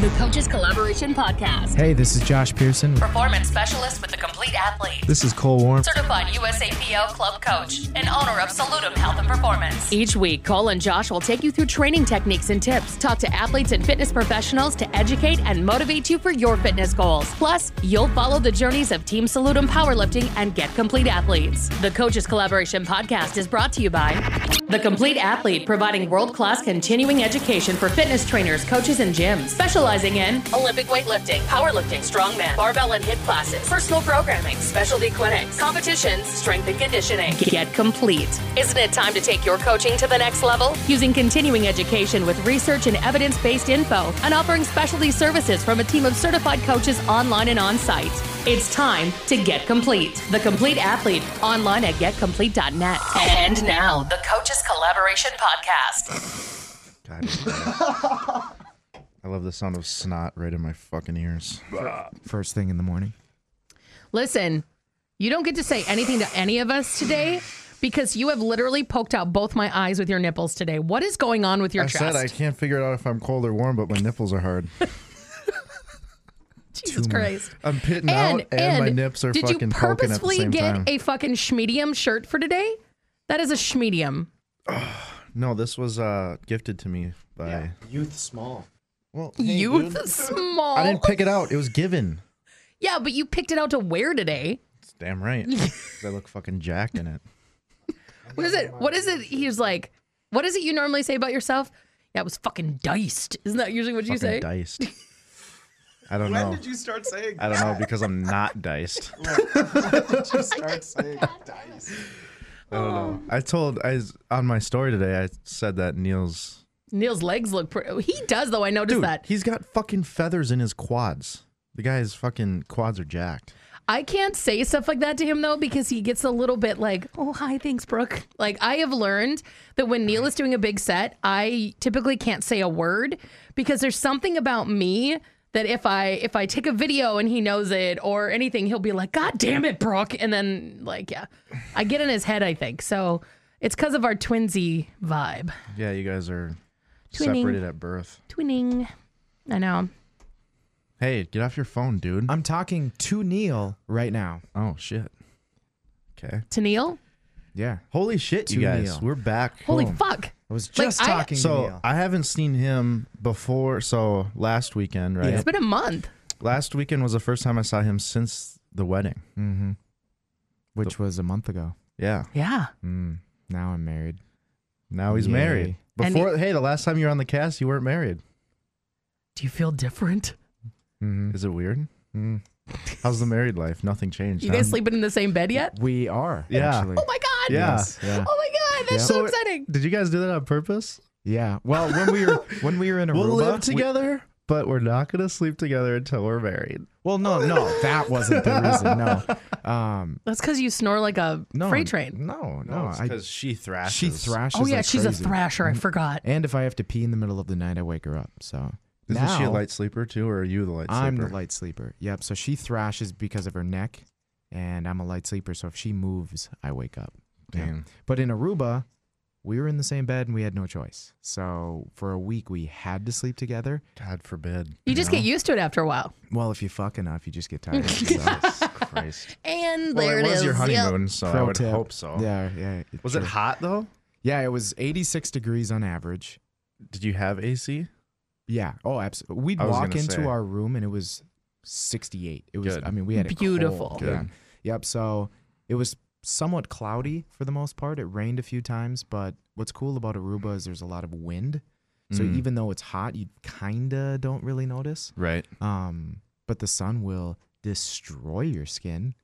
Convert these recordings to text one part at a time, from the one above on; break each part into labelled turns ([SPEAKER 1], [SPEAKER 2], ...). [SPEAKER 1] the Coaches Collaboration Podcast.
[SPEAKER 2] Hey, this is Josh Pearson.
[SPEAKER 1] Performance specialist with the Complete Athlete.
[SPEAKER 2] This is Cole Warren.
[SPEAKER 1] Certified USAPL club coach and owner of Salutum Health and Performance. Each week, Cole and Josh will take you through training techniques and tips, talk to athletes and fitness professionals to educate and motivate you for your fitness goals. Plus, you'll follow the journeys of Team Salutum Powerlifting and Get Complete Athletes. The Coaches Collaboration Podcast is brought to you by The Complete Athlete, providing world class continuing education for fitness trainers, coaches, and gyms. Specializing in Olympic weightlifting, powerlifting, strongman, barbell and hip classes, personal programming, specialty clinics, competitions, strength and conditioning. Get complete. Isn't it time to take your coaching to the next level? Using continuing education with research and evidence based info and offering specialty services from a team of certified coaches online and on site. It's time to get complete. The Complete Athlete, online at getcomplete.net. And now, the Coaches Collaboration Podcast.
[SPEAKER 3] God. I love the sound of snot right in my fucking ears.
[SPEAKER 2] First thing in the morning.
[SPEAKER 4] Listen, you don't get to say anything to any of us today because you have literally poked out both my eyes with your nipples today. What is going on with your
[SPEAKER 3] I
[SPEAKER 4] chest?
[SPEAKER 3] said I can't figure it out if I'm cold or warm, but my nipples are hard.
[SPEAKER 4] Jesus Christ.
[SPEAKER 3] I'm pitting
[SPEAKER 4] And,
[SPEAKER 3] out, and, my
[SPEAKER 4] and
[SPEAKER 3] nips are
[SPEAKER 4] did you
[SPEAKER 3] fucking poking at the
[SPEAKER 4] purposefully
[SPEAKER 3] same
[SPEAKER 4] get
[SPEAKER 3] time.
[SPEAKER 4] a fucking schmedium shirt for today? That is a schmedium.
[SPEAKER 3] no, this was uh, gifted to me by.
[SPEAKER 2] Youth small.
[SPEAKER 3] Well, hey,
[SPEAKER 4] Youth
[SPEAKER 3] dude.
[SPEAKER 4] small.
[SPEAKER 3] I didn't pick it out. It was given.
[SPEAKER 4] yeah, but you picked it out to wear today.
[SPEAKER 3] It's damn right. 'Cause I look fucking jacked in it.
[SPEAKER 4] What is it? What is it? He was like, what is it you normally say about yourself? Yeah, it was fucking diced. Isn't that usually what you say?
[SPEAKER 3] Fucking diced. I don't know.
[SPEAKER 5] you start saying
[SPEAKER 3] I don't know because I'm not diced.
[SPEAKER 5] you start saying dice?
[SPEAKER 3] I told I on my story today. I said that Neil's
[SPEAKER 4] Neil's legs look pretty. He does, though. I noticed
[SPEAKER 3] dude.
[SPEAKER 4] that.
[SPEAKER 3] He's got fucking feathers in his quads. The guy's fucking quads are jacked.
[SPEAKER 4] I can't say stuff like that to him though because he gets a little bit like, "Oh, hi, thanks, Brooke." Like I have learned that when Neil is doing a big set, I typically can't say a word because there's something about me that if I if I take a video and he knows it or anything, he'll be like, "God damn it, Brooke," and then like, yeah, I get in his head. I think so. It's because of our twinsy vibe.
[SPEAKER 3] Yeah, you guys are
[SPEAKER 4] Twinning.
[SPEAKER 3] separated at birth.
[SPEAKER 4] Twinning. I know.
[SPEAKER 3] Hey, get off your phone, dude.
[SPEAKER 2] I'm talking to Neil right now.
[SPEAKER 3] oh shit. Okay.
[SPEAKER 4] To Neil.
[SPEAKER 2] Yeah.
[SPEAKER 3] Holy shit, you
[SPEAKER 2] To
[SPEAKER 3] guys.
[SPEAKER 2] Neil.
[SPEAKER 3] We're back.
[SPEAKER 4] Holy
[SPEAKER 3] Boom.
[SPEAKER 4] fuck.
[SPEAKER 2] I was
[SPEAKER 4] Like,
[SPEAKER 2] just
[SPEAKER 4] I-
[SPEAKER 2] talking to
[SPEAKER 3] So
[SPEAKER 2] Neil.
[SPEAKER 3] I haven't seen him before. So last weekend, right?
[SPEAKER 2] Yeah.
[SPEAKER 4] It's been a month.
[SPEAKER 3] Last weekend was the first time I saw him since the wedding.
[SPEAKER 2] mm-hmm. Which was a month ago.
[SPEAKER 3] Yeah.
[SPEAKER 4] Yeah.
[SPEAKER 2] Mm. Now I'm married.
[SPEAKER 3] Now he's
[SPEAKER 2] Yay.
[SPEAKER 3] married.
[SPEAKER 4] And
[SPEAKER 3] Before, hey, the last time you were on the cast, you weren't married.
[SPEAKER 4] Do you feel different?
[SPEAKER 2] Mm-hmm.
[SPEAKER 3] Is it weird?
[SPEAKER 2] Mm.
[SPEAKER 3] How's the married life? Nothing changed.
[SPEAKER 4] You
[SPEAKER 3] huh?
[SPEAKER 4] guys sleeping in the same bed yet?
[SPEAKER 2] We are.
[SPEAKER 3] Yeah.
[SPEAKER 2] Actually.
[SPEAKER 4] Oh my god.
[SPEAKER 3] Yeah.
[SPEAKER 2] Yes, yeah.
[SPEAKER 4] Oh my god, that's
[SPEAKER 2] Yeah.
[SPEAKER 4] so
[SPEAKER 3] So-
[SPEAKER 4] exciting.
[SPEAKER 3] Did you guys do that on purpose?
[SPEAKER 2] Yeah. Well, when we were when we were in Aruba,
[SPEAKER 3] We'll live
[SPEAKER 2] we-
[SPEAKER 3] together, but we're not gonna sleep together until we're married.
[SPEAKER 2] well, no, no, that wasn't the reason. No. Um.
[SPEAKER 4] That's because you snore like a
[SPEAKER 2] No.
[SPEAKER 4] freight train.
[SPEAKER 2] No. No. I,
[SPEAKER 3] she thrashes.
[SPEAKER 2] she thrashes.
[SPEAKER 4] Oh yeah,
[SPEAKER 2] like
[SPEAKER 4] she's
[SPEAKER 2] crazy.
[SPEAKER 4] a thrasher. I forgot.
[SPEAKER 2] And if I have to pee in the middle of the night, I wake her up. So
[SPEAKER 3] Isn't she a
[SPEAKER 2] Now-
[SPEAKER 3] light sleeper too, or are you the light
[SPEAKER 2] I'm
[SPEAKER 3] sleeper?
[SPEAKER 2] the light sleeper. Yep. So she thrashes because of her neck, and I'm a light sleeper. So if she moves, I wake up. Yeah.
[SPEAKER 3] Damn.
[SPEAKER 2] But in Aruba, we were in the same bed and we had no choice. So for a week, we had to sleep together.
[SPEAKER 3] God forbid.
[SPEAKER 4] You just get used to it after a while.
[SPEAKER 2] Well, if you fuck enough, you just get tired. So-
[SPEAKER 3] Christ.
[SPEAKER 4] And
[SPEAKER 3] Well,
[SPEAKER 4] there
[SPEAKER 3] it was your
[SPEAKER 4] Yep.
[SPEAKER 3] honeymoon, so I
[SPEAKER 2] Pro
[SPEAKER 3] would
[SPEAKER 2] tip.
[SPEAKER 3] hope so.
[SPEAKER 2] Yeah. Yeah.
[SPEAKER 3] Was it
[SPEAKER 2] true.
[SPEAKER 3] hot though?
[SPEAKER 2] Yeah. It was 86 degrees on average.
[SPEAKER 3] Did you have AC?
[SPEAKER 2] Yeah. Oh, absolutely. We'd
[SPEAKER 3] I was
[SPEAKER 2] walk
[SPEAKER 3] gonna
[SPEAKER 2] into
[SPEAKER 3] say.
[SPEAKER 2] our room and it was 68. It was.
[SPEAKER 3] Good.
[SPEAKER 2] I mean, we had it
[SPEAKER 4] Beautiful.
[SPEAKER 2] cold.
[SPEAKER 3] Good.
[SPEAKER 2] Yeah. Yep. So it was somewhat cloudy for the most part. It rained a few times, but what's cool about Aruba is there's a lot of wind. So
[SPEAKER 3] Mm.
[SPEAKER 2] even though it's hot, you kinda don't really notice.
[SPEAKER 3] Right.
[SPEAKER 2] Um, but the sun will destroy your skin.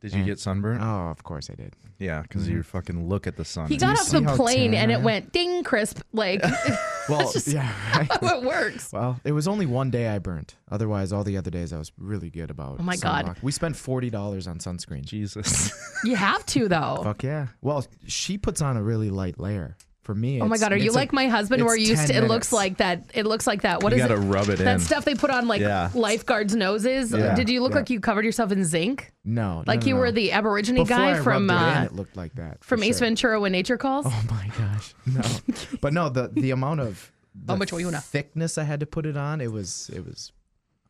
[SPEAKER 3] Did you
[SPEAKER 2] Eh.
[SPEAKER 3] get sunburned?
[SPEAKER 2] Oh, Mm-hmm. of course I did.
[SPEAKER 3] yeah, because you fucking look at the sun.
[SPEAKER 4] He
[SPEAKER 3] and
[SPEAKER 4] got
[SPEAKER 3] you
[SPEAKER 4] off
[SPEAKER 3] see-
[SPEAKER 4] the
[SPEAKER 2] how
[SPEAKER 4] plane
[SPEAKER 2] tan
[SPEAKER 4] and
[SPEAKER 2] I
[SPEAKER 4] it
[SPEAKER 2] am?
[SPEAKER 4] went ding crisp. Like
[SPEAKER 2] Well, yeah, right.
[SPEAKER 4] it works.
[SPEAKER 2] Well, it was only one day I burnt. Otherwise, all the other days I was really good about.
[SPEAKER 4] Oh my God.
[SPEAKER 2] sunblock. We spent forty dollars on sunscreen.
[SPEAKER 3] Jesus.
[SPEAKER 4] You have to though.
[SPEAKER 2] Fuck yeah. Well, she puts on a really light layer. For me,
[SPEAKER 4] Oh my
[SPEAKER 2] it's-
[SPEAKER 4] god, are you
[SPEAKER 2] it's a-
[SPEAKER 4] like my husband where
[SPEAKER 2] it's
[SPEAKER 4] you
[SPEAKER 2] 10
[SPEAKER 4] st- it
[SPEAKER 2] minutes.
[SPEAKER 4] looks like that it looks like that. What is
[SPEAKER 3] you gotta
[SPEAKER 4] it?
[SPEAKER 3] rub it in.
[SPEAKER 4] that stuff they put on like
[SPEAKER 3] Yeah.
[SPEAKER 4] lifeguards' noses.
[SPEAKER 3] Yeah.
[SPEAKER 4] Did you look
[SPEAKER 2] Yeah.
[SPEAKER 4] like you covered yourself in zinc?
[SPEAKER 2] No, no,
[SPEAKER 4] Like
[SPEAKER 2] no,
[SPEAKER 4] you
[SPEAKER 2] no.
[SPEAKER 4] were the Aborigine
[SPEAKER 2] Before I
[SPEAKER 4] guy
[SPEAKER 2] rubbed
[SPEAKER 4] from
[SPEAKER 2] it in,
[SPEAKER 4] uh,
[SPEAKER 2] it looked like that for
[SPEAKER 4] from Ace
[SPEAKER 2] sure.
[SPEAKER 4] Ventura when nature calls?
[SPEAKER 2] Oh my gosh, no! but no, the the amount of the
[SPEAKER 4] much were you now?
[SPEAKER 2] thickness I had to put it on. It was it was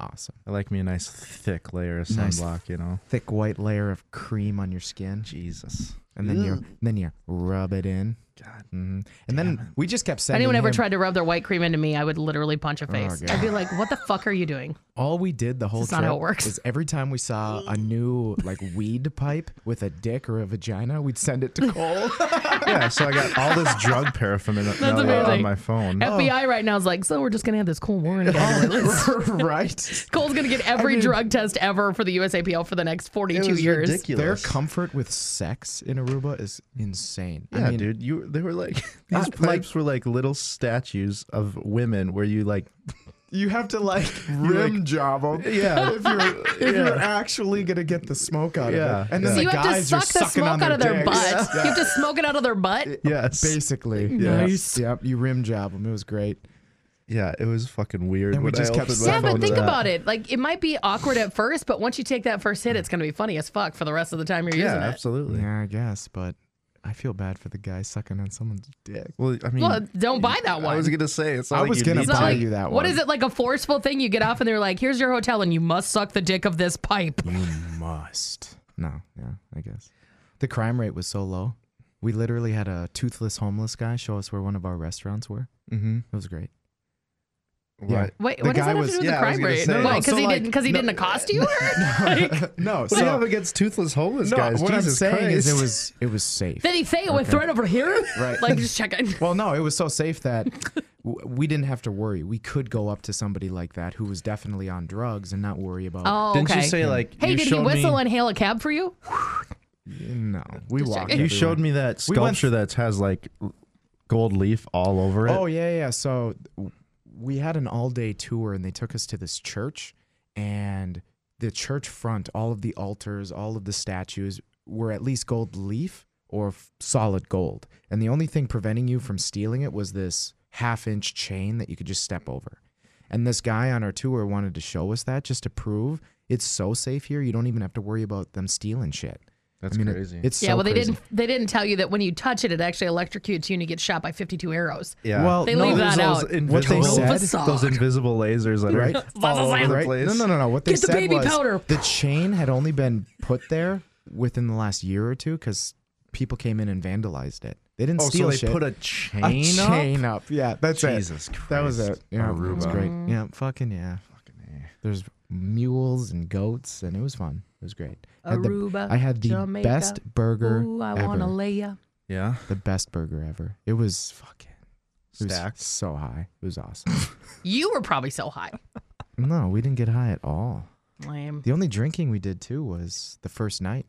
[SPEAKER 2] awesome.
[SPEAKER 3] I like me a nice thick layer of
[SPEAKER 2] Nice.
[SPEAKER 3] sunblock, you know.
[SPEAKER 2] Thick white layer of cream on your skin,
[SPEAKER 3] Jesus.
[SPEAKER 2] and then you then you rub it in. God,
[SPEAKER 3] Mm-hmm.
[SPEAKER 2] hmm and then we just kept sending.
[SPEAKER 4] Anyone ever
[SPEAKER 2] him-
[SPEAKER 4] tried to rub their white cream into me, I would literally punch a face.
[SPEAKER 2] Oh, God.
[SPEAKER 4] I'd be like, what the fuck are you doing?
[SPEAKER 2] All we did the whole
[SPEAKER 4] This is
[SPEAKER 2] trip
[SPEAKER 4] not how it works.
[SPEAKER 2] is every time we saw a new like weed pipe with a dick or a vagina, we'd send it to Cole.
[SPEAKER 3] Yeah, so I got all this drug paraphernalia
[SPEAKER 4] amazing.
[SPEAKER 3] on my phone.
[SPEAKER 2] Oh.
[SPEAKER 3] Oh,
[SPEAKER 4] FBI right now is like, so we're just going to have this cool warrant. again."
[SPEAKER 2] right?
[SPEAKER 4] Cole's going to get every drug test ever for the USAPL for the next 42
[SPEAKER 3] It was
[SPEAKER 4] years.
[SPEAKER 2] Their
[SPEAKER 3] ridiculous.
[SPEAKER 2] comfort with sex in Aruba is insane.
[SPEAKER 3] Yeah,
[SPEAKER 2] I mean,
[SPEAKER 3] dude, you they were like these
[SPEAKER 2] Not like-
[SPEAKER 3] pipes were like little statues of women where you like
[SPEAKER 2] You have to like rim job 'em
[SPEAKER 3] yeah
[SPEAKER 2] if you're if you're actually gonna get the smoke out
[SPEAKER 3] Yeah.
[SPEAKER 2] of it. And then
[SPEAKER 3] So
[SPEAKER 2] the
[SPEAKER 4] you have to
[SPEAKER 2] guys
[SPEAKER 4] suck
[SPEAKER 2] are
[SPEAKER 4] the
[SPEAKER 2] sucking on
[SPEAKER 4] smoke out of their
[SPEAKER 2] dicks.
[SPEAKER 4] butt. You have to smoke it out of their butt.
[SPEAKER 3] yes
[SPEAKER 2] Basically,
[SPEAKER 3] Nice.
[SPEAKER 2] Yep, you rim job them. It was great.
[SPEAKER 3] yeah it was fucking weird.
[SPEAKER 2] And we
[SPEAKER 3] when
[SPEAKER 2] just
[SPEAKER 3] I
[SPEAKER 2] kept
[SPEAKER 3] opened my
[SPEAKER 2] Yeah,
[SPEAKER 4] Yeah, but
[SPEAKER 3] phone
[SPEAKER 4] think
[SPEAKER 3] to that.
[SPEAKER 4] about it. Like, it might be awkward at first, but once you take that first hit, it's going to be funny as fuck for the rest of the time you're
[SPEAKER 3] Yeah,
[SPEAKER 4] using it.
[SPEAKER 3] absolutely.
[SPEAKER 2] Yeah, I guess, but I feel bad for the guy sucking on someone's dick.
[SPEAKER 3] Well, I mean,
[SPEAKER 4] Well, don't buy that
[SPEAKER 3] I
[SPEAKER 4] one.
[SPEAKER 3] was gonna say it's. Not
[SPEAKER 2] I
[SPEAKER 3] like
[SPEAKER 2] was
[SPEAKER 3] you
[SPEAKER 2] gonna
[SPEAKER 3] need
[SPEAKER 4] It's not
[SPEAKER 2] buy
[SPEAKER 3] to-
[SPEAKER 4] like-
[SPEAKER 2] you that
[SPEAKER 4] What
[SPEAKER 2] one.
[SPEAKER 4] is it like a forceful thing? You get off and they're like, "Here's your hotel, and you must suck the dick of this pipe."
[SPEAKER 2] You must. No, yeah, I guess. The crime rate was so low. We literally had a toothless homeless guy show us where one of our restaurants were.
[SPEAKER 3] Mhm.
[SPEAKER 2] It was great.
[SPEAKER 3] Right.
[SPEAKER 4] Wait,
[SPEAKER 2] The
[SPEAKER 4] what does
[SPEAKER 2] guy
[SPEAKER 4] that have
[SPEAKER 2] was-
[SPEAKER 4] to do with
[SPEAKER 3] yeah,
[SPEAKER 4] the
[SPEAKER 3] I
[SPEAKER 4] crime
[SPEAKER 3] was gonna
[SPEAKER 4] rate?
[SPEAKER 3] say. No,
[SPEAKER 4] Wait,
[SPEAKER 2] no,
[SPEAKER 4] because
[SPEAKER 2] so,
[SPEAKER 4] he
[SPEAKER 2] like,
[SPEAKER 4] didn't because he
[SPEAKER 2] no-
[SPEAKER 4] didn't accost you. or-
[SPEAKER 2] Uh, no,
[SPEAKER 3] What do you have
[SPEAKER 2] so
[SPEAKER 3] against toothless homeless
[SPEAKER 2] no,
[SPEAKER 3] guys?
[SPEAKER 2] what I'm
[SPEAKER 3] Jesus
[SPEAKER 2] saying
[SPEAKER 3] Christ.
[SPEAKER 2] is it was it was safe.
[SPEAKER 4] Did he say it with threat over here?
[SPEAKER 2] Right.
[SPEAKER 4] Like just checking.
[SPEAKER 2] Well, no, it was so safe that w- we didn't have to worry. We could go up to somebody like that who was definitely on drugs and not worry about.
[SPEAKER 4] Oh,
[SPEAKER 3] Didn't
[SPEAKER 4] okay.
[SPEAKER 3] you say like?
[SPEAKER 4] Hey,
[SPEAKER 3] you
[SPEAKER 4] did he
[SPEAKER 3] showed
[SPEAKER 4] whistle
[SPEAKER 3] me,
[SPEAKER 4] and hail a cab for you?
[SPEAKER 2] No, we
[SPEAKER 4] Just
[SPEAKER 2] walked.
[SPEAKER 4] checking.
[SPEAKER 3] You
[SPEAKER 2] everywhere.
[SPEAKER 3] showed me that
[SPEAKER 2] We went-
[SPEAKER 3] sculpture that has like gold leaf all over it.
[SPEAKER 2] Oh yeah, yeah. So w- we had an all-day tour, and they took us to this church, and the church front, all of the altars, all of the statues were at least gold leaf or f- solid gold, and the only thing preventing you from stealing it was this half-inch chain that you could just step over. And this guy on our tour wanted to show us that just to prove it's so safe here. You don't even have to worry about them stealing shit.
[SPEAKER 3] That's
[SPEAKER 2] I mean, it-
[SPEAKER 3] crazy.
[SPEAKER 2] it's
[SPEAKER 4] Yeah.
[SPEAKER 2] so
[SPEAKER 4] well, they
[SPEAKER 2] crazy.
[SPEAKER 4] didn't. They didn't tell you that when you touch it, it actually electrocutes you and you get shot by fifty-two arrows.
[SPEAKER 3] yeah.
[SPEAKER 2] Well, They
[SPEAKER 4] no, leave
[SPEAKER 3] those
[SPEAKER 4] that out.
[SPEAKER 2] What they
[SPEAKER 3] invisible-
[SPEAKER 4] said-
[SPEAKER 3] those invisible lasers that
[SPEAKER 2] Right.
[SPEAKER 3] are all over the
[SPEAKER 2] Right?
[SPEAKER 3] place.
[SPEAKER 2] No, no, no, no. What they
[SPEAKER 4] Get the
[SPEAKER 2] said
[SPEAKER 4] baby
[SPEAKER 2] was
[SPEAKER 4] powder.
[SPEAKER 2] the chain had only been put there within the last year or two because people came in and vandalized it. They didn't
[SPEAKER 3] Oh,
[SPEAKER 2] steal
[SPEAKER 3] so they
[SPEAKER 2] shit.
[SPEAKER 3] put a chain,
[SPEAKER 2] A
[SPEAKER 3] up?
[SPEAKER 2] chain up. Yeah, that's it.
[SPEAKER 3] Jesus Christ.
[SPEAKER 2] That was it. Yeah, it was
[SPEAKER 3] Aruba.
[SPEAKER 2] great. Yeah,
[SPEAKER 4] Mm.
[SPEAKER 2] fucking yeah. There's mules and goats, and it was fun. It was great. I had the-
[SPEAKER 4] Aruba,
[SPEAKER 2] I had the
[SPEAKER 4] Jamaica.
[SPEAKER 2] best burger
[SPEAKER 4] Ooh, I
[SPEAKER 2] ever.
[SPEAKER 4] want to lay ya.
[SPEAKER 3] Yeah.
[SPEAKER 2] the best burger ever. It was fucking it was
[SPEAKER 3] Stacked.
[SPEAKER 2] so high. It was awesome.
[SPEAKER 4] You were probably so high.
[SPEAKER 2] no, we didn't get high at all.
[SPEAKER 4] Lame.
[SPEAKER 2] The only drinking we did too was the first night.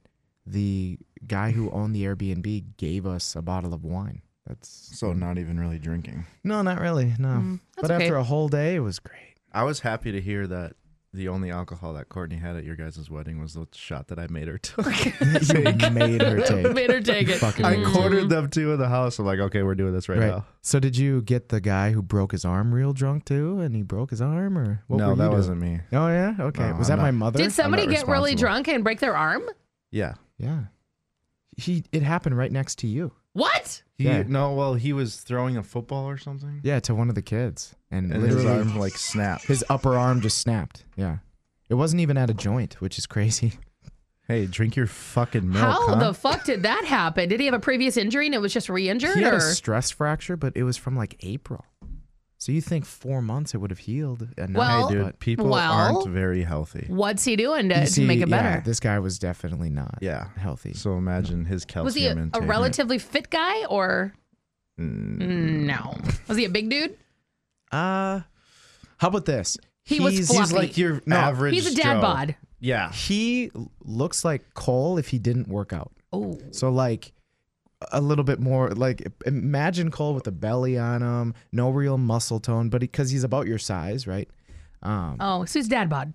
[SPEAKER 2] The guy who owned the Airbnb gave us a bottle of wine. That's Mm,
[SPEAKER 3] So not even really drinking.
[SPEAKER 2] no, not really, no. but
[SPEAKER 4] okay.
[SPEAKER 2] after a whole day, it was great.
[SPEAKER 3] I was happy to hear that the only alcohol that Courtney had at your guys' wedding was the shot that I made her take.
[SPEAKER 2] You made her take.
[SPEAKER 4] Made her take it.
[SPEAKER 2] Fucking
[SPEAKER 3] I
[SPEAKER 2] amazing.
[SPEAKER 3] cornered them two in the house. I'm like, okay, we're doing this right,
[SPEAKER 2] Right.
[SPEAKER 3] now.
[SPEAKER 2] So did you get the guy who broke his arm real drunk too, and he broke his arm, or what were
[SPEAKER 3] no,
[SPEAKER 2] you
[SPEAKER 3] that
[SPEAKER 2] doing?
[SPEAKER 3] wasn't me.
[SPEAKER 2] Oh yeah, okay.
[SPEAKER 3] No,
[SPEAKER 2] was
[SPEAKER 3] I'm
[SPEAKER 2] that my
[SPEAKER 3] not-
[SPEAKER 2] mother?
[SPEAKER 4] Did somebody
[SPEAKER 3] not
[SPEAKER 4] get really
[SPEAKER 3] responsible.
[SPEAKER 4] drunk and break their arm?
[SPEAKER 3] Yeah.
[SPEAKER 2] yeah, he. It happened right next to you.
[SPEAKER 4] What?
[SPEAKER 3] He,
[SPEAKER 2] Yeah.
[SPEAKER 3] No, well, he was throwing a football or something.
[SPEAKER 2] Yeah, to one of the kids, and,
[SPEAKER 3] And his
[SPEAKER 2] literally
[SPEAKER 3] arm like snapped.
[SPEAKER 2] His upper arm just snapped. Yeah. It wasn't even at a joint, which is crazy.
[SPEAKER 3] Hey, drink your fucking milk.
[SPEAKER 4] How
[SPEAKER 3] huh?
[SPEAKER 4] the fuck did that happen? Did he have a previous injury and it was just re-injured?
[SPEAKER 2] He had
[SPEAKER 4] Or?
[SPEAKER 2] a stress fracture, but it was from like April. So you think four months it would have healed? And not-
[SPEAKER 4] Well-
[SPEAKER 3] Hey, dude,
[SPEAKER 2] but
[SPEAKER 3] people
[SPEAKER 4] Well-
[SPEAKER 3] aren't very healthy.
[SPEAKER 4] What's he doing to,
[SPEAKER 2] you
[SPEAKER 4] to
[SPEAKER 2] see,
[SPEAKER 4] make it
[SPEAKER 2] yeah,
[SPEAKER 4] better?
[SPEAKER 2] this guy was definitely not
[SPEAKER 3] Yeah.
[SPEAKER 2] healthy.
[SPEAKER 3] So imagine his calcium
[SPEAKER 4] was he a, a
[SPEAKER 3] intake. Mm.
[SPEAKER 4] relatively fit guy or no? Was he a big dude?
[SPEAKER 2] Uh, how about this?
[SPEAKER 4] He was
[SPEAKER 2] He's-
[SPEAKER 4] fluffy.
[SPEAKER 3] He's like your
[SPEAKER 2] No,
[SPEAKER 3] average.
[SPEAKER 4] He's a dad
[SPEAKER 3] Joe.
[SPEAKER 4] bod.
[SPEAKER 3] Yeah.
[SPEAKER 2] He looks like Cole if he didn't work out.
[SPEAKER 4] Oh,
[SPEAKER 2] So like a little bit more like imagine Cole with a belly on him, no real muscle tone, but because he's about your size, right? Um,
[SPEAKER 4] oh, so he's dad bod.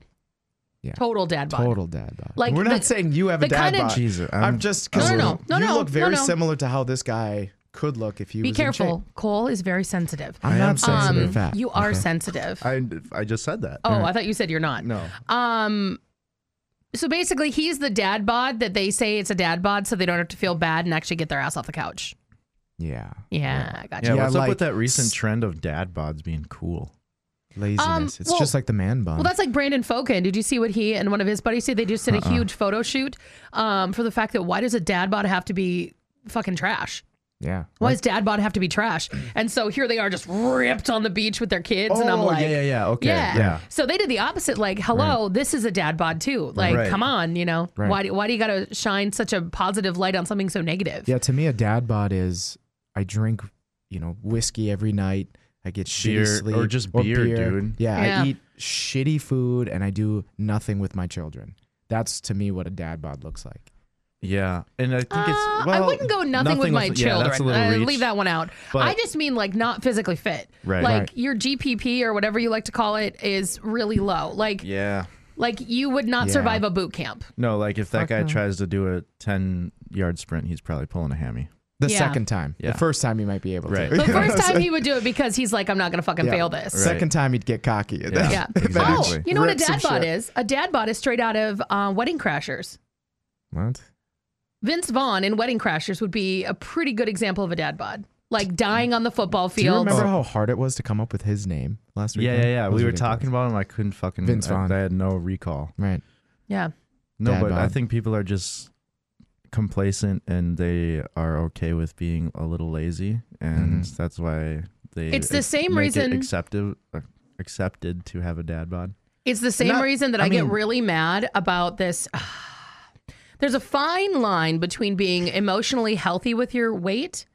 [SPEAKER 2] Yeah.
[SPEAKER 4] Total dad bod.
[SPEAKER 2] Total dad bod.
[SPEAKER 4] Oh, Like
[SPEAKER 2] we're
[SPEAKER 4] the-
[SPEAKER 2] not saying you have
[SPEAKER 4] the
[SPEAKER 2] a dad
[SPEAKER 4] kind of-
[SPEAKER 2] bod.
[SPEAKER 3] Jesus,
[SPEAKER 2] I'm,
[SPEAKER 3] I'm-
[SPEAKER 2] just
[SPEAKER 4] No, no, no.
[SPEAKER 2] you
[SPEAKER 4] No, no,
[SPEAKER 2] look very
[SPEAKER 4] no, no.
[SPEAKER 2] similar to how this guy could look if you
[SPEAKER 4] Be careful. Cole is very sensitive.
[SPEAKER 2] I'm
[SPEAKER 3] I am
[SPEAKER 2] not sensitive.
[SPEAKER 4] Um,
[SPEAKER 2] fat.
[SPEAKER 4] you are sensitive.
[SPEAKER 3] I, I just said that.
[SPEAKER 4] oh, I thought you said you're not.
[SPEAKER 3] No.
[SPEAKER 4] Um, so basically, he's the dad bod that they say it's a dad bod, so they don't have to feel bad and actually get their ass off the couch.
[SPEAKER 2] Yeah.
[SPEAKER 4] Yeah, I got
[SPEAKER 3] Yeah,
[SPEAKER 4] you.
[SPEAKER 2] Yeah,
[SPEAKER 3] what's up
[SPEAKER 2] like
[SPEAKER 3] with that recent
[SPEAKER 2] s-
[SPEAKER 3] trend of dad bods being cool?
[SPEAKER 2] Laziness. it's
[SPEAKER 4] Um, well-
[SPEAKER 2] just like the man bun.
[SPEAKER 4] Well, that's like Brandon Fokin. Did you see what he and one of his buddies did? They just
[SPEAKER 3] Uh-uh.
[SPEAKER 4] did a huge photo shoot um, for the fact that why does a dad bod have to be fucking trash?
[SPEAKER 2] yeah.
[SPEAKER 4] Why does dad bod have to be trash? And so here they are just ripped on the beach with their kids. and I'm
[SPEAKER 3] Oh,
[SPEAKER 4] like,
[SPEAKER 3] yeah, yeah, yeah. Okay.
[SPEAKER 4] Yeah.
[SPEAKER 3] Yeah.
[SPEAKER 4] So they did the opposite. Like, hello, this is a dad bod too. Like,
[SPEAKER 3] Right.
[SPEAKER 4] come on, you know,
[SPEAKER 2] Right.
[SPEAKER 4] why, do, why do you got to shine such a positive light on something so negative?
[SPEAKER 2] Yeah, to me, a dad bod is I drink, you know, whiskey every night. I get
[SPEAKER 3] Beer,
[SPEAKER 2] shitty sleep
[SPEAKER 3] or just beer, dude.
[SPEAKER 2] Yeah,
[SPEAKER 4] Yeah.
[SPEAKER 2] I eat shitty food and I do nothing with my children. That's to me what a dad bod looks like.
[SPEAKER 3] Yeah, and I think
[SPEAKER 4] Uh,
[SPEAKER 3] it's. Well,
[SPEAKER 4] I wouldn't go nothing, with my
[SPEAKER 3] was- yeah,
[SPEAKER 4] children.
[SPEAKER 3] that's a little
[SPEAKER 4] I
[SPEAKER 3] reach.
[SPEAKER 4] leave that one out.
[SPEAKER 3] But-
[SPEAKER 4] I just mean like not physically fit.
[SPEAKER 3] Right.
[SPEAKER 4] Like
[SPEAKER 2] Right.
[SPEAKER 4] your GPP or whatever you like to call it is really low. Like
[SPEAKER 3] Yeah.
[SPEAKER 4] like you would not
[SPEAKER 2] Yeah.
[SPEAKER 4] survive a boot camp.
[SPEAKER 3] No, like if that guy tries to do a ten-yard sprint, he's probably pulling a hammy.
[SPEAKER 2] The
[SPEAKER 4] Yeah.
[SPEAKER 2] second time.
[SPEAKER 3] Yeah.
[SPEAKER 2] The first time you might be able
[SPEAKER 3] Right.
[SPEAKER 2] to.
[SPEAKER 4] The first time he would do it because he's like, I'm not gonna fucking
[SPEAKER 2] Yeah.
[SPEAKER 4] fail this.
[SPEAKER 2] Second time you'd get cocky.
[SPEAKER 3] Yeah.
[SPEAKER 4] Yeah.
[SPEAKER 3] Exactly.
[SPEAKER 4] Oh, you know what a
[SPEAKER 2] Rip some
[SPEAKER 4] dad bod
[SPEAKER 2] shit.
[SPEAKER 4] is? A dad bod is straight out of uh, Wedding Crashers.
[SPEAKER 2] What?
[SPEAKER 4] Vince Vaughn in Wedding Crashers would be a pretty good example of a dad bod. Like dying on the football
[SPEAKER 2] Do you
[SPEAKER 4] field.
[SPEAKER 2] remember how hard it was to come up with his name last week?
[SPEAKER 3] Oh. Yeah, yeah, yeah. We were talking about him. I couldn't fucking.
[SPEAKER 2] Vince
[SPEAKER 3] I-
[SPEAKER 2] Vaughn.
[SPEAKER 3] I, had no recall.
[SPEAKER 2] Right.
[SPEAKER 4] Yeah.
[SPEAKER 3] No,
[SPEAKER 2] Dad
[SPEAKER 3] but I
[SPEAKER 2] bod.
[SPEAKER 3] think people are just complacent and they are okay with being a little lazy, and that's why they.
[SPEAKER 4] It's the
[SPEAKER 3] ex-
[SPEAKER 4] same
[SPEAKER 3] make it
[SPEAKER 4] reason-
[SPEAKER 3] accepted uh, accepted to have a dad bod.
[SPEAKER 4] It's the same
[SPEAKER 3] Not-
[SPEAKER 4] reason that I,
[SPEAKER 3] I
[SPEAKER 4] get
[SPEAKER 3] mean-
[SPEAKER 4] really mad about this. There's a fine line between being emotionally healthy with your weight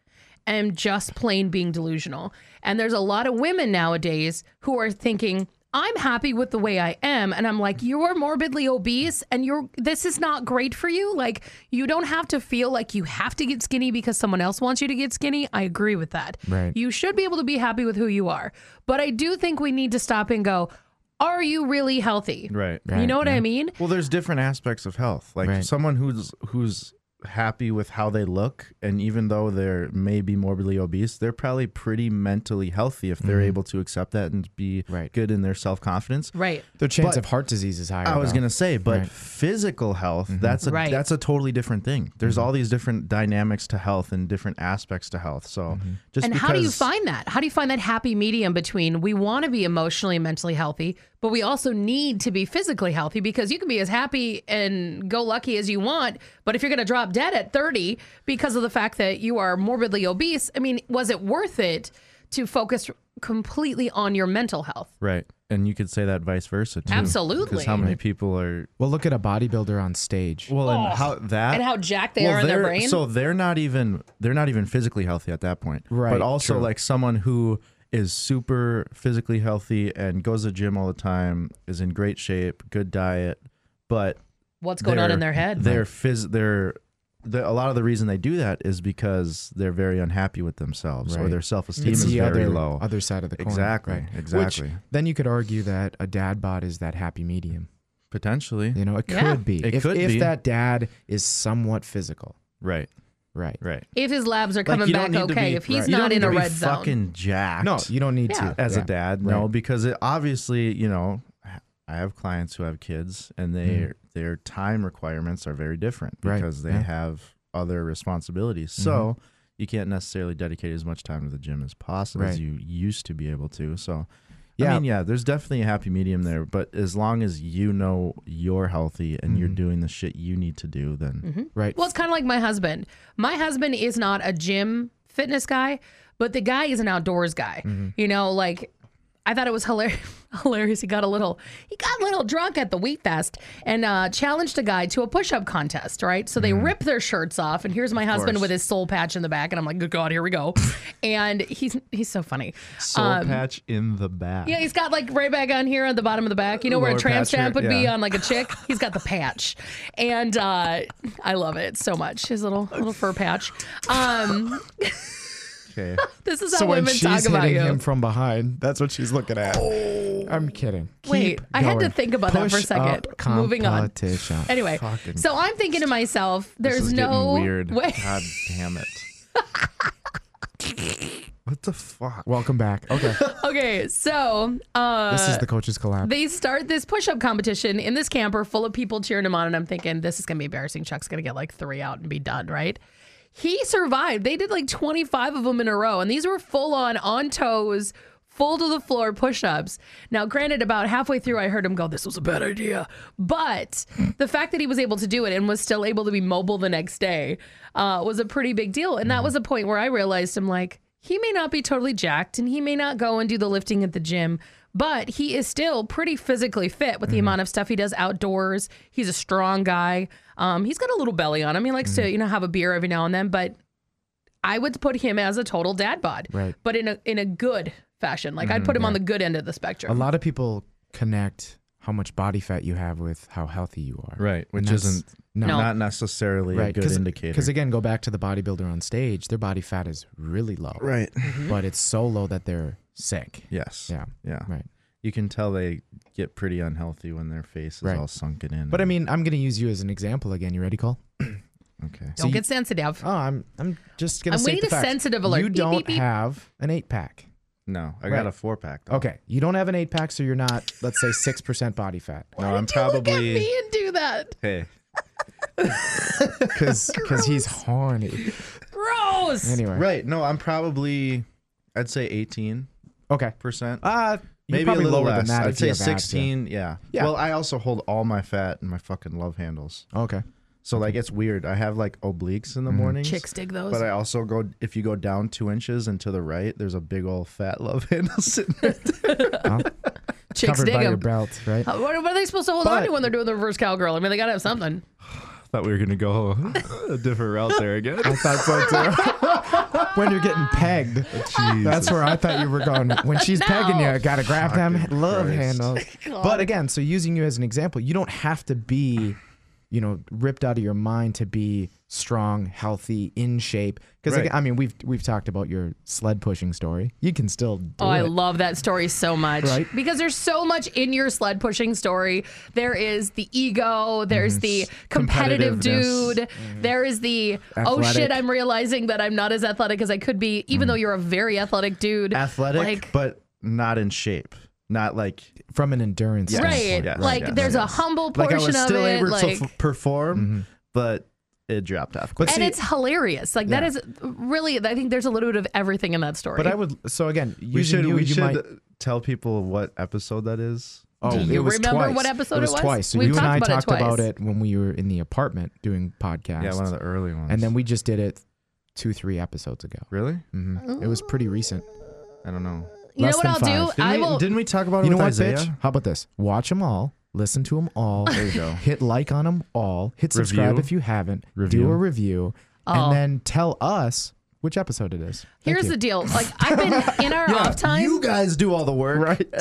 [SPEAKER 4] and just plain being delusional. And there's a lot of women nowadays who are thinking, I'm happy with the way I am. And I'm like, you are morbidly obese and you're this is not great for you. Like you don't have to feel like you have to get skinny because someone else wants you to get skinny. I agree with that.
[SPEAKER 2] Right.
[SPEAKER 4] You should be able to be happy with who you are. But I do think we need to stop and go, are you really healthy?
[SPEAKER 3] Right.
[SPEAKER 4] You know what I mean?
[SPEAKER 3] Well, there's different aspects of health. Like
[SPEAKER 2] Right.
[SPEAKER 3] someone who's who's happy with how they look, and even though they're maybe morbidly obese, they're probably pretty mentally healthy if they're able to accept that and be
[SPEAKER 2] Mm-hmm. Right.
[SPEAKER 3] good in their self confidence.
[SPEAKER 4] Right.
[SPEAKER 2] Their chance
[SPEAKER 3] But-
[SPEAKER 2] of heart disease is higher.
[SPEAKER 3] I was
[SPEAKER 2] though.
[SPEAKER 3] gonna say, but
[SPEAKER 2] Right. Mm-hmm.
[SPEAKER 3] physical health that's a
[SPEAKER 4] Right.
[SPEAKER 3] that's a totally different thing. There's all these different dynamics to health and different aspects to health. So
[SPEAKER 2] Mm-hmm.
[SPEAKER 3] just
[SPEAKER 4] And how do you
[SPEAKER 3] because-
[SPEAKER 4] find that? How do you find that happy medium between we want to be emotionally and mentally healthy, but we also need to be physically healthy because you can be as happy and go lucky as you want, but if you're going to drop dead at 30 because of the fact that you are morbidly obese, I mean, was it worth it to focus completely on your mental health?
[SPEAKER 3] right? And you could say that vice versa too.
[SPEAKER 4] Absolutely.
[SPEAKER 3] Because Hmm, how many people are
[SPEAKER 2] Well, look at a bodybuilder on stage.
[SPEAKER 3] well, and how that
[SPEAKER 4] And how jacked they are in their
[SPEAKER 3] they're-
[SPEAKER 4] brain?
[SPEAKER 3] So they're not even they're not even physically healthy at that point.
[SPEAKER 2] Right,
[SPEAKER 3] But also
[SPEAKER 2] true.
[SPEAKER 3] like someone who is super physically healthy and goes to the gym all the time, is in great shape, good diet, but
[SPEAKER 4] What's going on in their head?
[SPEAKER 3] They're phys they're the, a lot of the reason they do that is because they're very unhappy with themselves or
[SPEAKER 2] Right.
[SPEAKER 3] their self esteem
[SPEAKER 2] it's
[SPEAKER 3] is
[SPEAKER 2] the
[SPEAKER 3] very
[SPEAKER 2] other
[SPEAKER 3] low.
[SPEAKER 2] other side of the coin.
[SPEAKER 3] Exactly,
[SPEAKER 2] right? Which,
[SPEAKER 3] exactly.
[SPEAKER 2] then you could argue that a dad bod is that happy medium.
[SPEAKER 3] Potentially.
[SPEAKER 2] You know, it
[SPEAKER 4] Yeah.
[SPEAKER 2] could be.
[SPEAKER 3] It
[SPEAKER 2] if,
[SPEAKER 3] could
[SPEAKER 2] if
[SPEAKER 3] be.
[SPEAKER 2] that dad is somewhat physical,
[SPEAKER 3] Right.
[SPEAKER 2] right?
[SPEAKER 3] Right.
[SPEAKER 4] if his labs are coming
[SPEAKER 3] you don't
[SPEAKER 4] back
[SPEAKER 3] need to
[SPEAKER 4] okay,
[SPEAKER 3] be-
[SPEAKER 4] if he's
[SPEAKER 3] right. You
[SPEAKER 4] not
[SPEAKER 3] don't
[SPEAKER 4] in
[SPEAKER 3] need
[SPEAKER 4] a
[SPEAKER 3] to be
[SPEAKER 4] red zone.
[SPEAKER 3] Fucking jacked.
[SPEAKER 2] No, you don't need
[SPEAKER 4] Yeah.
[SPEAKER 2] to
[SPEAKER 3] as
[SPEAKER 2] Yeah.
[SPEAKER 3] a dad no because it obviously you know i have clients who have kids and they their time requirements are very different
[SPEAKER 2] Mm-hmm. Right,
[SPEAKER 3] because they
[SPEAKER 2] yeah. Mm-hmm.
[SPEAKER 3] have other responsibilities so you can't necessarily dedicate as much time to the gym as possible as
[SPEAKER 2] Right.
[SPEAKER 3] you used to be able to so
[SPEAKER 2] Yeah.
[SPEAKER 3] I mean, yeah, there's definitely a happy medium there, but as long as you know you're healthy and
[SPEAKER 2] Mm-hmm.
[SPEAKER 3] you're doing the shit you need to do, then
[SPEAKER 2] right.
[SPEAKER 4] Well, it's kind of like my husband. My husband is not a gym fitness guy, but the guy is an outdoors guy.
[SPEAKER 3] Mm-hmm.
[SPEAKER 4] You know, like I thought it was hilarious. hilarious. He got a little he got a little drunk at the wheat fest and uh, challenged a guy to a push up contest. Right, so they
[SPEAKER 3] Mm-hmm.
[SPEAKER 4] rip their shirts off, and here's my husband with his soul patch in the back, and I'm like, good god, here we go. and he's he's so funny.
[SPEAKER 3] soul
[SPEAKER 2] Um,
[SPEAKER 3] patch in the back.
[SPEAKER 4] Yeah, he's got like right back on here on the bottom of the back. You know where a
[SPEAKER 3] Lower
[SPEAKER 4] tramp
[SPEAKER 3] patch here,
[SPEAKER 4] stamp would be
[SPEAKER 3] yeah.
[SPEAKER 4] on like a chick. He's got the patch, and uh, I love it so much. His little little fur patch. Um,
[SPEAKER 3] Okay.
[SPEAKER 4] this is how
[SPEAKER 2] so when
[SPEAKER 4] women
[SPEAKER 2] she's
[SPEAKER 4] talk
[SPEAKER 2] hitting
[SPEAKER 4] about you. Oh.
[SPEAKER 2] him from behind, that's what she's looking at. I'm kidding. Keep
[SPEAKER 4] Wait, I had to
[SPEAKER 2] going.
[SPEAKER 4] think about that for a
[SPEAKER 2] Push
[SPEAKER 4] second.
[SPEAKER 2] up
[SPEAKER 4] Moving on.
[SPEAKER 2] competition.
[SPEAKER 4] anyway,
[SPEAKER 3] Fucking-
[SPEAKER 4] so I'm thinking to myself, there's
[SPEAKER 3] this is
[SPEAKER 4] no
[SPEAKER 3] getting weird.
[SPEAKER 4] way.
[SPEAKER 3] God damn it. what the fuck?
[SPEAKER 2] Welcome back. Okay,
[SPEAKER 4] Okay, so uh,
[SPEAKER 2] this is the coach's collab.
[SPEAKER 4] they start this push-up competition in this camper full of people cheering him on and i'm thinking this is going to be embarrassing chuck's going to get like three out and be done right He survived. They did like 25 of them in a row, and these were full on, on toes, full to the floor push ups. Now, granted, about halfway through, I heard him go, This was a bad idea. But the fact that he was able to do it and was still able to be mobile the next day uh, was a pretty big deal. And that was a point where I realized I'm like, he may not be totally jacked and he may not go and do the lifting at the gym, but he is still pretty physically fit with the
[SPEAKER 2] Mm-hmm.
[SPEAKER 4] amount of stuff he does outdoors. He's a strong guy. Um, he's got a little belly on him. He likes
[SPEAKER 2] Mm-hmm.
[SPEAKER 4] to, you know, have a beer every now and then, but I would put him as a total dad bod,
[SPEAKER 2] Right. Mm-hmm.
[SPEAKER 4] but in a in a good fashion. Like I'd put him on the good end of the spectrum.
[SPEAKER 2] A lot of people connect how much body fat you have with how healthy you are.
[SPEAKER 3] Right, which
[SPEAKER 2] that's
[SPEAKER 3] isn't
[SPEAKER 2] no.
[SPEAKER 3] not necessarily a good indicator.
[SPEAKER 2] Because again, go back to the bodybuilder on stage. Their body fat is really low.
[SPEAKER 3] right.
[SPEAKER 4] Mm-hmm.
[SPEAKER 2] But it's so low that they're sick.
[SPEAKER 3] Yes.
[SPEAKER 2] Yeah.
[SPEAKER 3] Yeah.
[SPEAKER 2] Right.
[SPEAKER 3] You can tell they get pretty unhealthy when their face is
[SPEAKER 2] Right.
[SPEAKER 3] all sunken in.
[SPEAKER 2] But I
[SPEAKER 3] and-
[SPEAKER 2] mean, I'm going to use you as an example again. You ready, Cole?
[SPEAKER 3] okay.
[SPEAKER 4] Don't get sensitive.
[SPEAKER 2] Oh, I'm I'm just going to
[SPEAKER 4] And we
[SPEAKER 2] say
[SPEAKER 4] need
[SPEAKER 2] the
[SPEAKER 4] a
[SPEAKER 2] facts.
[SPEAKER 4] sensitive alert.
[SPEAKER 2] You
[SPEAKER 4] Beep,
[SPEAKER 2] don't
[SPEAKER 4] beep, beep.
[SPEAKER 2] have an eight pack.
[SPEAKER 3] No, I
[SPEAKER 2] Right. Oh,
[SPEAKER 3] got a four pack.
[SPEAKER 4] Oh.
[SPEAKER 2] Okay. You don't have an eight pack, so you're not, let's say, 6% body fat.
[SPEAKER 3] No, I'm
[SPEAKER 4] Do you look at
[SPEAKER 3] probably
[SPEAKER 4] me and do that.
[SPEAKER 3] hey.
[SPEAKER 2] Because he's horny.
[SPEAKER 4] Gross.
[SPEAKER 2] Anyway.
[SPEAKER 3] Right. No, I'm probably I'd say 18
[SPEAKER 2] Okay.
[SPEAKER 3] percent.
[SPEAKER 2] Uh, you're
[SPEAKER 3] Maybe a
[SPEAKER 2] probably
[SPEAKER 3] little
[SPEAKER 2] lower
[SPEAKER 3] less.
[SPEAKER 2] than that.
[SPEAKER 3] I'd
[SPEAKER 2] if
[SPEAKER 3] say
[SPEAKER 2] you have abs, yeah.
[SPEAKER 3] 16. Yeah.
[SPEAKER 2] Yeah.
[SPEAKER 3] Well, I also hold all my fat in my fucking love handles.
[SPEAKER 2] Okay.
[SPEAKER 3] So like it's weird. I have like obliques in the mornings.
[SPEAKER 4] Chicks dig those.
[SPEAKER 3] But I also go if you go down two inches and to the right, there's a big old fat love handle sitting there.
[SPEAKER 4] Chicks
[SPEAKER 2] Covered
[SPEAKER 4] dig
[SPEAKER 2] by your
[SPEAKER 4] them.
[SPEAKER 2] belt, right?
[SPEAKER 4] Uh, What, what are they supposed to hold on
[SPEAKER 2] But-
[SPEAKER 4] to when they're doing their first cowgirl? I mean, they gotta have something.
[SPEAKER 3] Thought we were gonna go a different route there again.
[SPEAKER 2] I thought so too. when you're getting pegged. That's where I thought you were going. When she's pegging you,
[SPEAKER 4] No.
[SPEAKER 2] I gotta grab them
[SPEAKER 3] Fucking
[SPEAKER 2] love
[SPEAKER 3] Christ.
[SPEAKER 2] handles. But again, so using you as an example, you don't have to be, you know, ripped out of your mind to be strong, healthy, in shape. Because
[SPEAKER 3] Right.
[SPEAKER 2] I mean, we've we've talked about your sled pushing story. You can still do
[SPEAKER 4] Oh,
[SPEAKER 2] it.
[SPEAKER 4] I love that story so much.
[SPEAKER 2] Right?
[SPEAKER 4] Because there's so much in your sled pushing story. There is the ego, there's the competitive
[SPEAKER 3] Mhm. Competitiveness. Mm-hmm.
[SPEAKER 4] dude, there is the, oh shit,
[SPEAKER 2] Athletic.
[SPEAKER 4] I'm realizing that I'm not as athletic as I could be,
[SPEAKER 3] Mm-hmm.
[SPEAKER 4] even though you're a very athletic dude.
[SPEAKER 3] Athletic,
[SPEAKER 4] Like,
[SPEAKER 3] but not in shape. Not like
[SPEAKER 2] from an endurance
[SPEAKER 4] right.
[SPEAKER 2] standpoint.
[SPEAKER 3] yes,
[SPEAKER 4] like,
[SPEAKER 3] yes,
[SPEAKER 4] there's a
[SPEAKER 3] yes.
[SPEAKER 4] humble
[SPEAKER 3] like
[SPEAKER 4] portion
[SPEAKER 3] I was
[SPEAKER 4] of
[SPEAKER 3] still
[SPEAKER 4] it.
[SPEAKER 3] able
[SPEAKER 4] like,
[SPEAKER 3] to f- perform, but it dropped off. Mm-hmm.
[SPEAKER 2] But
[SPEAKER 3] But
[SPEAKER 4] and
[SPEAKER 2] see-
[SPEAKER 4] it's hilarious. Like, that
[SPEAKER 2] Yeah.
[SPEAKER 4] is really, I think there's a little bit of everything in that story.
[SPEAKER 2] But I would so again
[SPEAKER 3] we
[SPEAKER 2] using
[SPEAKER 3] should
[SPEAKER 2] you,
[SPEAKER 3] we
[SPEAKER 2] you
[SPEAKER 3] should
[SPEAKER 2] might
[SPEAKER 3] tell people what episode that is.
[SPEAKER 2] Oh,
[SPEAKER 4] Do you
[SPEAKER 2] it was
[SPEAKER 4] remember
[SPEAKER 2] twice.
[SPEAKER 4] what episode
[SPEAKER 2] it was?
[SPEAKER 4] it was?
[SPEAKER 2] Twice. So
[SPEAKER 4] We've
[SPEAKER 2] you and I
[SPEAKER 4] talked about it
[SPEAKER 2] talked about
[SPEAKER 4] twice.
[SPEAKER 2] it when we were in the apartment doing podcasts.
[SPEAKER 3] Yeah, one of the early ones.
[SPEAKER 2] and then we just did it two, three episodes ago.
[SPEAKER 3] really?
[SPEAKER 4] Mm-hmm.
[SPEAKER 2] Mhm. It was pretty recent.
[SPEAKER 3] I don't know.
[SPEAKER 4] you know
[SPEAKER 2] less
[SPEAKER 4] what
[SPEAKER 2] than
[SPEAKER 4] I'll
[SPEAKER 2] five.
[SPEAKER 4] do?
[SPEAKER 3] Didn't,
[SPEAKER 4] I
[SPEAKER 3] we,
[SPEAKER 4] will.
[SPEAKER 3] didn't we talk about it
[SPEAKER 2] you know
[SPEAKER 3] with
[SPEAKER 2] what,
[SPEAKER 3] Isaiah?
[SPEAKER 2] bitch? How about this? Watch them all. Listen to them all.
[SPEAKER 3] There you go.
[SPEAKER 2] Hit like on them all. Hit subscribe
[SPEAKER 3] Review.
[SPEAKER 2] if you haven't. Do
[SPEAKER 3] Review.
[SPEAKER 2] a review,
[SPEAKER 4] Oh.
[SPEAKER 2] and then tell us which episode it is. Thank
[SPEAKER 4] Here's
[SPEAKER 2] you.
[SPEAKER 4] the deal. Like I've been in our off time.
[SPEAKER 3] You guys do all the work, right?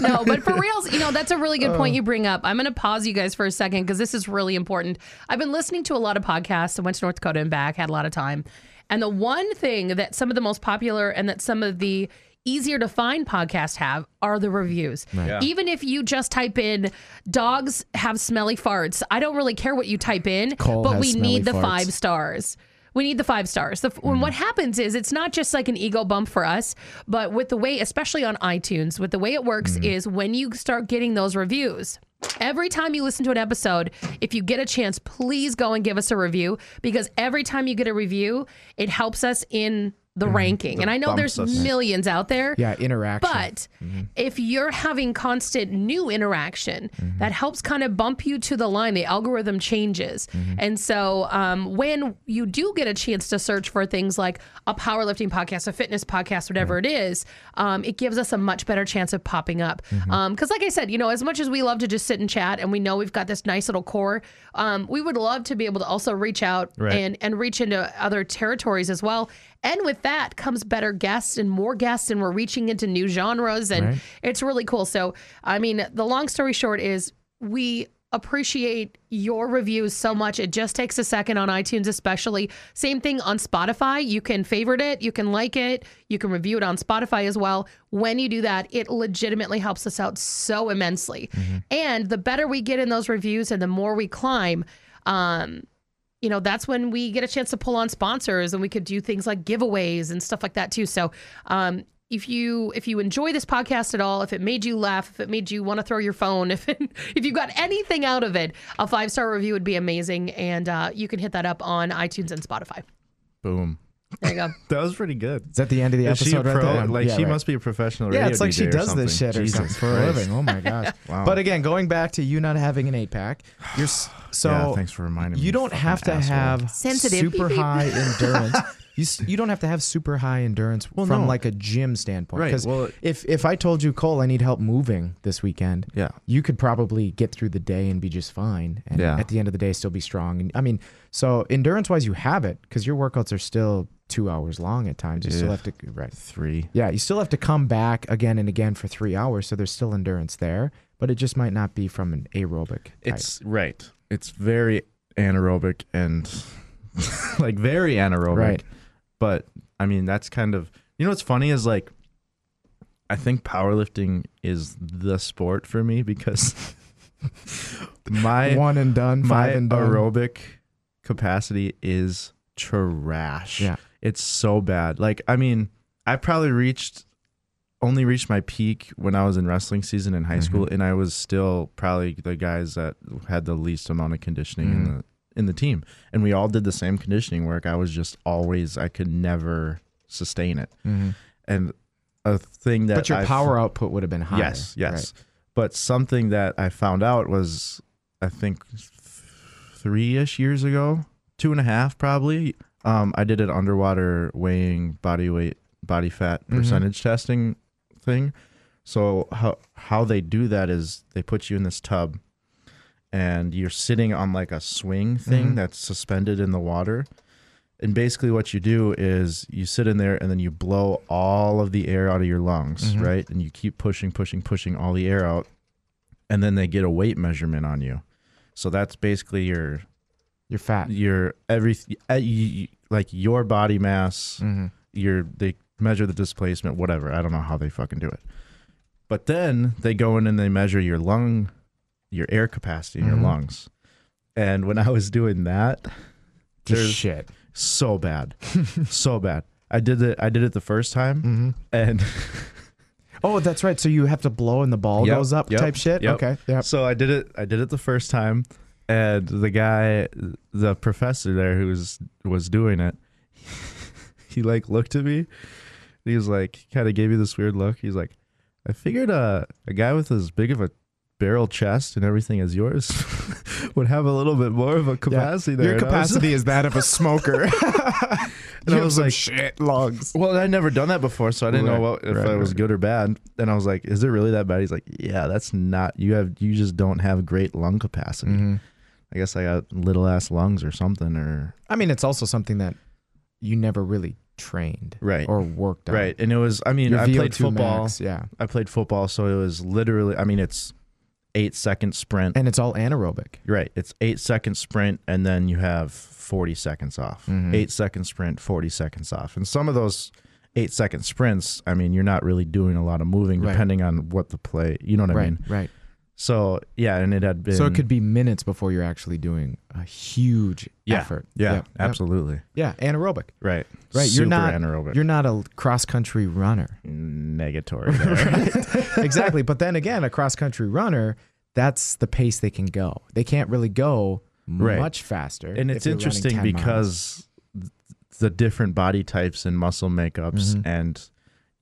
[SPEAKER 4] no, but for reals, you know, that's a really good
[SPEAKER 2] Oh.
[SPEAKER 4] point you bring up. I'm going to pause you guys for a second because this is really important. I've been listening to a lot of podcasts. I went to North Dakota and back, had a lot of time. And the one thing that some of the most popular and that some of the easier to find podcasts have are the reviews. Even if you just type in dogs have smelly farts, I don't really care what you type in,
[SPEAKER 2] Cole
[SPEAKER 4] but
[SPEAKER 2] has
[SPEAKER 4] we need the
[SPEAKER 2] smelly farts.
[SPEAKER 4] five stars. We need the five stars. The,
[SPEAKER 3] Hmm.
[SPEAKER 4] And what happens is it's not just like an ego bump for us, but with the way, especially on iTunes, with the way it works
[SPEAKER 3] Hmm.
[SPEAKER 4] is when you start getting those reviews. Every time you listen to an episode, if you get a chance, please go and give us a review because every time you get a review, it helps us in the ranking. And I know
[SPEAKER 3] Hmm. bumps
[SPEAKER 4] there's
[SPEAKER 3] us.
[SPEAKER 4] millions out there.
[SPEAKER 2] yeah interaction.
[SPEAKER 4] But if you're having constant new interaction, that helps kind of bump you to the line. The algorithm changes. And so um, when you do get a chance to search for things like a powerlifting podcast, a fitness podcast, whatever it is, um, it gives us a much better chance of popping up. Because, like I said, you know, as much as we love to just sit and chat and we know we've got this nice little core, um, we would love to be able to also reach out
[SPEAKER 3] Right.
[SPEAKER 4] and and reach into other territories as well. And with that comes better guests and more guests, and we're reaching into new genres, and
[SPEAKER 2] Right.
[SPEAKER 4] it's really cool. So, I mean, the long story short is we appreciate your reviews so much. It just takes a second on iTunes, especially. Same thing on Spotify. You can favorite it, you can like it, you can review it on Spotify as well. When you do that, it legitimately helps us out so immensely. And the better we get in those reviews and the more we climb, um, you know, that's when we get a chance to pull on sponsors and we could do things like giveaways and stuff like that too. So, um, if you if you enjoy this podcast at all, if it made you laugh, if it made you want to throw your phone, if it, if you got anything out of it, a five star review would be amazing, and uh, you can hit that up on iTunes and Spotify.
[SPEAKER 3] Boom.
[SPEAKER 4] There you go.
[SPEAKER 3] That was pretty good.
[SPEAKER 2] Is that the end of the
[SPEAKER 3] Is
[SPEAKER 2] episode
[SPEAKER 3] she a
[SPEAKER 2] right
[SPEAKER 3] pro?
[SPEAKER 2] there?
[SPEAKER 3] Like
[SPEAKER 2] Yeah,
[SPEAKER 3] she
[SPEAKER 2] right.
[SPEAKER 3] must be a professional.
[SPEAKER 2] Yeah,
[SPEAKER 3] radio
[SPEAKER 2] it's like she
[SPEAKER 3] DJ or
[SPEAKER 2] does this
[SPEAKER 3] something.
[SPEAKER 2] shit or
[SPEAKER 3] Jesus
[SPEAKER 2] something for a
[SPEAKER 3] Christ.
[SPEAKER 2] living. Oh my gosh.
[SPEAKER 3] Wow.
[SPEAKER 2] But again, going back to you not having an eight pack, you're s- so
[SPEAKER 3] Yeah, thanks for reminding me,
[SPEAKER 2] You don't
[SPEAKER 3] fucking
[SPEAKER 2] have to
[SPEAKER 3] asshole.
[SPEAKER 2] have
[SPEAKER 4] Sensitive.
[SPEAKER 2] super
[SPEAKER 4] Beep, beep.
[SPEAKER 2] high endurance. You, s- you don't have to have super high endurance
[SPEAKER 3] Well,
[SPEAKER 2] from
[SPEAKER 3] no.
[SPEAKER 2] like a gym standpoint.
[SPEAKER 3] Right,
[SPEAKER 2] 'Cause
[SPEAKER 3] well, it-
[SPEAKER 2] if if I told you, Cole, I need help moving this weekend,
[SPEAKER 3] Yeah.
[SPEAKER 2] you could probably get through the day and be just fine. And
[SPEAKER 3] Yeah.
[SPEAKER 2] at the end of the day, still be strong. And I mean, so endurance wise, you have it because your workouts are still two hours long at times. You still
[SPEAKER 3] Yeah.
[SPEAKER 2] have to right.
[SPEAKER 3] three.
[SPEAKER 2] Yeah, you still have to come back again and again for three hours, so there's still endurance there, but it just might not be from an aerobic. Type.
[SPEAKER 3] It's right. It's very anaerobic and like very anaerobic.
[SPEAKER 2] Right.
[SPEAKER 3] But I mean, that's kind of you know what's funny is like I think powerlifting is the sport for me because my
[SPEAKER 2] one and done,
[SPEAKER 3] my
[SPEAKER 2] five and done.
[SPEAKER 3] aerobic capacity is trash.
[SPEAKER 2] Yeah.
[SPEAKER 3] It's so bad. Like, I mean, I probably reached only reached my peak when I was in wrestling season in high school,
[SPEAKER 2] Mm-hmm.
[SPEAKER 3] and I was still probably the guys that had the least amount of conditioning
[SPEAKER 2] Mm-hmm.
[SPEAKER 3] in the in the team. And we all did the same conditioning work. I was just always I could never sustain it. And a thing that
[SPEAKER 2] Mm-hmm. But your
[SPEAKER 3] I've-
[SPEAKER 2] power output would have been higher.
[SPEAKER 3] Yes, yes. But something that I found out was, I think, three ish years ago, two and a half probably. Um, I did an underwater weighing body weight, body fat percentage testing thing. So how how they do that is they put you in this tub, and you're sitting on like a swing thing that's suspended in the water. And basically, what you do is you sit in there and then you blow all of the air out of your lungs, right? And you keep pushing, pushing, pushing all the air out. And then they get a weight measurement on you. So that's basically your
[SPEAKER 2] You're fat.
[SPEAKER 3] your every uh, you, you- like your body mass
[SPEAKER 2] Mm. Mm-hmm.
[SPEAKER 3] your they measure the displacement whatever i don't know how they fucking do it but then they go in and they measure your lung your air capacity in your lungs and when i was doing that
[SPEAKER 2] Just
[SPEAKER 3] there's-
[SPEAKER 2] shit.
[SPEAKER 3] so bad so bad i did it i did it the first time
[SPEAKER 2] Mm.
[SPEAKER 3] and
[SPEAKER 2] Mm-hmm. Oh, that's right. So you have to blow and the ball
[SPEAKER 3] Yep,
[SPEAKER 2] goes up
[SPEAKER 3] yep,
[SPEAKER 2] type shit?
[SPEAKER 3] yep.
[SPEAKER 2] Okay. Yep.
[SPEAKER 3] So I did it. I did it the first time, and the guy, the professor there who was was doing it, he like looked at me. and He was like, kind of gave me this weird look. He's like, I figured uh, a guy with as big of a barrel chest and everything as yours would have a little bit more of a
[SPEAKER 2] Yeah.
[SPEAKER 3] capacity there.
[SPEAKER 2] Your
[SPEAKER 3] And I was-
[SPEAKER 2] capacity is that of a smoker.
[SPEAKER 3] and I
[SPEAKER 2] You have
[SPEAKER 3] was
[SPEAKER 2] some
[SPEAKER 3] like,
[SPEAKER 2] shit logs.
[SPEAKER 3] Well, I'd never done that before, so I didn't know
[SPEAKER 2] Right,
[SPEAKER 3] what, if
[SPEAKER 2] right,
[SPEAKER 3] I was
[SPEAKER 2] right.
[SPEAKER 3] good or bad. And I was like, "Is it really that bad?" He's like, "Yeah, that's not. You have you just don't have great lung capacity. I guess I got little ass lungs or something, or
[SPEAKER 2] I mean, it's also something that you never really trained
[SPEAKER 3] Right.
[SPEAKER 2] or worked on.
[SPEAKER 3] right." And it was. I mean,
[SPEAKER 2] Your
[SPEAKER 3] I
[SPEAKER 2] VO2
[SPEAKER 3] played football.
[SPEAKER 2] max, yeah.
[SPEAKER 3] I played football, so it was literally. I mean, it's eight second sprint.
[SPEAKER 2] And it's all anaerobic.
[SPEAKER 3] right, it's eight second sprint, and then you have forty seconds off. Eight second sprint, forty seconds off, and some of those. Eight second sprints. I mean, you're not really doing a lot of moving,
[SPEAKER 2] Right.
[SPEAKER 3] depending on what the play. You know what I
[SPEAKER 2] right.
[SPEAKER 3] mean?
[SPEAKER 2] right.
[SPEAKER 3] So yeah, and it had been
[SPEAKER 2] So it could be minutes before you're actually doing a huge effort.
[SPEAKER 3] Yeah,
[SPEAKER 2] Yep, yep.
[SPEAKER 3] absolutely.
[SPEAKER 2] Yeah, anaerobic.
[SPEAKER 3] Right,
[SPEAKER 2] Right,
[SPEAKER 3] Super
[SPEAKER 2] you're not
[SPEAKER 3] anaerobic.
[SPEAKER 2] You're not a cross country runner.
[SPEAKER 3] negatory. there.
[SPEAKER 2] exactly, but then again, a cross country runner, that's the pace they can go. They can't really go
[SPEAKER 3] Right.
[SPEAKER 2] much faster.
[SPEAKER 3] and
[SPEAKER 2] if
[SPEAKER 3] it's
[SPEAKER 2] you're running
[SPEAKER 3] interesting
[SPEAKER 2] 10 miles.
[SPEAKER 3] because th- the different body types and muscle makeups
[SPEAKER 2] Mm-hmm.
[SPEAKER 3] and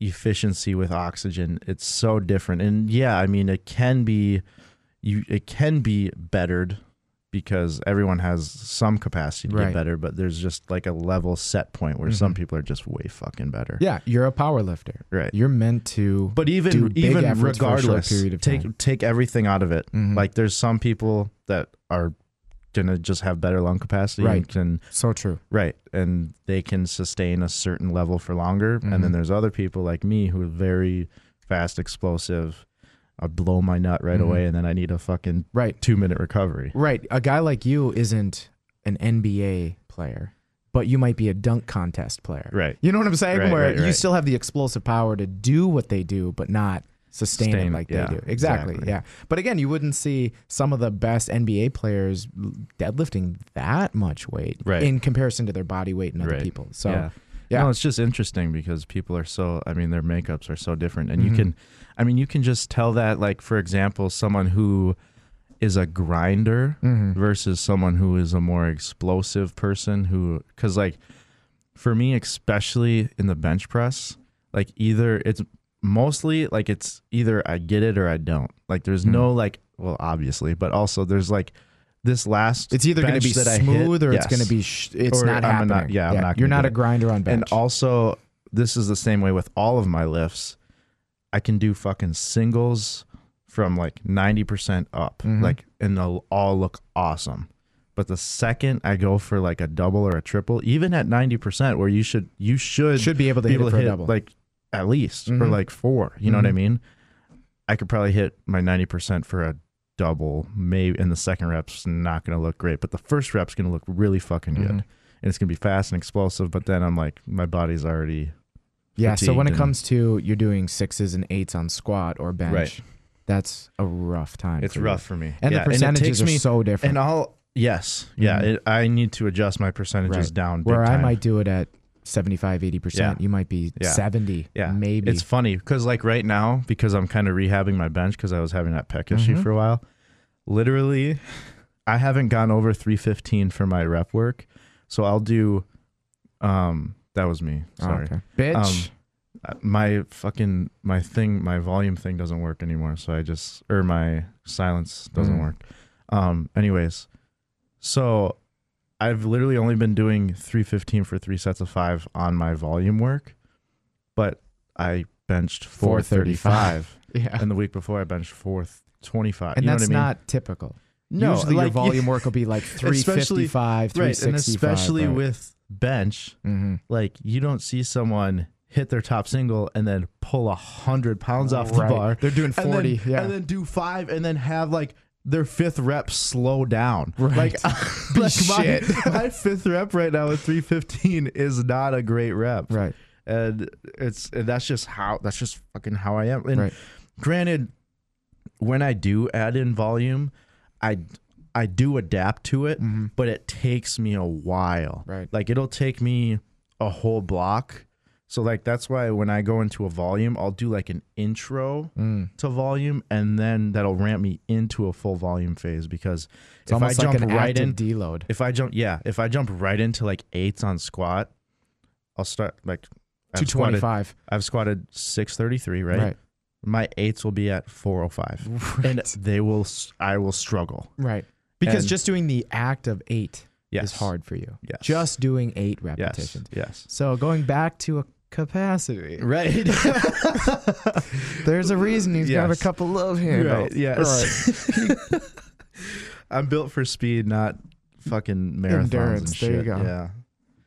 [SPEAKER 3] efficiency with oxygen it's so different and yeah i mean it can be you it can be bettered because everyone has some capacity to
[SPEAKER 2] Right. Mm-hmm.
[SPEAKER 3] get better but there's just like a level set point where some people are just way fucking better
[SPEAKER 2] yeah, you're a power lifter.
[SPEAKER 3] Right.
[SPEAKER 2] You're meant to
[SPEAKER 3] But
[SPEAKER 2] do
[SPEAKER 3] even
[SPEAKER 2] big
[SPEAKER 3] even
[SPEAKER 2] efforts for a short
[SPEAKER 3] regardless,
[SPEAKER 2] period of
[SPEAKER 3] take
[SPEAKER 2] time. Mm-hmm.
[SPEAKER 3] take everything out of it. Like there's some people that are gonna just have better lung capacity
[SPEAKER 2] Right.
[SPEAKER 3] and can
[SPEAKER 2] So true.
[SPEAKER 3] right and they can sustain a certain level for longer. And
[SPEAKER 2] Mm-hmm.
[SPEAKER 3] then there's other people like me who are very fast, explosive. I blow my nut
[SPEAKER 2] Mm-hmm.
[SPEAKER 3] right away, and then I need a fucking
[SPEAKER 2] Right.
[SPEAKER 3] two minute recovery.
[SPEAKER 2] Right. A guy like you isn't an NBA player, but you might be a dunk contest player.
[SPEAKER 3] Right.
[SPEAKER 2] You know what I'm saying?
[SPEAKER 3] Right,
[SPEAKER 2] Where
[SPEAKER 3] right,
[SPEAKER 2] you
[SPEAKER 3] right.
[SPEAKER 2] still have the explosive power to do what they do, but not sustain it
[SPEAKER 3] Sustain,
[SPEAKER 2] like
[SPEAKER 3] yeah,
[SPEAKER 2] they do. Exactly,
[SPEAKER 3] exactly.
[SPEAKER 2] Yeah. But again, you wouldn't see some of the best NBA players deadlifting that much weight
[SPEAKER 3] Right.
[SPEAKER 2] in comparison to their body weight and other
[SPEAKER 3] Right.
[SPEAKER 2] people. So yeah.
[SPEAKER 3] yeah. No, it's just interesting because people are so I mean their makeups are so different and you
[SPEAKER 2] Mm-hmm.
[SPEAKER 3] can I mean you can just tell that like for example someone who is a
[SPEAKER 2] mm-hmm.
[SPEAKER 3] grinder versus someone who is a more explosive person who cuz like for me, especially in the bench press, like either it's mostly like it's either I get it or I don't. Like there's
[SPEAKER 2] Mm.
[SPEAKER 3] no like, well, obviously, but also there's like this last.
[SPEAKER 2] It's either going to
[SPEAKER 3] bench
[SPEAKER 2] be
[SPEAKER 3] that I hit-
[SPEAKER 2] smooth or
[SPEAKER 3] yes.
[SPEAKER 2] it's going to be. Sh- it's
[SPEAKER 3] Or
[SPEAKER 2] not
[SPEAKER 3] I'm
[SPEAKER 2] happening.
[SPEAKER 3] not- yeah, I'm not gonna
[SPEAKER 2] you're not
[SPEAKER 3] do
[SPEAKER 2] a
[SPEAKER 3] it.
[SPEAKER 2] grinder on bench.
[SPEAKER 3] And also, this is the same way with all of my lifts. I can do fucking singles from like 90% up, like, and they'll all look awesome. But the second I go for like a double or a triple, even at 90%, where you should, you should,
[SPEAKER 2] Should be able to hit it for a double.
[SPEAKER 3] like at least, or like four, you know what I mean? I could probably hit my 90% for a double, maybe, and the second rep's not going to look great, but the first rep's going to look really fucking good. And it's going to be fast and explosive, but then I'm like, my body's already.
[SPEAKER 2] yeah. So
[SPEAKER 3] fatigued
[SPEAKER 2] when it
[SPEAKER 3] and-
[SPEAKER 2] comes to you're doing sixes and eights on squat or bench,
[SPEAKER 3] Right.
[SPEAKER 2] that's a rough time.
[SPEAKER 3] It's
[SPEAKER 2] for you.
[SPEAKER 3] rough for me.
[SPEAKER 2] And the
[SPEAKER 3] Yeah, it
[SPEAKER 2] percentages
[SPEAKER 3] takes
[SPEAKER 2] are
[SPEAKER 3] me-
[SPEAKER 2] so different.
[SPEAKER 3] And I'll, yes. Yeah.
[SPEAKER 2] Mhm.
[SPEAKER 3] It, I need to adjust my percentages
[SPEAKER 2] Right.
[SPEAKER 3] Mm-hmm. down. Big
[SPEAKER 2] Where I
[SPEAKER 3] time.
[SPEAKER 2] might do it at 75, 80 percent,
[SPEAKER 3] Yeah.
[SPEAKER 2] you might be
[SPEAKER 3] Yeah.
[SPEAKER 2] seventy.
[SPEAKER 3] Yeah,
[SPEAKER 2] maybe.
[SPEAKER 3] It's funny because like right now, because I'm kind of rehabbing my bench because I was having that pec
[SPEAKER 2] Mm-hmm.
[SPEAKER 3] issue for a while. Literally, I haven't gone over 315 for my rep work, so I'll do. Um, that was me.
[SPEAKER 2] Oh,
[SPEAKER 3] Sorry.
[SPEAKER 2] okay. bitch.
[SPEAKER 3] Um, Uh, My fucking my thing, my volume thing doesn't work anymore. So I just or my silence doesn't
[SPEAKER 2] Mm.
[SPEAKER 3] work. Um. Anyways, so I've literally only been doing 315 for three sets of five on my volume work, but I benched 435.
[SPEAKER 2] 435. yeah.
[SPEAKER 3] and the week before I benched 425.
[SPEAKER 2] And
[SPEAKER 3] you
[SPEAKER 2] that's
[SPEAKER 3] know what I mean?
[SPEAKER 2] not typical.
[SPEAKER 3] No,
[SPEAKER 2] Usually
[SPEAKER 3] like,
[SPEAKER 2] your volume work will be like
[SPEAKER 3] Especially-
[SPEAKER 2] 355,
[SPEAKER 3] right,
[SPEAKER 2] 365.
[SPEAKER 3] and especially
[SPEAKER 2] right.
[SPEAKER 3] with bench,
[SPEAKER 2] Mhm.
[SPEAKER 3] like you don't see someone hit their top single and then pull a hundred pounds off
[SPEAKER 2] Right.
[SPEAKER 3] the bar.
[SPEAKER 2] They're doing
[SPEAKER 3] and then-
[SPEAKER 2] 40, yeah.
[SPEAKER 3] and then do five, and then have like their fifth rep slow down.
[SPEAKER 2] Right.
[SPEAKER 3] Like, like
[SPEAKER 2] shit.
[SPEAKER 3] My, my fifth rep right now at 315 is not a great rep.
[SPEAKER 2] Right.
[SPEAKER 3] and it's and that's just how that's just fucking how I am. And
[SPEAKER 2] Right.
[SPEAKER 3] granted, when I do add in volume, I I do adapt to it, but it takes me a while.
[SPEAKER 2] Mm-hmm. Right.
[SPEAKER 3] like it'll take me a whole block. So like that's why when I go into a volume, I'll do like an intro
[SPEAKER 2] Mm.
[SPEAKER 3] to volume, and then that'll ramp me into a full volume phase because if
[SPEAKER 2] It's
[SPEAKER 3] I
[SPEAKER 2] almost like
[SPEAKER 3] jump
[SPEAKER 2] an
[SPEAKER 3] right
[SPEAKER 2] active
[SPEAKER 3] in,
[SPEAKER 2] deload.
[SPEAKER 3] if I jump, yeah, if I jump right into like eights on squat, I'll start like I've squatted-
[SPEAKER 2] 225.
[SPEAKER 3] I've squatted 633, right?
[SPEAKER 2] Right.
[SPEAKER 3] My eights will be at 405. And they will s- I will struggle.
[SPEAKER 2] Right. Because
[SPEAKER 3] And-
[SPEAKER 2] just doing the act of eight
[SPEAKER 3] Yes.
[SPEAKER 2] is hard for you.
[SPEAKER 3] Yes.
[SPEAKER 2] Just doing eight
[SPEAKER 3] Yes.
[SPEAKER 2] repetitions.
[SPEAKER 3] Yes.
[SPEAKER 2] So going back to a capacity,
[SPEAKER 3] Right.
[SPEAKER 2] there's a reason he's got
[SPEAKER 3] Yes.
[SPEAKER 2] a couple of handles.
[SPEAKER 3] right. Yes. I'm built for speed, not fucking marathons and
[SPEAKER 2] Endurance,
[SPEAKER 3] shit.
[SPEAKER 2] there you go.
[SPEAKER 3] Yeah.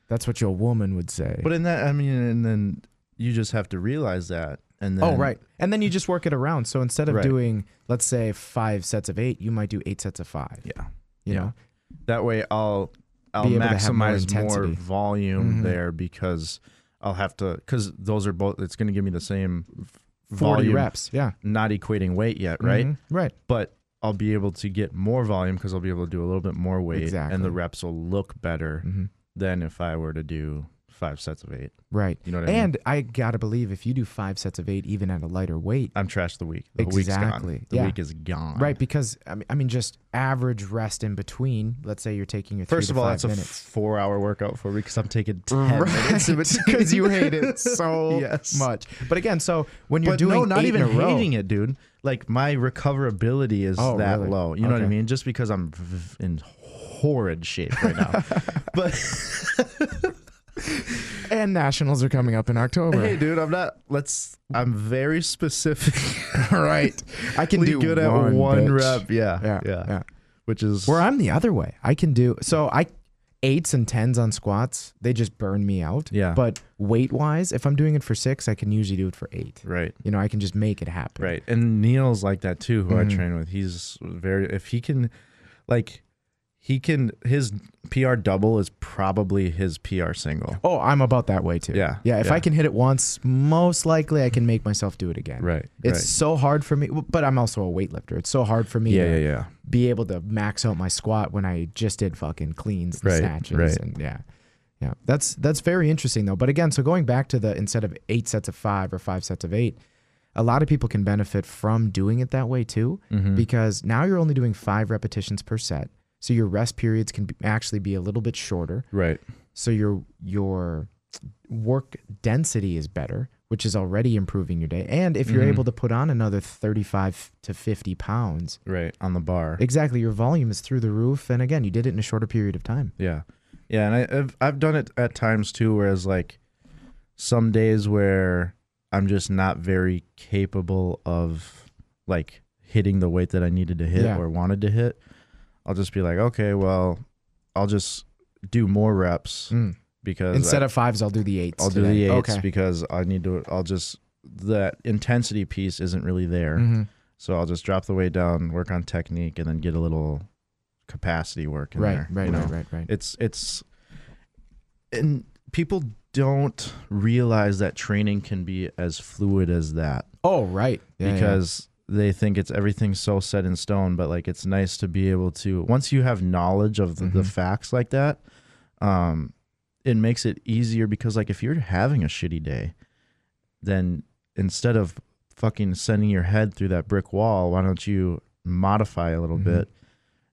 [SPEAKER 2] That's what your woman would say.
[SPEAKER 3] But in that I mean and then you just have to realize that and then
[SPEAKER 2] oh, right. And then you just work it around. So instead of
[SPEAKER 3] Right.
[SPEAKER 2] doing, let's say, five sets of eight, you might do eight sets of five.
[SPEAKER 3] Yeah.
[SPEAKER 2] You
[SPEAKER 3] Yeah.
[SPEAKER 2] know?
[SPEAKER 3] That way I'll I'll
[SPEAKER 2] Be able to have
[SPEAKER 3] maximize
[SPEAKER 2] more
[SPEAKER 3] more,
[SPEAKER 2] intensity. Mm-hmm.
[SPEAKER 3] volume
[SPEAKER 2] Mhm.
[SPEAKER 3] there because I'll have to because those are both it's going to give me the same v-
[SPEAKER 2] 40
[SPEAKER 3] volume,
[SPEAKER 2] reps. Yeah.
[SPEAKER 3] not equating weight yet, right?
[SPEAKER 2] Mhm. Right.
[SPEAKER 3] But I'll be able to get more volume because I'll be able to do a little bit more weight, and
[SPEAKER 2] Exactly.
[SPEAKER 3] the reps will look better
[SPEAKER 2] Mm-hmm.
[SPEAKER 3] than if I were to do five sets of eight.
[SPEAKER 2] Right.
[SPEAKER 3] You know what I mean?
[SPEAKER 2] and I gotta believe if you do five sets of eight, even at a lighter weight,
[SPEAKER 3] I'm trashed the week. The week's
[SPEAKER 2] Exactly,
[SPEAKER 3] gone. The
[SPEAKER 2] yeah.
[SPEAKER 3] week is gone.
[SPEAKER 2] right? Because I mean, I mean, just average rest in between. Let's say you're taking your three
[SPEAKER 3] First
[SPEAKER 2] to
[SPEAKER 3] of all,
[SPEAKER 2] five
[SPEAKER 3] that's a
[SPEAKER 2] minutes.
[SPEAKER 3] four-hour workout for me because I'm taking ten minutes in between.
[SPEAKER 2] because you hate it so
[SPEAKER 3] Yes.
[SPEAKER 2] much. But again, so when you're
[SPEAKER 3] but
[SPEAKER 2] doing
[SPEAKER 3] no, not
[SPEAKER 2] eight
[SPEAKER 3] even
[SPEAKER 2] in a row,
[SPEAKER 3] hating it, dude. Like my recoverability is
[SPEAKER 2] Oh,
[SPEAKER 3] that
[SPEAKER 2] really?
[SPEAKER 3] low. You know what I
[SPEAKER 2] Okay.
[SPEAKER 3] mean? Just because I'm v- in horrid shape right now. but
[SPEAKER 2] and nationals are coming up in October.
[SPEAKER 3] hey, dude, I'm not. Let's. I'm very specific.
[SPEAKER 2] right, I can do
[SPEAKER 3] good at
[SPEAKER 2] one,
[SPEAKER 3] one
[SPEAKER 2] bitch.
[SPEAKER 3] rep. Yeah,
[SPEAKER 2] Yeah, yeah.
[SPEAKER 3] Which is
[SPEAKER 2] Where I'm the other way, I can do so. I eights and tens on squats, they just burn me out.
[SPEAKER 3] Yeah.
[SPEAKER 2] But weight wise, if I'm doing it for six, I can usually do it for eight.
[SPEAKER 3] right.
[SPEAKER 2] You know, I can just make it happen.
[SPEAKER 3] Right. And Neil's like that too, who
[SPEAKER 2] Mm-hmm.
[SPEAKER 3] I train with. He's very if he can like he can his PR double is probably his PR single.
[SPEAKER 2] Oh, I'm about that way too.
[SPEAKER 3] Yeah,
[SPEAKER 2] Yeah. If
[SPEAKER 3] yeah.
[SPEAKER 2] I can hit it once, most likely I can make myself do it again.
[SPEAKER 3] Right,
[SPEAKER 2] It's
[SPEAKER 3] right.
[SPEAKER 2] so hard for me, but I'm also a weightlifter. It's so hard for me
[SPEAKER 3] Yeah,
[SPEAKER 2] to
[SPEAKER 3] yeah, yeah.
[SPEAKER 2] be able to max out my squat when I just did fucking cleans and
[SPEAKER 3] Right,
[SPEAKER 2] snatches.
[SPEAKER 3] right.
[SPEAKER 2] And yeah. Yeah. That's that's very interesting though. But again, so going back to the instead of eight sets of five or five sets of eight, a lot of people can benefit from doing it that way too,
[SPEAKER 3] Mm-hmm.
[SPEAKER 2] because now you're only doing five repetitions per set. So your rest periods can be, actually be a little bit shorter
[SPEAKER 3] Right.
[SPEAKER 2] so your your work density is better, which is already improving your day. And if
[SPEAKER 3] Mm-hmm.
[SPEAKER 2] you're able to put on another 35 to 50 pounds,
[SPEAKER 3] right on the bar.
[SPEAKER 2] exactly, your volume is through the roof. And again, you did it in a shorter period of time.
[SPEAKER 3] Yeah, yeah, and I, I've I've done it at times too. Whereas like some days where I'm just not very capable of like hitting the weight that I needed to hit
[SPEAKER 2] Yeah.
[SPEAKER 3] or wanted to hit, I'll just be like, okay, well, I'll just do more reps
[SPEAKER 2] Mm.
[SPEAKER 3] because
[SPEAKER 2] Instead
[SPEAKER 3] I-
[SPEAKER 2] of fives, I'll do the eights.
[SPEAKER 3] Hmm. I'll do
[SPEAKER 2] today.
[SPEAKER 3] the eights
[SPEAKER 2] Okay.
[SPEAKER 3] because I need to. I'll just that intensity piece isn't really there.
[SPEAKER 2] Mhm.
[SPEAKER 3] So I'll just drop the weight down, work on technique, and then get a little capacity work in
[SPEAKER 2] Right,
[SPEAKER 3] there.
[SPEAKER 2] right,
[SPEAKER 3] you know?
[SPEAKER 2] right, right, right.
[SPEAKER 3] It's it's and people don't realize that training can be as fluid as that
[SPEAKER 2] Oh, right. Yeah, yeah.
[SPEAKER 3] because they think it's everything so set in stone. But like, it's nice to be able to once you have knowledge of the,
[SPEAKER 2] Mm-hmm.
[SPEAKER 3] the facts like that, um, it makes it easier because like if you're having a shitty day, then instead of fucking sending your head through that brick wall, why don't you modify a little
[SPEAKER 2] Mm-hmm.
[SPEAKER 3] bit?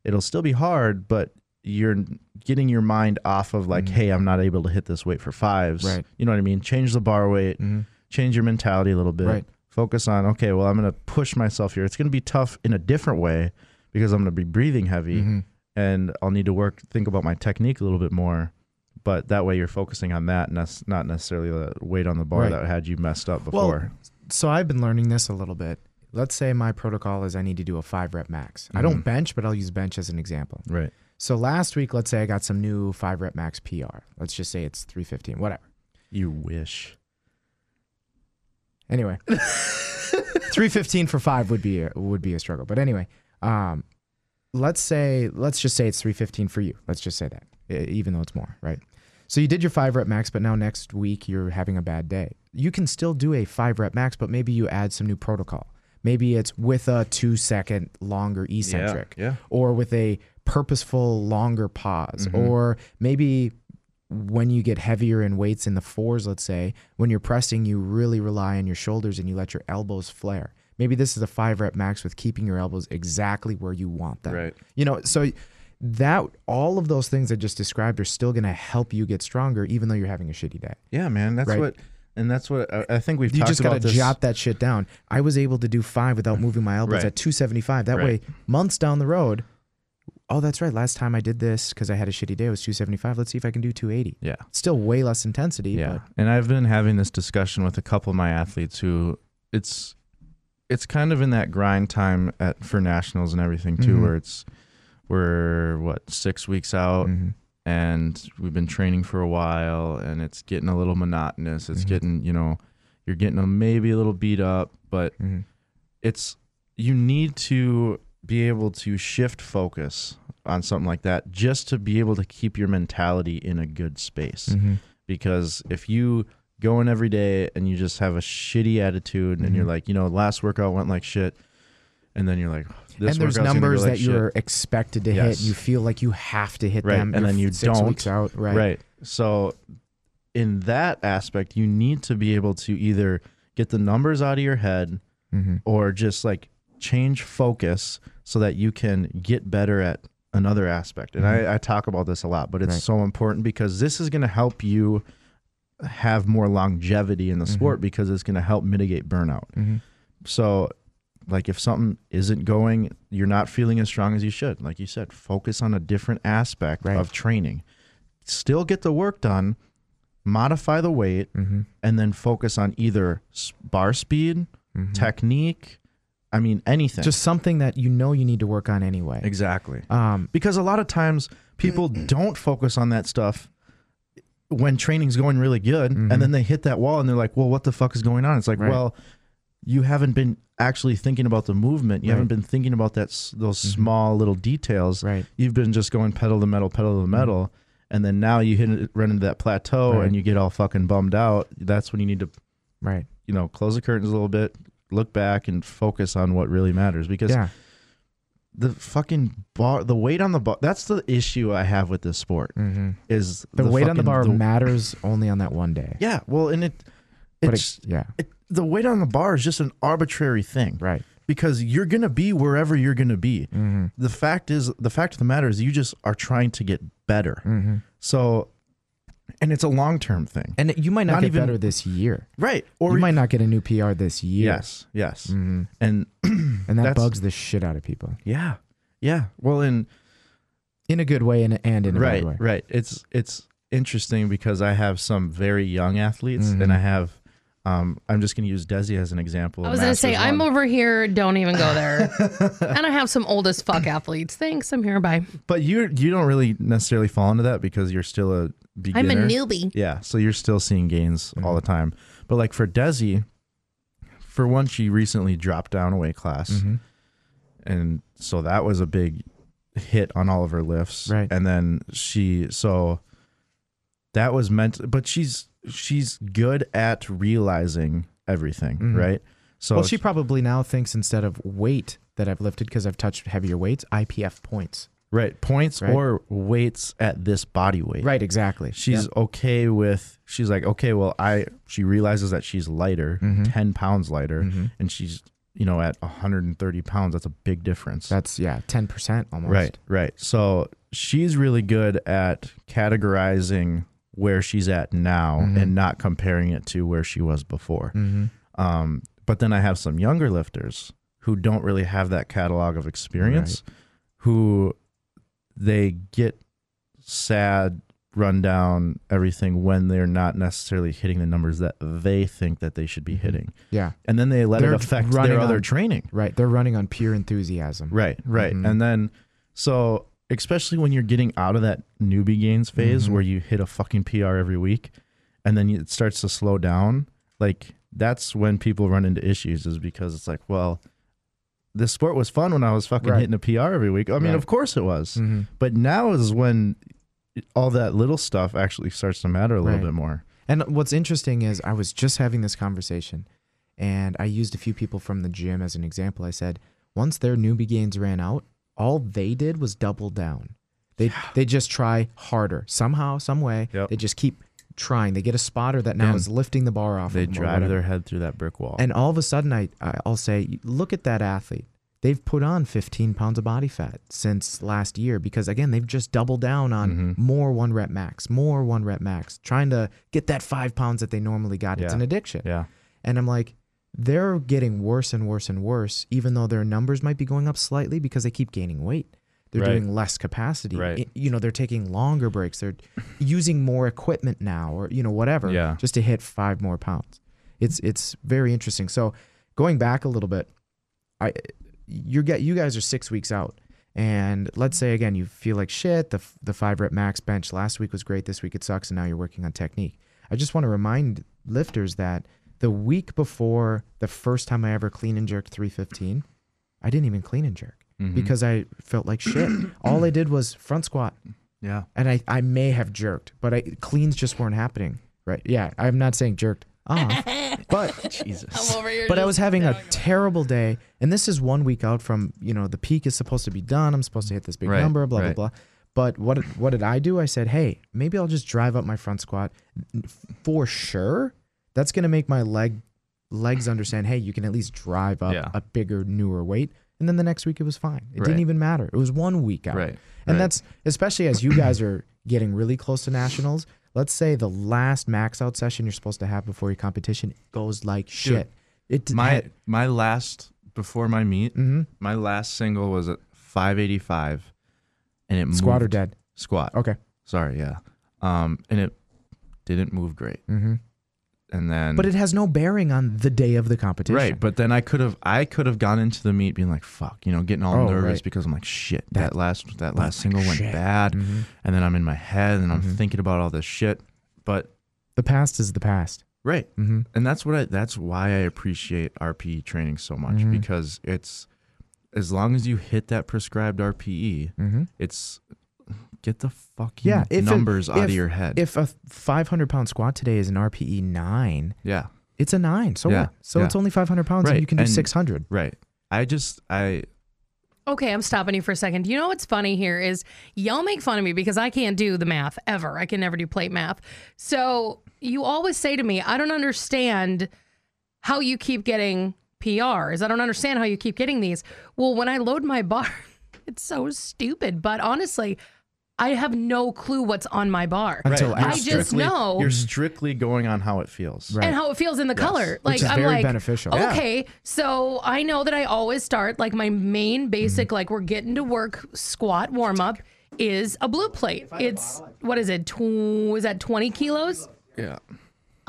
[SPEAKER 3] It'll still be hard, but you're getting your mind off of like, hey, I'm not able to hit this weight for fives.
[SPEAKER 2] Mm-hmm. Right.
[SPEAKER 3] You know what I mean? Change the bar weight,
[SPEAKER 2] Mm-hmm.
[SPEAKER 3] change your mentality a little bit.
[SPEAKER 2] Right.
[SPEAKER 3] Focus on, okay, well, I'm going to push myself here. It's going to be tough in a different way because I'm going to be breathing heavy
[SPEAKER 2] Mm-hmm.
[SPEAKER 3] and I'll need to work, think about my technique a little bit more. But that way you're focusing on that and that's not necessarily the weight on the bar
[SPEAKER 2] Right.
[SPEAKER 3] that had you messed up
[SPEAKER 2] Well,
[SPEAKER 3] before.
[SPEAKER 2] so I've been learning this a little bit. Let's say my protocol is I need to do a five rep max. I
[SPEAKER 3] Mm-hmm.
[SPEAKER 2] don't bench, but I'll use bench as an example.
[SPEAKER 3] right.
[SPEAKER 2] So last week, let's say I got some new five rep max PR. Let's just say it's 315, whatever.
[SPEAKER 3] You wish.
[SPEAKER 2] Anyway, 315 for five would be a, would be a struggle. But anyway, um, let's say let's just say it's 315 for you. Let's just say that, e- even though it's more, right? So you did your five rep max, but now next week you're having a bad day. You can still do a five rep max, but maybe you add some new protocol. Maybe it's with a two second longer eccentric,
[SPEAKER 3] yeah.
[SPEAKER 2] or with a purposeful longer pause, or maybe when you get heavier in weights in the fours, let's say, when you're pressing, you really rely on your shoulders and you let your elbows flare. Maybe this is a five rep max with keeping your elbows exactly where you want them.
[SPEAKER 3] Right.
[SPEAKER 2] You know, so that all of those things I just described are still going to help you get stronger, even though you're having a shitty day.
[SPEAKER 3] Yeah, man. That's
[SPEAKER 2] Right.
[SPEAKER 3] what, and that's what I, I think we've
[SPEAKER 2] You
[SPEAKER 3] talked
[SPEAKER 2] just got to
[SPEAKER 3] about this.
[SPEAKER 2] jot that shit down. I was able to do five without moving my elbows
[SPEAKER 3] Right.
[SPEAKER 2] at 275. That
[SPEAKER 3] Right.
[SPEAKER 2] way, months down the road, oh, that's right. Last time I did this because I had a shitty day, it was 275. Let's see if I can do 280.
[SPEAKER 3] Yeah.
[SPEAKER 2] Still way less intensity.
[SPEAKER 3] Yeah.
[SPEAKER 2] but-
[SPEAKER 3] And I've been having this discussion with a couple of my athletes who it's it's kind of in that grind time at for nationals and everything too,
[SPEAKER 2] Mhm.
[SPEAKER 3] where it's we're what, six weeks out
[SPEAKER 2] Mhm.
[SPEAKER 3] and we've been training for a while and it's getting a little monotonous. It's getting, you know, you're getting a, maybe a little beat up, but
[SPEAKER 2] Mhm.
[SPEAKER 3] it's you need to be able to shift focus on something like that just to be able to keep your mentality in a good space
[SPEAKER 2] Mm-hmm.
[SPEAKER 3] because if you go in every day and you just have a shitty attitude and
[SPEAKER 2] Mm-hmm.
[SPEAKER 3] you're like, you know, last workout went like shit, and then you're like, this
[SPEAKER 2] and
[SPEAKER 3] workout's
[SPEAKER 2] there's
[SPEAKER 3] gonna go
[SPEAKER 2] numbers
[SPEAKER 3] like
[SPEAKER 2] that
[SPEAKER 3] shit.
[SPEAKER 2] you're expected to hit.
[SPEAKER 3] Yes.
[SPEAKER 2] You feel like you have to hit
[SPEAKER 3] Right,
[SPEAKER 2] them,
[SPEAKER 3] and
[SPEAKER 2] you're
[SPEAKER 3] then you
[SPEAKER 2] 6
[SPEAKER 3] don't.
[SPEAKER 2] Weeks out, right?
[SPEAKER 3] right. So in that aspect, you need to be able to either get the numbers out of your head
[SPEAKER 2] Mm-hmm.
[SPEAKER 3] or just like change focus so that you can get better at another aspect. And I, I talk about this a lot, but it's
[SPEAKER 2] Mm-hmm. Right.
[SPEAKER 3] so important because this is going to help you have more longevity
[SPEAKER 2] Mm-hmm.
[SPEAKER 3] in the sport because it's going to help mitigate burnout. So like if something isn't going, you're not feeling as strong as you should. Like you said, focus on a different aspect
[SPEAKER 2] Right.
[SPEAKER 3] of training. Still get the work done, modify the weight,
[SPEAKER 2] Mm-hmm.
[SPEAKER 3] and then focus on either s- bar speed, Mm-hmm. technique. I mean, anything.
[SPEAKER 2] Mm-hmm. Just something that you know you need to work on anyway.
[SPEAKER 3] exactly.
[SPEAKER 2] Um,
[SPEAKER 3] Because a lot of times people don't focus on that stuff when training's going really good and then they hit that wall and they're like, "Well, what the fuck is going on?" It's like,
[SPEAKER 2] Right.
[SPEAKER 3] "Well, you haven't been actually thinking about the movement. You haven't been thinking about that s- those small little details.
[SPEAKER 2] Right.
[SPEAKER 3] You've been just going pedal to metal, pedal to metal." And then now you hit run into that plateau
[SPEAKER 2] Right.
[SPEAKER 3] and you get all fucking bummed out. That's when you need to
[SPEAKER 2] right.
[SPEAKER 3] you know, close the curtains a little bit, look back and focus on what really matters because
[SPEAKER 2] Yeah.
[SPEAKER 3] the fucking bar, the weight on the bar, that's the issue I have with this sport is
[SPEAKER 2] Mm-hmm. The, weight on the
[SPEAKER 3] fucking-
[SPEAKER 2] bar matters only on that one day.
[SPEAKER 3] Yeah. Well, and it,
[SPEAKER 2] But
[SPEAKER 3] it's,
[SPEAKER 2] it, yeah.
[SPEAKER 3] it, the weight on the bar is just an arbitrary thing.
[SPEAKER 2] Right. Mm-hmm.
[SPEAKER 3] Because you're going to be wherever you're going to be. The
[SPEAKER 2] Mm-hmm.
[SPEAKER 3] fact is, the fact of the matter is, you just are trying to get better. So and it's a long term thing.
[SPEAKER 2] And you might not,
[SPEAKER 3] Not
[SPEAKER 2] get
[SPEAKER 3] even-
[SPEAKER 2] better this year.
[SPEAKER 3] right. Or
[SPEAKER 2] you might Mm-hmm. not get a new PR this year.
[SPEAKER 3] Yes. Yes. And
[SPEAKER 2] And that
[SPEAKER 3] That's-
[SPEAKER 2] bugs the shit out of people.
[SPEAKER 3] yeah. Yeah. Well, and
[SPEAKER 2] In a good way and, and in a
[SPEAKER 3] right
[SPEAKER 2] bad way.
[SPEAKER 3] right it's it's interesting because i have some very young athletes and
[SPEAKER 2] Mm-hmm.
[SPEAKER 3] i have um, i'm just going to use desi as an example
[SPEAKER 4] I was going to say, I'm over here. Don't even go there. and I have some oldest fuck athletes. Thanks. I'm here. Bye.
[SPEAKER 3] but you you don't really necessarily fall into that because you're still a beginner
[SPEAKER 4] newbie.
[SPEAKER 3] yeah so you're still seeing gains
[SPEAKER 2] Mm-hmm.
[SPEAKER 3] all the time but like for desi for one she recently dropped down a weight class
[SPEAKER 2] Mm-hmm.
[SPEAKER 3] and so that was a big hit on all of her lifts
[SPEAKER 2] Right.
[SPEAKER 3] and then she so that was meant but she's she's good at realizing everything right so
[SPEAKER 2] Mm-hmm. Well, she probably now thinks instead of weight that I've lifted because I've touched heavier weights, IPF points.
[SPEAKER 3] right points
[SPEAKER 2] Right.
[SPEAKER 3] or weights at this body weight
[SPEAKER 2] Right, exactly.
[SPEAKER 3] she's okay with she's like okay well i she realizes that she's lighter 10 pounds lighter and she's you know at 130 pounds that's a big difference
[SPEAKER 2] That's, yeah, 10% almost.
[SPEAKER 3] right right so she's really good at categorizing where she's at now and not comparing it to where she was before
[SPEAKER 2] Mm-hmm.
[SPEAKER 3] um, but then i have some younger lifters who don't really have that catalog of experience who they get sad run down everything when they're not necessarily hitting the numbers that they think that they should be hitting
[SPEAKER 2] Yeah.
[SPEAKER 3] and then they let
[SPEAKER 2] Mm-hmm. They're
[SPEAKER 3] it affect
[SPEAKER 2] running
[SPEAKER 3] their other
[SPEAKER 2] on-
[SPEAKER 3] training
[SPEAKER 2] Right. They're running on pure enthusiasm.
[SPEAKER 3] right right and then so especially when you're getting out of that newbie gains phase where you hit a fucking pr every week and then it starts to slow down like that's when people run into issues is because it's like well this sport was fun when i was fucking
[SPEAKER 2] Right.
[SPEAKER 3] hitting a pr every week i mean
[SPEAKER 2] Right.
[SPEAKER 3] of course it was
[SPEAKER 2] Mm-hmm.
[SPEAKER 3] but now is when all that little stuff actually starts to matter a little
[SPEAKER 2] Right.
[SPEAKER 3] bit more
[SPEAKER 2] And what's interesting is I was just having this conversation and I used a few people from the gym as an example. I said, once their newbie gains ran out, all they did was double down. They they just try harder somehow, some way.
[SPEAKER 3] Yep.
[SPEAKER 2] They just keep trying. They get a spotter that now
[SPEAKER 3] And
[SPEAKER 2] is lifting the bar off.
[SPEAKER 3] they
[SPEAKER 2] of them or
[SPEAKER 3] drive
[SPEAKER 2] whatever.
[SPEAKER 3] their head through that brick wall
[SPEAKER 2] And all of a sudden, I I- I'll say, look at that athlete. They've put on 15 pounds of body fat since last year because again, they've just doubled down on
[SPEAKER 3] Mm-hmm.
[SPEAKER 2] more one rep max, more one rep max, trying to get that five pounds that they normally got. It's
[SPEAKER 3] Yeah.
[SPEAKER 2] an addiction.
[SPEAKER 3] yeah
[SPEAKER 2] And I'm like, they're getting worse and worse and worse, even though their numbers might be going up slightly because they keep gaining weight. They're
[SPEAKER 3] Right.
[SPEAKER 2] doing less capacity.
[SPEAKER 3] Right.
[SPEAKER 2] I- You know, they're taking longer breaks. They're using more equipment now or, you know, whatever
[SPEAKER 3] Yeah.
[SPEAKER 2] just to hit five more pounds. It's it's very interesting. So going back a little bit, I you get you guys are six weeks out. And let's say again you feel like shit. The f- the five rep max bench last week was great. This week it sucks, and now you're working on technique. I just want to remind lifters that the week before the first time I ever clean and jerked 315, I didn't even clean and jerk because I felt like shit. All I did was front squat,
[SPEAKER 3] yeah
[SPEAKER 2] and I I may have jerked, but I cleans just weren't happening. Right? Yeah, I'm not saying jerked off, but
[SPEAKER 3] jesus
[SPEAKER 4] over here.
[SPEAKER 2] but I was having a terrible day, and this is one week out from you know the peak is supposed to be done. I'm supposed to hit this big
[SPEAKER 3] Right,
[SPEAKER 2] number, blah
[SPEAKER 3] right.
[SPEAKER 2] blah blah. But what what did I do? I said, hey, maybe I'll just drive up my front squat for sure. That's gonna make my leg legs understand. Hey, you can at least drive up
[SPEAKER 3] Yeah.
[SPEAKER 2] a bigger, newer weight. And then the next week it was fine. It
[SPEAKER 3] Right.
[SPEAKER 2] didn't even matter. It was one week out.
[SPEAKER 3] Right,
[SPEAKER 2] And
[SPEAKER 3] right.
[SPEAKER 2] that's especially as you guys are getting really close to nationals. Let's say the last max out session you're supposed to have before your competition goes like shit. It d- mm-hmm.
[SPEAKER 3] my
[SPEAKER 2] had-
[SPEAKER 3] my last before my meet, my last single was at 585, and it
[SPEAKER 2] squat
[SPEAKER 3] moved,
[SPEAKER 2] or dead.
[SPEAKER 3] squat.
[SPEAKER 2] Okay.
[SPEAKER 3] sorry, yeah, um, and it didn't move great. Mm-hmm. And then,
[SPEAKER 2] But it has no bearing on the day of the competition.
[SPEAKER 3] right, but then I could have I could have gone into the meet being like, fuck, you know, getting all
[SPEAKER 2] Oh,
[SPEAKER 3] nervous
[SPEAKER 2] right.
[SPEAKER 3] because I'm like, shit, that last that last single went
[SPEAKER 2] shit. Mm-hmm.
[SPEAKER 3] bad, and then I'm in my head and I'm thinking about all this shit, but
[SPEAKER 2] The past is the past. Mm-hmm.
[SPEAKER 3] Right. And that's what I that's why I appreciate RPE training so much
[SPEAKER 2] Mm-hmm.
[SPEAKER 3] because it's as long as you hit that prescribed RPE,
[SPEAKER 2] Mm-hmm.
[SPEAKER 3] it's get the fucking
[SPEAKER 2] Yeah. If it-
[SPEAKER 3] numbers out
[SPEAKER 2] if-
[SPEAKER 3] of your head.
[SPEAKER 2] If a 500 pound squat today is an RPE nine,
[SPEAKER 3] yeah.
[SPEAKER 2] it's a nine. So
[SPEAKER 3] Yeah,
[SPEAKER 2] what? So
[SPEAKER 3] yeah.
[SPEAKER 2] it's only 500 pounds
[SPEAKER 3] Right,
[SPEAKER 2] and you can do
[SPEAKER 3] and-
[SPEAKER 2] 600.
[SPEAKER 3] Right. I just I
[SPEAKER 4] Okay, I'm stopping you for a second. You know what's funny here is y'all make fun of me because I can't do the math ever. I can never do plate math. So you always say to me, I don't understand how you keep getting PRs. I don't understand how you keep getting these. Well, when I load my bar, it's so stupid. But honestly, I have no clue what's on my bar.
[SPEAKER 2] Until
[SPEAKER 3] You're
[SPEAKER 4] I
[SPEAKER 2] after.
[SPEAKER 4] just
[SPEAKER 3] strictly-
[SPEAKER 4] know-
[SPEAKER 3] You're strictly going on how it feels.
[SPEAKER 2] Right.
[SPEAKER 4] and how it feels in the color. Like
[SPEAKER 2] is
[SPEAKER 4] I'm
[SPEAKER 2] very
[SPEAKER 4] like
[SPEAKER 2] beneficial. Yeah.
[SPEAKER 4] Okay, so I know that I always start like my main
[SPEAKER 2] Mm-hmm.
[SPEAKER 4] basic like we're getting to work squat warm up is a blue plate. It's what is it? Tw- is that 20 kilos?
[SPEAKER 3] Yeah.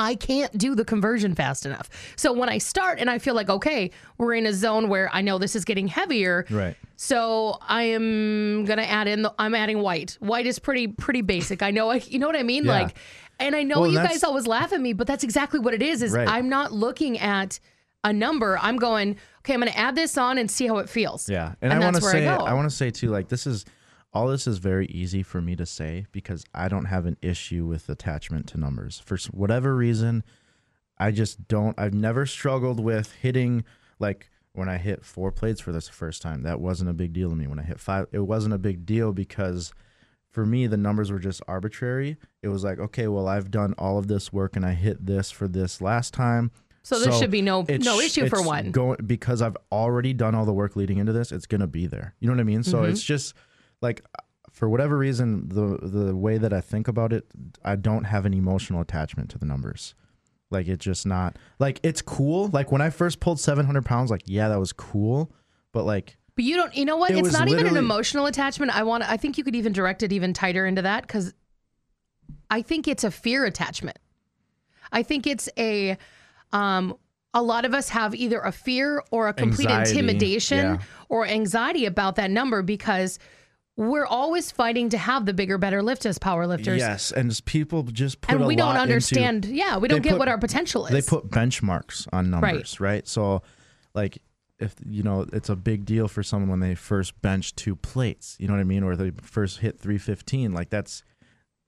[SPEAKER 4] I can't do the conversion fast enough. So when I start and I feel like okay, we're in a zone where I know this is getting heavier.
[SPEAKER 3] Right.
[SPEAKER 4] So I am gonna add in. The, I'm adding white. White is pretty pretty basic. I know. I, you know what I mean?
[SPEAKER 3] Yeah.
[SPEAKER 4] Like, and I know
[SPEAKER 3] Well, and
[SPEAKER 4] you
[SPEAKER 3] that's-
[SPEAKER 4] guys always laugh at me, but that's exactly what it is. Is
[SPEAKER 3] Right.
[SPEAKER 4] I'm not looking at a number. I'm going. Okay, I'm gonna add this on and see how it feels.
[SPEAKER 3] Yeah. And, I want
[SPEAKER 4] that's
[SPEAKER 3] to
[SPEAKER 4] where
[SPEAKER 3] say
[SPEAKER 4] I
[SPEAKER 3] I,
[SPEAKER 4] go.
[SPEAKER 3] want to say too like this is all this is very easy for me to say because I don't have an issue with attachment to numbers. For s- whatever reason, I just don't I've never struggled with hitting like when I hit four plates for this first time, that wasn't a big deal to me. When I hit five, it wasn't a big deal because for me the numbers were just arbitrary. It was like, okay, well I've done all of this work and I hit this for this last time.
[SPEAKER 4] So there should be no-
[SPEAKER 3] it's-
[SPEAKER 4] no issue for
[SPEAKER 3] it's
[SPEAKER 4] one.
[SPEAKER 3] Going because I've already done all the work leading into this, it's gonna be there. You know what I mean?
[SPEAKER 4] Mm-hmm.
[SPEAKER 3] So it's just like for whatever reason, the the way that I think about it, I don't have an emotional attachment to the numbers. Like it's just not like it's cool. Like when I first pulled seven hundred pounds, like yeah, that was cool. But like
[SPEAKER 4] But you don't. You know what?
[SPEAKER 3] It
[SPEAKER 4] It's
[SPEAKER 3] was
[SPEAKER 4] not even an
[SPEAKER 3] literally-
[SPEAKER 4] emotional attachment. I want. I think you could even direct it even tighter into that because I think it's a fear attachment. I think it's a. Um, a lot of us have either a fear or a complete
[SPEAKER 3] Anxiety,
[SPEAKER 4] intimidation
[SPEAKER 3] yeah.
[SPEAKER 4] or anxiety about that number because we're always fighting to have the bigger, better lift as power lifters.
[SPEAKER 3] yes, and just people just put
[SPEAKER 4] and
[SPEAKER 3] a
[SPEAKER 4] we don't
[SPEAKER 3] lot into-
[SPEAKER 4] understand. yeah, we don't
[SPEAKER 3] they
[SPEAKER 4] get
[SPEAKER 3] put-
[SPEAKER 4] what our potential is.
[SPEAKER 3] they put benchmarks on numbers, right. So, like, if you know, it's a big deal for someone when they first bench two plates. You know what I mean? Or they first hit three fifteen. Like that's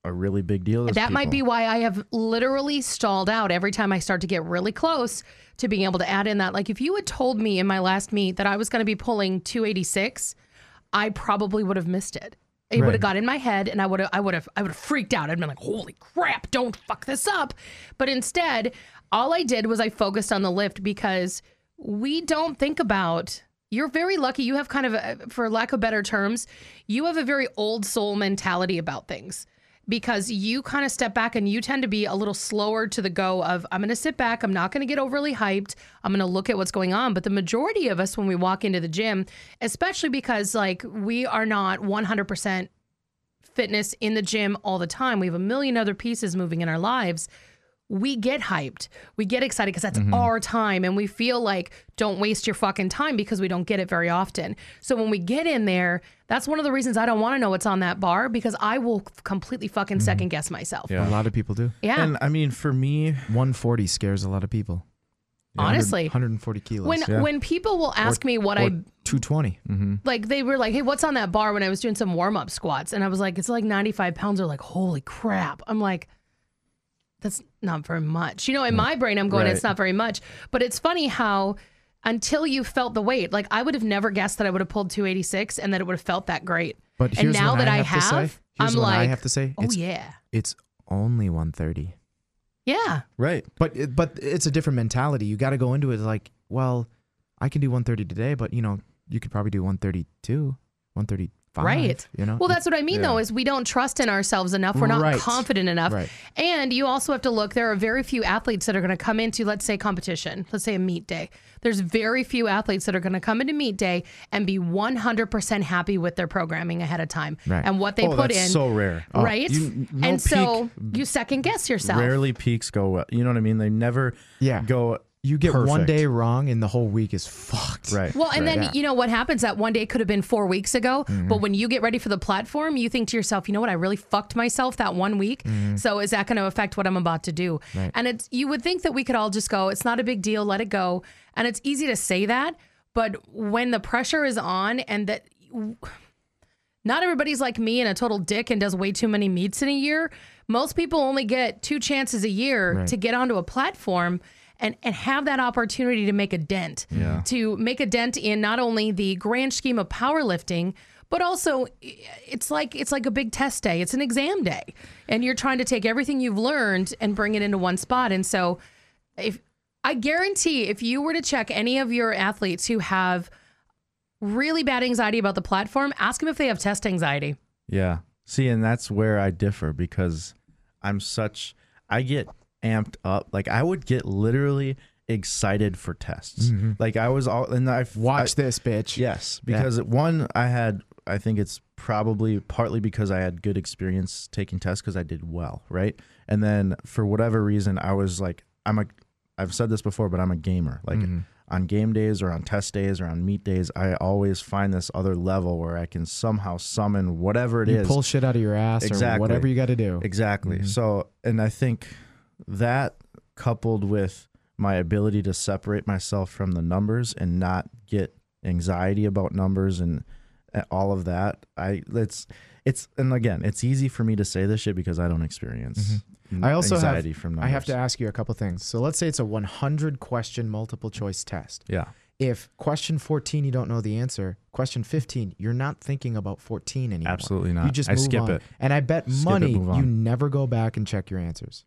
[SPEAKER 3] a really big deal. to
[SPEAKER 4] That might be
[SPEAKER 3] people.
[SPEAKER 4] why I have literally stalled out every time I start to get really close to being able to add in that. Like, if you had told me in my last meet that I was going to be pulling 286, I probably would have missed it. It would have got in my head, and I would have, I would have, I would have freaked out. I'd been like, "Holy crap! Don't fuck this up!" But instead, all I did was I focused on the lift because we don't think about you're very lucky you have kind of a, for lack of better terms you have a very old soul mentality about things because you kind of step back and you tend to be a little slower to the go of i'm going to sit back i'm not going to get overly hyped i'm going to look at what's going on but the majority of us when we walk into the gym especially because like we are not 100% fitness in the gym all the time we have a million other pieces moving in our lives we get hyped. We get excited because that's our time. And we feel like, don't waste your fucking time because we don't get it very often. So when we get in there, that's one of the reasons I don't want to know what's on that bar because I will f- completely fucking second guess myself. Yeah.
[SPEAKER 2] A lot of people do.
[SPEAKER 3] And I mean, for me,
[SPEAKER 2] 140 scares a lot of people.
[SPEAKER 4] honestly.
[SPEAKER 2] 140 kilos.
[SPEAKER 4] When, when people will ask me what
[SPEAKER 2] or
[SPEAKER 4] I
[SPEAKER 2] 220.
[SPEAKER 4] like they were like, "Hey, what's on that bar?" When I was doing some warm up squats, and I was like, "It's like 95 pounds." They're like, "Holy crap!" I'm like, "That's not very much." You know, in my brain, I'm going,
[SPEAKER 3] Right.
[SPEAKER 4] "It's not very much." But it's funny how until you felt the weight, like I would have never guessed that I would have pulled 286 and that it would have felt that great.
[SPEAKER 2] But
[SPEAKER 4] and
[SPEAKER 2] here's
[SPEAKER 4] now
[SPEAKER 2] what
[SPEAKER 4] that
[SPEAKER 2] I
[SPEAKER 4] I
[SPEAKER 2] have,
[SPEAKER 4] have,
[SPEAKER 2] to say. Here's
[SPEAKER 4] I'm
[SPEAKER 2] what
[SPEAKER 4] like,
[SPEAKER 2] I have to say.
[SPEAKER 4] "Oh
[SPEAKER 2] it's,
[SPEAKER 4] yeah,
[SPEAKER 2] it's only 130.
[SPEAKER 4] yeah."
[SPEAKER 3] right?
[SPEAKER 2] But it- but it's a different mentality. You got to go into it like, well, I can do 130 today, but you know, you could probably do 132, 135.
[SPEAKER 4] Right.
[SPEAKER 2] You know.
[SPEAKER 4] Well, that's what I mean though is we don't trust in ourselves enough. We're not
[SPEAKER 2] Right.
[SPEAKER 4] confident enough.
[SPEAKER 2] Right.
[SPEAKER 4] And you also have to look there are very few athletes that are going to come into let's say competition, let's say a meet day. There's very few athletes that are going to come into meet day and be 100% happy with their programming ahead of time
[SPEAKER 2] Right.
[SPEAKER 4] and what they
[SPEAKER 3] Oh,
[SPEAKER 4] put
[SPEAKER 3] that's
[SPEAKER 4] in.
[SPEAKER 3] so rare. Oh,
[SPEAKER 4] Right?
[SPEAKER 3] you- no
[SPEAKER 4] and so
[SPEAKER 3] peak-
[SPEAKER 4] you second guess yourself.
[SPEAKER 3] Rarely peaks go well. You know what I mean? They never
[SPEAKER 2] Yeah.
[SPEAKER 3] go.
[SPEAKER 2] you get one
[SPEAKER 3] perfect.
[SPEAKER 2] day wrong and the whole week is fucked.
[SPEAKER 3] right.
[SPEAKER 4] Well, and
[SPEAKER 3] right. Mm-hmm.
[SPEAKER 4] then you know what happens that one day could have been four weeks ago, but when you get ready for the platform, you think to yourself, you know what, I really fucked myself that one week.
[SPEAKER 3] Mm-hmm.
[SPEAKER 4] So is that going to affect what I'm about to do? And it's you would think that we could all just go, it's not a big deal, let it go. And it's easy to say that, but when the pressure is on and that not everybody's like me and a total dick and does way too many meets in a year. Most people only get two chances a year to get onto a platform and, and have that opportunity to make a dent. To make a dent in not only the grand scheme of powerlifting, but also i- it's like it's like a big test day. It's an exam day. And you're trying to take everything you've learned and bring it into one spot. And so if I guarantee if you were to check any of your athletes who have really bad anxiety about the platform, ask them if they have test anxiety.
[SPEAKER 3] yeah. See, and that's where I differ because I'm such I get amped up. Like I would get literally excited for tests. Like I was all and I've
[SPEAKER 2] Mm-hmm. Watch
[SPEAKER 3] I-
[SPEAKER 2] this, bitch.
[SPEAKER 3] Yes, because one I had I think it's probably partly because I had good experience taking tests because I did well, right? And then for whatever reason I was like I'm a I've said this before, but I'm a gamer. Like
[SPEAKER 2] Mm-hmm.
[SPEAKER 3] on game days or on test days or on meet days, I always find this other level where I can somehow summon whatever it is.
[SPEAKER 2] You pull shit out of your ass or
[SPEAKER 3] Exactly.
[SPEAKER 2] whatever you got to do.
[SPEAKER 3] Exactly.
[SPEAKER 2] Mm-hmm.
[SPEAKER 3] So, and I think that coupled with my ability to separate myself from the numbers and not get anxiety about numbers and and all of that, I it's it's and again, it's easy for me to say this shit because I don't experience n-
[SPEAKER 2] Mm-hmm. I also
[SPEAKER 3] anxiety
[SPEAKER 2] have,
[SPEAKER 3] from numbers.
[SPEAKER 2] I have to ask you a couple things. So let's say it's a 100 question multiple choice test.
[SPEAKER 3] Yeah.
[SPEAKER 2] If question 14 you don't know the answer, question 15 you're not thinking about 14 anymore.
[SPEAKER 3] Absolutely
[SPEAKER 2] You
[SPEAKER 3] not.
[SPEAKER 2] just
[SPEAKER 3] I
[SPEAKER 2] move
[SPEAKER 3] skip
[SPEAKER 2] on.
[SPEAKER 3] it.
[SPEAKER 2] And I bet
[SPEAKER 3] Skip it,
[SPEAKER 2] money
[SPEAKER 3] move on.
[SPEAKER 2] you never go back and check your answers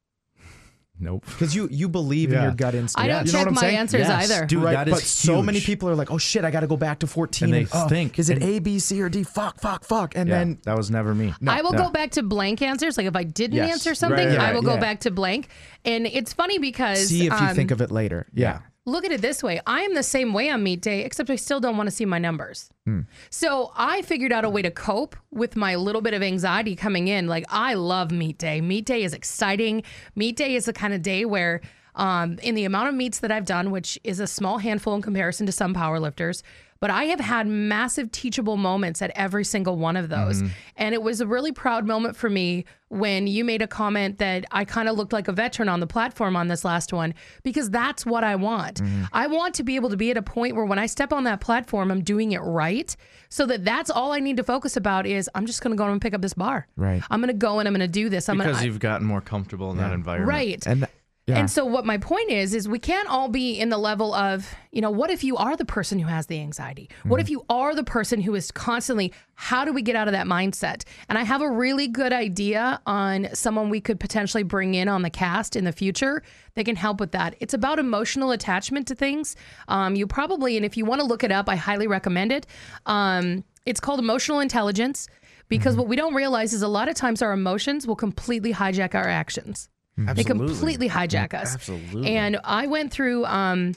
[SPEAKER 3] Nope.
[SPEAKER 2] because you you believe in
[SPEAKER 3] Yeah.
[SPEAKER 2] your gut instinct.
[SPEAKER 4] I don't
[SPEAKER 2] you know
[SPEAKER 4] check
[SPEAKER 2] what I'm
[SPEAKER 4] my
[SPEAKER 2] saying?
[SPEAKER 4] answers either.
[SPEAKER 3] Dude,
[SPEAKER 2] right,
[SPEAKER 3] that is
[SPEAKER 2] but so
[SPEAKER 3] huge.
[SPEAKER 2] many people are like, "Oh shit, I got to go back to 14."
[SPEAKER 3] And they
[SPEAKER 2] oh,
[SPEAKER 3] think.
[SPEAKER 2] Is it
[SPEAKER 3] And-
[SPEAKER 2] A, B, C, or D? Fuck, fuck, fuck. And
[SPEAKER 3] Yeah,
[SPEAKER 2] then
[SPEAKER 3] that was never me.
[SPEAKER 4] I will
[SPEAKER 3] Yeah.
[SPEAKER 4] go back to blank answers. Like if I didn't
[SPEAKER 3] Yes.
[SPEAKER 4] answer something,
[SPEAKER 3] Right,
[SPEAKER 4] I
[SPEAKER 3] right,
[SPEAKER 4] will go
[SPEAKER 2] yeah.
[SPEAKER 4] back to blank. And it's funny because
[SPEAKER 2] see if you
[SPEAKER 4] um,
[SPEAKER 2] think of it later.
[SPEAKER 3] Yeah.
[SPEAKER 4] look at it this way I am the same way on meet day, except I still don't want to see my numbers.
[SPEAKER 2] Hmm.
[SPEAKER 4] So I figured out a way to cope with my little bit of anxiety coming in. Like I love meet day. Meet day is exciting. Meet day is the kind of day where, um, in the amount of meets that I've done, which is a small handful in comparison to some power lifters, but I have had massive teachable moments at every single one of those.
[SPEAKER 3] Mm-hmm.
[SPEAKER 4] And it was a really proud moment for me when you made a comment that I kind of looked like a veteran on the platform on this last one, because that's what I want.
[SPEAKER 3] Mm-hmm.
[SPEAKER 4] I want to be able to be at a point where when I step on that platform, I'm doing it right so that that's all I need to focus about is I'm just going to go and pick up this bar.
[SPEAKER 2] Right.
[SPEAKER 4] I'm going to go and I'm going to do this. I'm
[SPEAKER 3] because
[SPEAKER 4] gonna,
[SPEAKER 3] you've gotten more comfortable in that environment.
[SPEAKER 4] Right.
[SPEAKER 2] And th- yeah.
[SPEAKER 4] And so what my point is is we can't all be in the level of, you know, what if you are the person who has the anxiety? What if you are the person who is constantly how do we get out of that mindset? And I have a really good idea on someone we could potentially bring in on the cast in the future that can help with that. It's about emotional attachment to things. Um, you probably and if you want to look it up, I highly recommend it. Um, it's called emotional intelligence because what we don't realize is a lot of times our emotions will completely hijack our actions. They
[SPEAKER 3] Absolutely.
[SPEAKER 4] completely hijack us.
[SPEAKER 3] Absolutely.
[SPEAKER 4] And I went through. Um,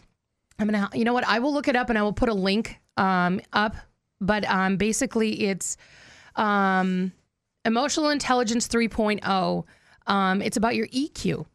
[SPEAKER 4] I'm gonna. You know what? I will look it up and I will put a link um, up. But um, basically, it's um, emotional intelligence 3.0. Um, it's about your EQ.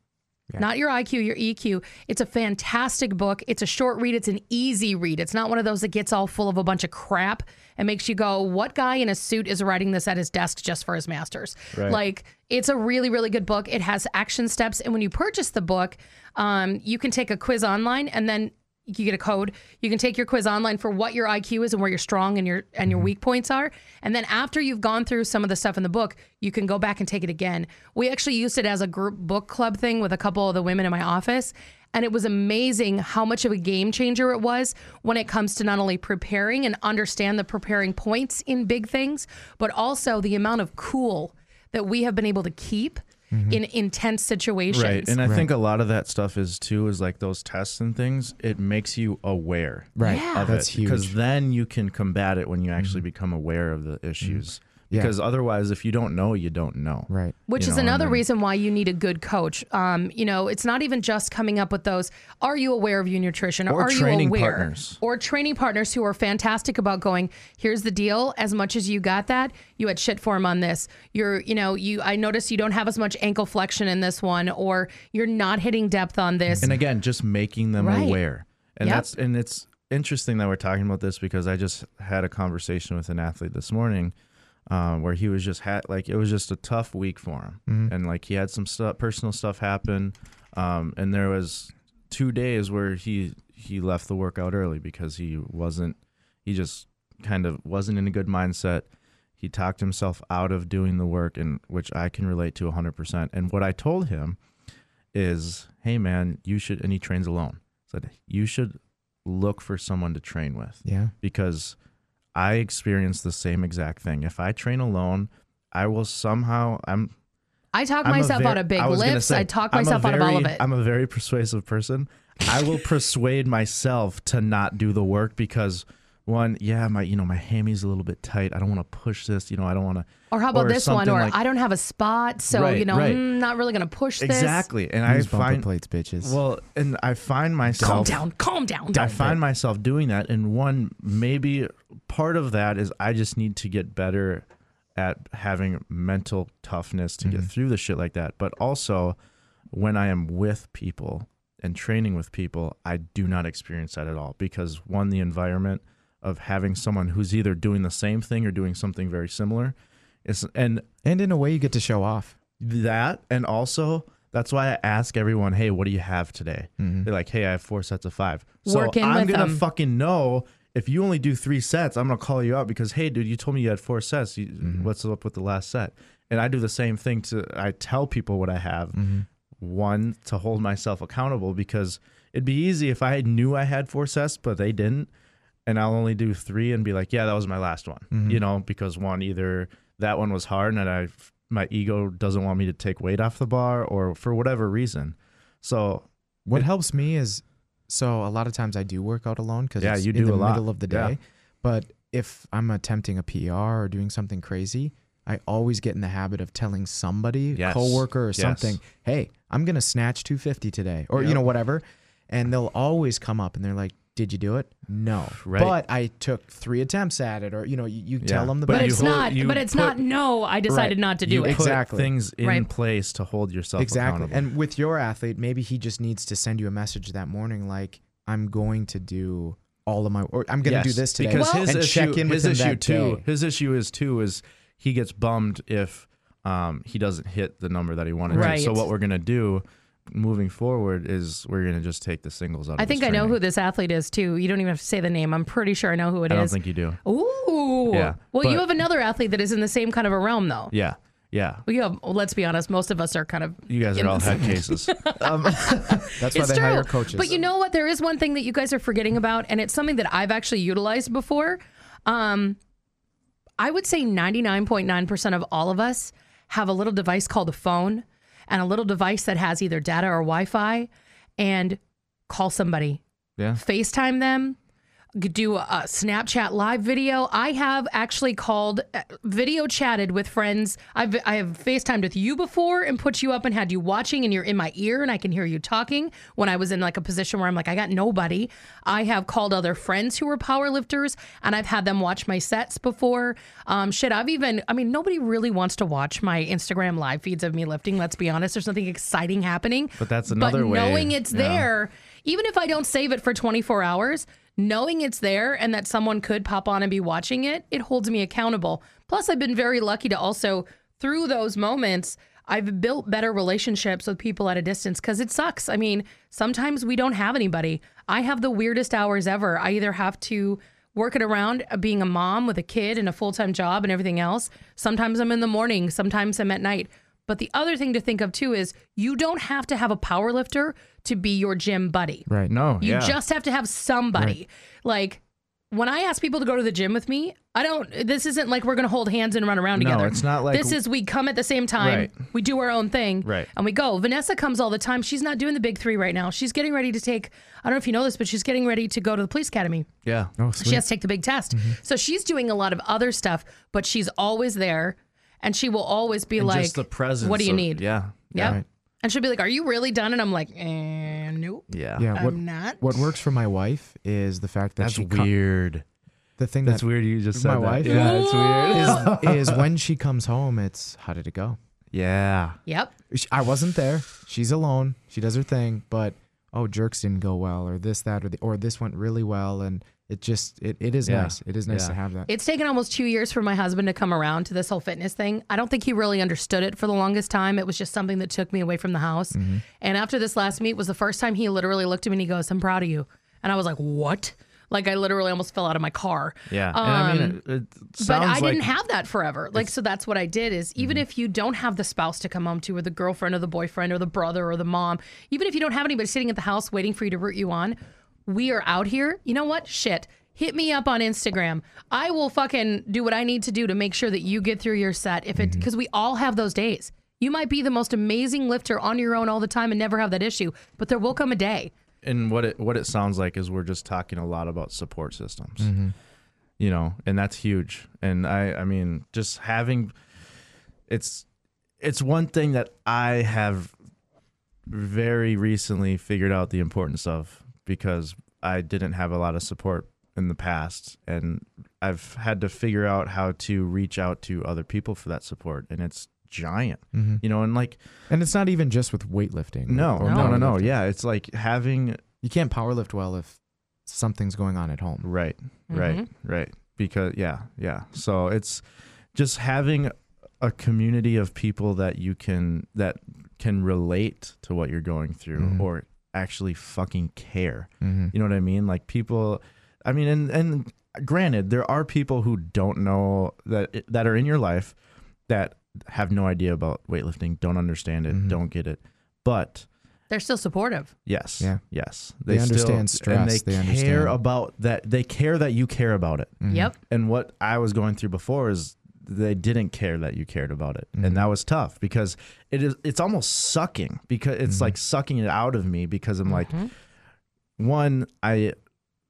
[SPEAKER 4] Not your IQ, your EQ. It's a fantastic book. It's a short read. It's an easy read. It's not one of those that gets all full of a bunch of crap and makes you go, "What guy in a suit is writing this at his desk just for his masters?" Like, it's a really, really good book. It has action steps, and when you purchase the book, um, you can take a quiz online, and then you get a code. You can take your quiz online for what your IQ is and where your strong and your and your
[SPEAKER 3] Mm-hmm.
[SPEAKER 4] weak points are. And then after you've gone through some of the stuff in the book, you can go back and take it again. We actually used it as a group book club thing with a couple of the women in my office. And it was amazing how much of a game changer it was when it comes to not only preparing and understand the preparing points in big things, but also the amount of cool that we have been able to keep in intense situations.
[SPEAKER 3] Mm-hmm. Right. And I think a lot of that stuff is too is like those tests and things, it makes you aware.
[SPEAKER 2] right.
[SPEAKER 4] Yeah.
[SPEAKER 3] of
[SPEAKER 2] That's
[SPEAKER 3] it,
[SPEAKER 2] huge. Mm-hmm.
[SPEAKER 3] because then you can combat it when you actually become aware of the issues. Because otherwise, if you don't know, you don't know.
[SPEAKER 2] right.
[SPEAKER 4] Which
[SPEAKER 3] you
[SPEAKER 4] is
[SPEAKER 3] know, and
[SPEAKER 4] another
[SPEAKER 3] then-
[SPEAKER 4] reason why you need a good coach. Um, you know, it's not even just coming up with those. Are you aware of your nutrition?
[SPEAKER 3] Or
[SPEAKER 4] are you
[SPEAKER 3] training
[SPEAKER 4] aware?
[SPEAKER 3] partners.
[SPEAKER 4] Or training partners who are fantastic about going. Here's the deal. As much as you got that, you had shit form on this. You're, you know, you. I noticed you don't have as much ankle flexion in this one, or you're not hitting depth on this.
[SPEAKER 3] And again, just making them
[SPEAKER 4] Right.
[SPEAKER 3] aware. And
[SPEAKER 4] Yep.
[SPEAKER 3] that's and it's interesting that we're talking about this because I just had a conversation with an athlete this morning um, where he was just had like it was just a tough week for him,
[SPEAKER 4] Mm-hmm.
[SPEAKER 3] and like he had some stuff, personal stuff happen, um, and there was two days where he he left the workout early because he wasn't he just kind of wasn't in a good mindset. He talked himself out of doing the work, and which I can relate to 100%. And what I told him is, hey man, you should, and he trains alone. Said you should look for someone to train with
[SPEAKER 2] Yeah.
[SPEAKER 3] because I experience the same exact thing. If I train alone, I will somehow I'm
[SPEAKER 4] I talk
[SPEAKER 3] I'm a
[SPEAKER 4] myself
[SPEAKER 3] ver-
[SPEAKER 4] out of big
[SPEAKER 3] I was gonna
[SPEAKER 4] lifts.
[SPEAKER 3] say,
[SPEAKER 4] I talk
[SPEAKER 3] I'm a
[SPEAKER 4] myself out of all of
[SPEAKER 3] very-
[SPEAKER 4] it.
[SPEAKER 3] I'm a very persuasive person. I will persuade myself to not do the work because one, yeah, my you know my hammy's a little bit tight. I don't want to push this. You know, I don't want to.
[SPEAKER 4] Or how about this one?
[SPEAKER 3] something
[SPEAKER 4] Or
[SPEAKER 3] like-
[SPEAKER 4] I don't have a spot, so
[SPEAKER 3] Right,
[SPEAKER 4] you know,
[SPEAKER 3] right.
[SPEAKER 4] mm, not really gonna push this.
[SPEAKER 3] exactly, and I
[SPEAKER 2] Use bumper
[SPEAKER 3] find
[SPEAKER 2] plates, bitches.
[SPEAKER 3] well, and I find
[SPEAKER 4] Calm
[SPEAKER 3] myself.
[SPEAKER 4] down. Calm down.
[SPEAKER 3] I find myself doing that, and one maybe part of that is I just need to get better at having mental toughness to get through the shit like that. But also, when I am with people and training with people, I do not experience that at all because one, the environment of having someone who's either doing the same thing or doing something very similar is, and
[SPEAKER 2] and in a way, you get to show off.
[SPEAKER 3] that and also that's why I ask everyone, hey, what do you have today? They're like, hey, I have four sets of five. So
[SPEAKER 4] Work in
[SPEAKER 3] I'm
[SPEAKER 4] with
[SPEAKER 3] gonna
[SPEAKER 4] them.
[SPEAKER 3] fucking know if you only do three sets, I'm gonna call you out because hey, dude, you told me you had four sets. You, What's up with the last set? And I do the same thing to I tell people what I have. One to hold myself accountable because it'd be easy if I knew I had four sets, but they didn't and I'll only do three and be like, yeah, that was my last one.
[SPEAKER 2] Mm-hmm.
[SPEAKER 3] You know, because one either that one was hard and I my ego doesn't want me to take weight off the bar or for whatever reason. So
[SPEAKER 2] What helps me is so a lot of times I do work out alone because
[SPEAKER 3] Yeah,
[SPEAKER 2] it's
[SPEAKER 3] you
[SPEAKER 2] in
[SPEAKER 3] do a
[SPEAKER 2] the
[SPEAKER 3] lot.
[SPEAKER 2] middle of the
[SPEAKER 3] Yeah.
[SPEAKER 2] day. But if I'm attempting a PR or doing something crazy, I always get in the habit of telling somebody,
[SPEAKER 3] Yes.
[SPEAKER 2] coworker or
[SPEAKER 3] Yes.
[SPEAKER 2] something, hey, I'm gonna snatch 250 today, or you know whatever, and they'll always come up and they're like, "Did you do it? No,
[SPEAKER 3] Right.
[SPEAKER 2] but I took three attempts at it, or you know, you, you tell
[SPEAKER 3] Yeah.
[SPEAKER 2] them the
[SPEAKER 3] But
[SPEAKER 4] But
[SPEAKER 3] you
[SPEAKER 2] best.
[SPEAKER 4] it's
[SPEAKER 3] hold-
[SPEAKER 4] not.
[SPEAKER 3] you
[SPEAKER 4] But it's
[SPEAKER 3] put-
[SPEAKER 4] not. No, I decided
[SPEAKER 2] Right.
[SPEAKER 4] not to do
[SPEAKER 3] you
[SPEAKER 4] it.
[SPEAKER 3] put
[SPEAKER 2] Exactly.
[SPEAKER 3] things in
[SPEAKER 4] Right.
[SPEAKER 3] place to hold yourself
[SPEAKER 2] Exactly.
[SPEAKER 3] accountable.
[SPEAKER 2] And with your athlete, maybe he just needs to send you a message that morning, like, I'm going to do all of my, or I'm going to do
[SPEAKER 3] Yes,
[SPEAKER 2] this today.
[SPEAKER 3] Because
[SPEAKER 4] Well-
[SPEAKER 3] his
[SPEAKER 2] and
[SPEAKER 3] issue,
[SPEAKER 2] check in
[SPEAKER 3] his
[SPEAKER 2] with him
[SPEAKER 3] issue
[SPEAKER 2] that
[SPEAKER 3] too.
[SPEAKER 2] day.
[SPEAKER 3] His issue is too is he gets bummed if um, he doesn't hit the number that he wanted.
[SPEAKER 4] Right.
[SPEAKER 3] To. So what we're gonna do moving forward is we're gonna just take the singles out.
[SPEAKER 4] I
[SPEAKER 3] of
[SPEAKER 4] think
[SPEAKER 3] his
[SPEAKER 4] I know
[SPEAKER 3] training.
[SPEAKER 4] who this athlete is too. You don't even have to say the name. I'm pretty sure I know who it is.
[SPEAKER 3] I don't think you do.
[SPEAKER 4] Ooh.
[SPEAKER 3] Yeah,
[SPEAKER 4] Well, you
[SPEAKER 3] but-
[SPEAKER 4] have another athlete that is in the same kind of a realm, though.
[SPEAKER 3] Yeah. Yeah.
[SPEAKER 4] Well, you have. well, let's be honest. Most of us are kind of.
[SPEAKER 3] You guys are all head cases.
[SPEAKER 2] Um, That's why
[SPEAKER 4] It's
[SPEAKER 2] they
[SPEAKER 4] true.
[SPEAKER 2] hire coaches.
[SPEAKER 4] But you know what? There is one thing that you guys are forgetting about, and it's something that I've actually utilized before. Um, I would say 99.9% of all of us have a little device called a phone and a little device that has either data or Wi Fi and call somebody,
[SPEAKER 3] Yeah.
[SPEAKER 4] FaceTime them, g- do a Snapchat live video. I have actually called, uh, video chatted with friends. I've I have FaceTimed with you before and put you up and had you watching, and you're in my ear, and I can hear you talking. When I was in like a position where I'm like, I got nobody. I have called other friends who were powerlifters, and I've had them watch my sets before. Um, shit, I've even. I mean, nobody really wants to watch my Instagram live feeds of me lifting. Let's be honest, there's nothing exciting happening.
[SPEAKER 3] But that's another
[SPEAKER 4] but
[SPEAKER 3] way,
[SPEAKER 4] Knowing it's
[SPEAKER 3] yeah.
[SPEAKER 4] there there, even if I don't save it for 24 hours, knowing it's there and that someone could pop on and be watching it, it holds me accountable. Plus, I've been very lucky to also, through those moments, I've built better relationships with people at a distance because it sucks. I mean, sometimes we don't have anybody. I have the weirdest hours ever. I either have to work it around being a mom with a kid and a full time job and everything else. Sometimes I'm in the morning, sometimes I'm at night. But the other thing to think of too is you don't have to have a power lifter to be your gym buddy.
[SPEAKER 2] right.
[SPEAKER 3] No.
[SPEAKER 4] You
[SPEAKER 3] yeah.
[SPEAKER 4] just have to have somebody. Like when I ask people to go to the gym with me, I don't this isn't like we're gonna hold hands and run around
[SPEAKER 3] No,
[SPEAKER 4] together.
[SPEAKER 3] it's not like-
[SPEAKER 4] this is we come at the same time,
[SPEAKER 3] Right.
[SPEAKER 4] we do our own thing,
[SPEAKER 3] Right.
[SPEAKER 4] and we go. Vanessa comes all the time. She's not doing the big three right now. She's getting ready to take I don't know if you know this, but she's getting ready to go to the police academy.
[SPEAKER 3] yeah.
[SPEAKER 2] Oh,
[SPEAKER 4] She has to take the big test.
[SPEAKER 3] Mm-hmm.
[SPEAKER 4] So she's doing a lot of other stuff, but she's always there and she will always be like
[SPEAKER 3] just the presence.
[SPEAKER 4] What do you
[SPEAKER 3] of-
[SPEAKER 4] need?
[SPEAKER 3] Yeah.
[SPEAKER 4] Yep.
[SPEAKER 2] Right.
[SPEAKER 4] And she'll be like, Are you really done? And I'm like, eh, Nope.
[SPEAKER 3] Yeah.
[SPEAKER 2] Yeah. What,
[SPEAKER 4] I'm not.
[SPEAKER 2] what works for my wife is the fact that
[SPEAKER 3] That's
[SPEAKER 2] she co-
[SPEAKER 3] weird.
[SPEAKER 2] the thing
[SPEAKER 3] That's
[SPEAKER 2] that
[SPEAKER 3] weird. You just said
[SPEAKER 2] My
[SPEAKER 3] that.
[SPEAKER 2] wife?
[SPEAKER 3] Yeah. It's weird.
[SPEAKER 2] is when she comes home, it's how did it go?
[SPEAKER 3] Yeah.
[SPEAKER 4] Yep.
[SPEAKER 2] Sh- I wasn't there. She's alone. She does her thing, but oh, jerks didn't go well, or this, that, or the, or this went really well, and it just it, it is
[SPEAKER 3] Yeah.
[SPEAKER 2] nice. It is nice
[SPEAKER 3] Yeah.
[SPEAKER 2] to have that.
[SPEAKER 4] It's taken almost two years for my husband to come around to this whole fitness thing. I don't think he really understood it for the longest time. It was just something that took me away from the house.
[SPEAKER 3] Mm-hmm.
[SPEAKER 4] And after this last meet was the first time he literally looked at me and he goes, I'm proud of you. And I was like, What? Like I literally almost fell out of my car. Um,
[SPEAKER 3] Yeah. and I mean, it, it sounds
[SPEAKER 4] but I
[SPEAKER 3] like Mm-hmm.
[SPEAKER 4] didn't have that forever. Like, so that's what I did is even if you don't have the spouse to come home to, or the girlfriend, or the boyfriend, or the brother, or the mom, even if you don't have anybody sitting at the house waiting for you to root you on, we are out here. You know what? Shit. Hit me up on Instagram. I will fucking do what I need to do to make sure that you get through your set. If
[SPEAKER 3] Mm-hmm.
[SPEAKER 4] it, because we all have those days. You might be the most amazing lifter on your own all the time and never have that issue, but there will come a day.
[SPEAKER 3] and what it what it sounds like is we're just talking a lot about support systems. you know, and that's huge. And I, I mean, just having, it's, it's one thing that I have very recently figured out the importance of because I didn't have a lot of support in the past, and I've had to figure out how to reach out to other people for that support, and it's giant,
[SPEAKER 2] Mm-hmm.
[SPEAKER 3] you know, and like
[SPEAKER 2] And it's not even just with weightlifting.
[SPEAKER 3] no,
[SPEAKER 2] Mm-hmm. or
[SPEAKER 3] no, no, no,
[SPEAKER 2] powerlifting.
[SPEAKER 3] yeah, it's like having
[SPEAKER 2] You can't powerlift well if something's going on at home.
[SPEAKER 3] Right,
[SPEAKER 4] Mm-hmm.
[SPEAKER 3] right,
[SPEAKER 2] Mm-hmm.
[SPEAKER 3] right. Because yeah, yeah. So it's just having a community of people that you can that can relate to what you're going through
[SPEAKER 2] Mm-hmm.
[SPEAKER 3] or actually fucking care. You know what I mean? Like people I mean and and granted there are people who don't know that that are in your life that have no idea about weightlifting, don't understand
[SPEAKER 2] Mm-hmm.
[SPEAKER 3] it, don't get it. But
[SPEAKER 4] They're still supportive.
[SPEAKER 3] Yes.
[SPEAKER 2] Yeah.
[SPEAKER 3] Yes.
[SPEAKER 2] They understand
[SPEAKER 3] And
[SPEAKER 2] stress,
[SPEAKER 3] they,
[SPEAKER 2] they
[SPEAKER 3] care
[SPEAKER 2] understand-
[SPEAKER 3] about that. They care that you care about it.
[SPEAKER 2] Mm-hmm.
[SPEAKER 4] Yep.
[SPEAKER 3] And what I was going through before is they didn't care that you cared about it, and that was tough because it is. It's almost sucking because it's like sucking it out of me because I'm like, one, I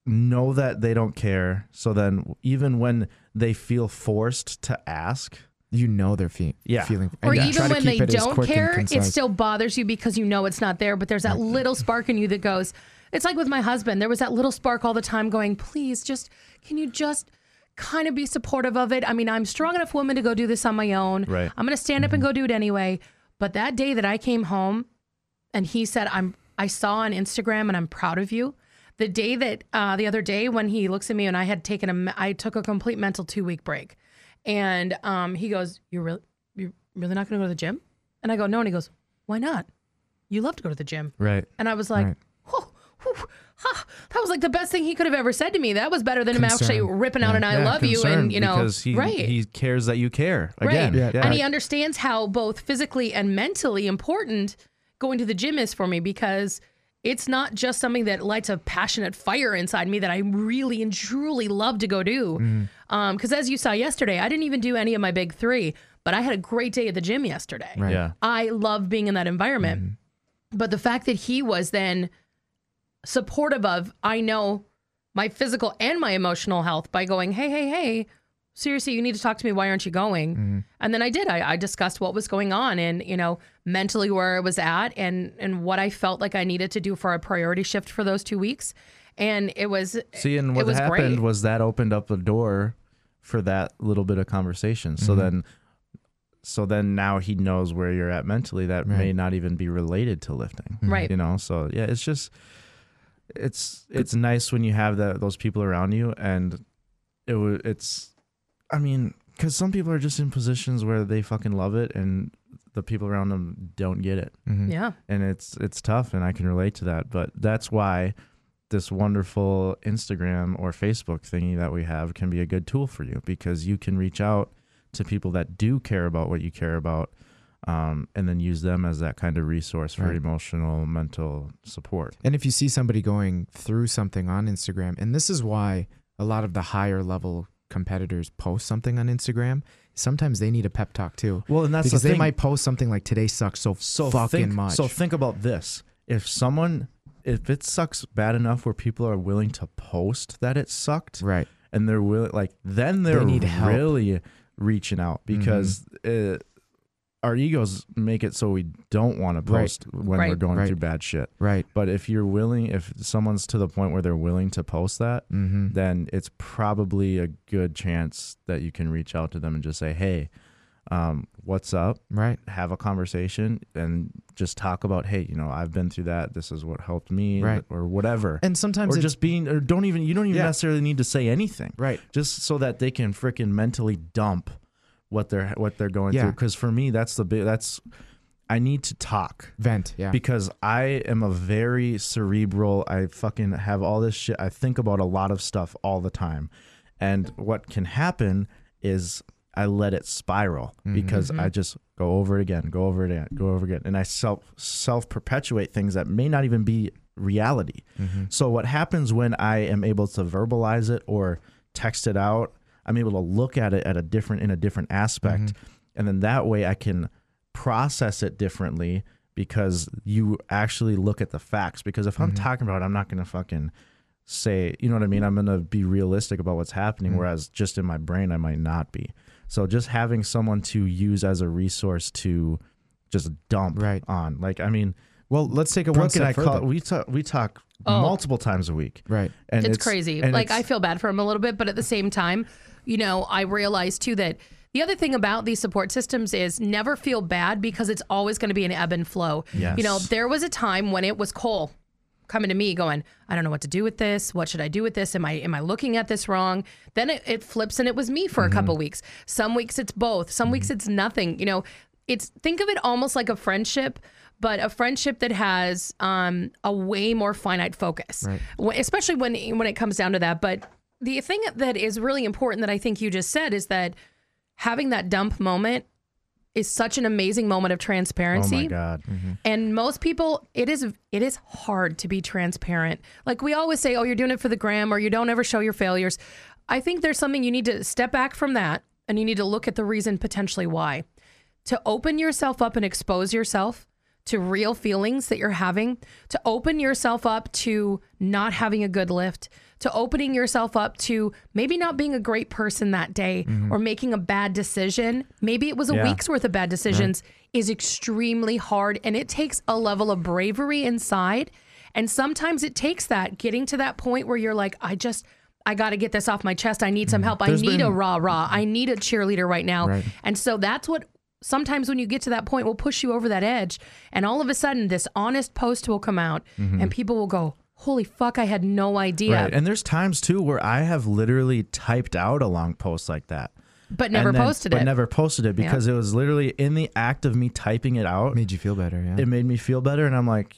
[SPEAKER 3] know that they don't care. So then, even when they feel forced to ask,
[SPEAKER 2] You know they're fe-
[SPEAKER 3] Yeah.
[SPEAKER 2] feeling.
[SPEAKER 4] Or
[SPEAKER 2] and you try
[SPEAKER 4] even
[SPEAKER 2] to
[SPEAKER 4] when
[SPEAKER 2] keep
[SPEAKER 4] they
[SPEAKER 2] it as
[SPEAKER 4] don't
[SPEAKER 2] quick and
[SPEAKER 4] care, it
[SPEAKER 2] concise.
[SPEAKER 4] still bothers you because you know it's not there, but there's that little spark in you that goes, it's like with my husband. There was that little spark all the time going, please just, can you just kind of be supportive of it? I mean, I'm strong enough woman to go do this on my own.
[SPEAKER 3] Right.
[SPEAKER 4] I'm going to stand
[SPEAKER 2] Mm-hmm.
[SPEAKER 4] up and go do it anyway. But that day that I came home and he said, I'm, I saw on Instagram and I'm proud of you. The day that, uh, the other day when he looks at me and I had taken a, me- I took a complete mental two week break and, um, he goes, you're really, you're really not going to go to the gym? And I go, no. And he goes, why not? You love to go to the gym.
[SPEAKER 3] right?
[SPEAKER 4] And I was like,
[SPEAKER 2] Right.
[SPEAKER 4] "Whew, whew, huh." that was like the best thing he could have ever said to me. That was better than him actually
[SPEAKER 2] Concern.
[SPEAKER 4] ripping out an I love you and, you know,
[SPEAKER 3] because he
[SPEAKER 4] right.
[SPEAKER 3] he cares that you care again.
[SPEAKER 2] Yeah.
[SPEAKER 4] And he understands how both physically and mentally important going to the gym is for me because it's not just something that lights a passionate fire inside me that I really and truly love to go do.
[SPEAKER 2] Mm-hmm.
[SPEAKER 4] Because as you saw yesterday, I didn't even do any of my big three, but I had a great day at the gym yesterday.
[SPEAKER 2] Right.
[SPEAKER 3] yeah.
[SPEAKER 4] I love being in that environment. But the fact that he was then supportive of, I know my physical and my emotional health by going, hey, hey, hey, seriously, you need to talk to me. Why aren't you going? And then I did. I, I discussed what was going on and, you know, mentally where I was at and, and what I felt like I needed to do for a priority shift for those two weeks. And it was,
[SPEAKER 3] See, and what
[SPEAKER 4] was
[SPEAKER 3] happened
[SPEAKER 4] great.
[SPEAKER 3] was that opened up the door for that little bit of conversation. So then, so then now he knows where you're at mentally. That may not even be related to lifting,
[SPEAKER 4] Right.
[SPEAKER 3] You know, so yeah, it's just it's it's nice when you have that those people around you, and it wa- it's, I mean, because some people are just in positions where they fucking love it, and the people around them don't get it
[SPEAKER 4] yeah,
[SPEAKER 3] and it's it's tough and I can relate to that but that's why this wonderful Instagram or Facebook thingy that we have can be a good tool for you because you can reach out to people that do care about what you care about um, and then use them as that kind of resource for
[SPEAKER 2] Right.
[SPEAKER 3] emotional mental support
[SPEAKER 2] And if you see somebody going through something on Instagram, and this is why a lot of the higher level competitors post something on Instagram, sometimes they need a pep talk too.
[SPEAKER 3] Well, and that's the
[SPEAKER 2] because they
[SPEAKER 3] thing.
[SPEAKER 2] might post something like "Today sucks so,
[SPEAKER 3] so
[SPEAKER 2] fucking
[SPEAKER 3] think,
[SPEAKER 2] much."
[SPEAKER 3] so think about this if someone if it sucks bad enough where people are willing to post that it sucked
[SPEAKER 2] right.
[SPEAKER 3] and they're willing like then they're
[SPEAKER 2] need help. Mm-hmm.
[SPEAKER 3] really reaching out because uh our egos make it so we don't want to
[SPEAKER 2] Right.
[SPEAKER 3] post when we're
[SPEAKER 4] Right.
[SPEAKER 3] going
[SPEAKER 2] Right.
[SPEAKER 3] through bad shit
[SPEAKER 2] Right.
[SPEAKER 3] but if you're willing if someone's to the point where they're willing to post that
[SPEAKER 2] Mm-hmm.
[SPEAKER 3] then it's probably a good chance that you can reach out to them and just say hey um, what's up
[SPEAKER 2] Right.
[SPEAKER 3] have a conversation and just talk about hey you know i've been through that this is what helped me
[SPEAKER 2] Right.
[SPEAKER 3] or whatever
[SPEAKER 2] And sometimes
[SPEAKER 3] or
[SPEAKER 2] it's-
[SPEAKER 3] just being or don't even you don't even
[SPEAKER 2] Yeah.
[SPEAKER 3] necessarily need to say anything
[SPEAKER 2] Right.
[SPEAKER 3] just so that they can freaking mentally dump what they're what they're going
[SPEAKER 2] Yeah.
[SPEAKER 3] through because for me that's the big that's i need to talk
[SPEAKER 2] Vent. Yeah.
[SPEAKER 3] because i am a very cerebral i fucking have all this shit i think about a lot of stuff all the time and what can happen is i let it spiral because i just go over it again go over it again go over it again and i self self perpetuate things that may not even be reality so what happens when i am able to verbalize it or text it out i'm able to look at it at a different in a different aspect and then that way i can process it differently
[SPEAKER 2] Mm-hmm.
[SPEAKER 3] because you actually look at the facts because if i'm talking about it i'm not going to fucking say, you know what I mean? I'm going to be realistic about what's
[SPEAKER 2] Mm-hmm.
[SPEAKER 3] happening, whereas just in my brain, I might not be. So just having someone to use as a resource to just dump
[SPEAKER 2] Right.
[SPEAKER 3] on. Like, I mean,
[SPEAKER 2] Well, let's take it one
[SPEAKER 3] Brooke and
[SPEAKER 2] step
[SPEAKER 3] I
[SPEAKER 2] further.
[SPEAKER 3] call, we talk, we talk multiple times a week.
[SPEAKER 2] Right.
[SPEAKER 3] And
[SPEAKER 4] Oh. it's, crazy.
[SPEAKER 3] and
[SPEAKER 4] Like
[SPEAKER 3] it's-
[SPEAKER 4] I feel bad for him a little bit, but at the same time, you know, I realize too that the other thing about these support systems is never feel bad because it's always going to be an ebb and flow. You know,
[SPEAKER 3] Yes.
[SPEAKER 4] there was a time when it was Cole coming to me going, I don't know what to do with this. What should I do with this? Am I am I looking at this wrong? Then it, it flips and it was me for a
[SPEAKER 3] Mm-hmm.
[SPEAKER 4] couple weeks. Some weeks it's both. Some weeks it's nothing. You know, it's think of it almost like a friendship, but a friendship that has um, a way more finite focus, Wh- especially when when it comes down to that. But the thing that is really important that I think you just said is that having that dump moment is such an amazing moment of
[SPEAKER 3] Oh
[SPEAKER 4] transparency
[SPEAKER 3] my God.
[SPEAKER 2] Mm-hmm.
[SPEAKER 4] and most people it is it is hard to be transparent like we always say oh you're doing it for the gram or you don't ever show your failures i think there's something you need to step back from that and you need to look at the reason potentially why to open yourself up and expose yourself to real feelings that you're having, to open yourself up to not having a good lift, to opening yourself up to maybe not being a great person that day or making a bad decision. Maybe it was a
[SPEAKER 3] Mm-hmm. Yeah.
[SPEAKER 4] week's worth of bad decisions is extremely hard and it takes a level of bravery inside. And sometimes it takes that getting to that point where you're like, I just, I got to get this off my chest. I need some help. I
[SPEAKER 3] Mm. There's
[SPEAKER 4] need a
[SPEAKER 3] been-
[SPEAKER 4] rah rah. I need a cheerleader right now. And so that's what sometimes when you get to that point will push you over that edge. And all of a sudden, this honest post will come out, and people will go, "Holy fuck! I had no idea."
[SPEAKER 3] Mm-hmm. Right. And there's times too where I have literally typed out a long post like that.
[SPEAKER 4] but never
[SPEAKER 3] and then-
[SPEAKER 4] posted
[SPEAKER 3] but
[SPEAKER 4] it.
[SPEAKER 3] never posted it because it was literally in the act of me typing it out.
[SPEAKER 2] Made you feel better, yeah.
[SPEAKER 3] It made me feel better, and I'm like,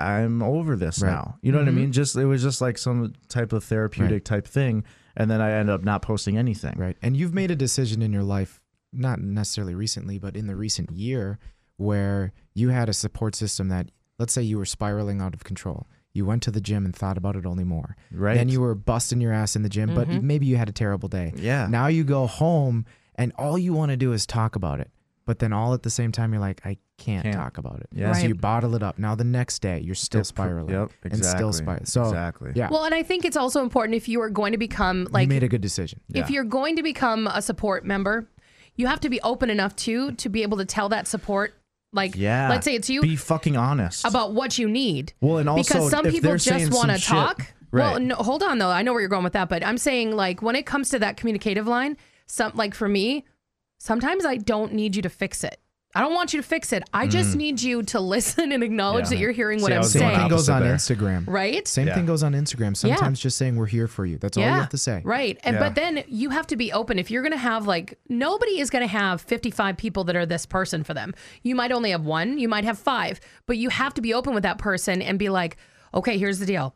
[SPEAKER 3] I'm over this
[SPEAKER 2] Right.
[SPEAKER 3] now. You know
[SPEAKER 4] Mm-hmm.
[SPEAKER 3] what I mean? Just it was just like some type of therapeutic
[SPEAKER 2] Right.
[SPEAKER 3] type thing, and then I end up not posting anything.
[SPEAKER 2] Right. And you've made a decision in your life, not necessarily recently, but in the recent year, where you had a support system that, let's say you were spiraling out of control. You went to the gym and thought about it only more.
[SPEAKER 3] Right. Mm-hmm.
[SPEAKER 2] Then you were busting your ass in the gym, but maybe you had a terrible day.
[SPEAKER 3] Yeah.
[SPEAKER 2] Now you go home and all you want to do is talk about it. But then all at the same time, you're like, I can't,
[SPEAKER 3] Can't.
[SPEAKER 2] talk about it.
[SPEAKER 3] Yeah.
[SPEAKER 2] So
[SPEAKER 4] Right.
[SPEAKER 2] you bottle it up. Now the next day, you're still
[SPEAKER 3] Yep, pr-
[SPEAKER 2] spiraling.
[SPEAKER 3] yep,
[SPEAKER 2] And still
[SPEAKER 3] exactly,
[SPEAKER 2] spiraling. So,
[SPEAKER 3] exactly.
[SPEAKER 2] yeah.
[SPEAKER 4] well, and I think it's also important if you are going to become
[SPEAKER 2] you
[SPEAKER 4] like
[SPEAKER 2] made a good decision.
[SPEAKER 4] if you're going to become a support member, you have to be open enough to to be able to tell that support. Like,
[SPEAKER 3] Yeah.
[SPEAKER 4] let's say it's you
[SPEAKER 3] Be fucking honest.
[SPEAKER 4] about what you need.
[SPEAKER 3] Well, and also,
[SPEAKER 4] because some
[SPEAKER 3] if
[SPEAKER 4] people
[SPEAKER 3] they're
[SPEAKER 4] just
[SPEAKER 3] saying
[SPEAKER 4] want to
[SPEAKER 3] some shit-
[SPEAKER 4] talk. Well,
[SPEAKER 3] Right.
[SPEAKER 4] no, hold on though. I know where you're going with that, but I'm saying like when it comes to that communicative line, some like for me, sometimes I don't need you to fix it. I don't want you to fix it. I just need you to listen and acknowledge
[SPEAKER 3] Mm. Yeah.
[SPEAKER 4] that you're hearing what
[SPEAKER 3] See, I
[SPEAKER 4] I'm
[SPEAKER 3] was going
[SPEAKER 2] Same thing
[SPEAKER 4] saying.
[SPEAKER 3] opposite
[SPEAKER 2] goes on
[SPEAKER 3] there.
[SPEAKER 2] Instagram.
[SPEAKER 4] Right?
[SPEAKER 2] Same
[SPEAKER 3] Yeah.
[SPEAKER 2] thing goes on Instagram.
[SPEAKER 4] Yeah.
[SPEAKER 2] Sometimes just saying we're here for you. That's all you have to say.
[SPEAKER 4] Right. And
[SPEAKER 3] Yeah.
[SPEAKER 4] but then you have to be open. If you're gonna have like nobody is gonna have fifty five people that are this person for them. You might only have one, you might have five, but you have to be open with that person and be like, okay, here's the deal.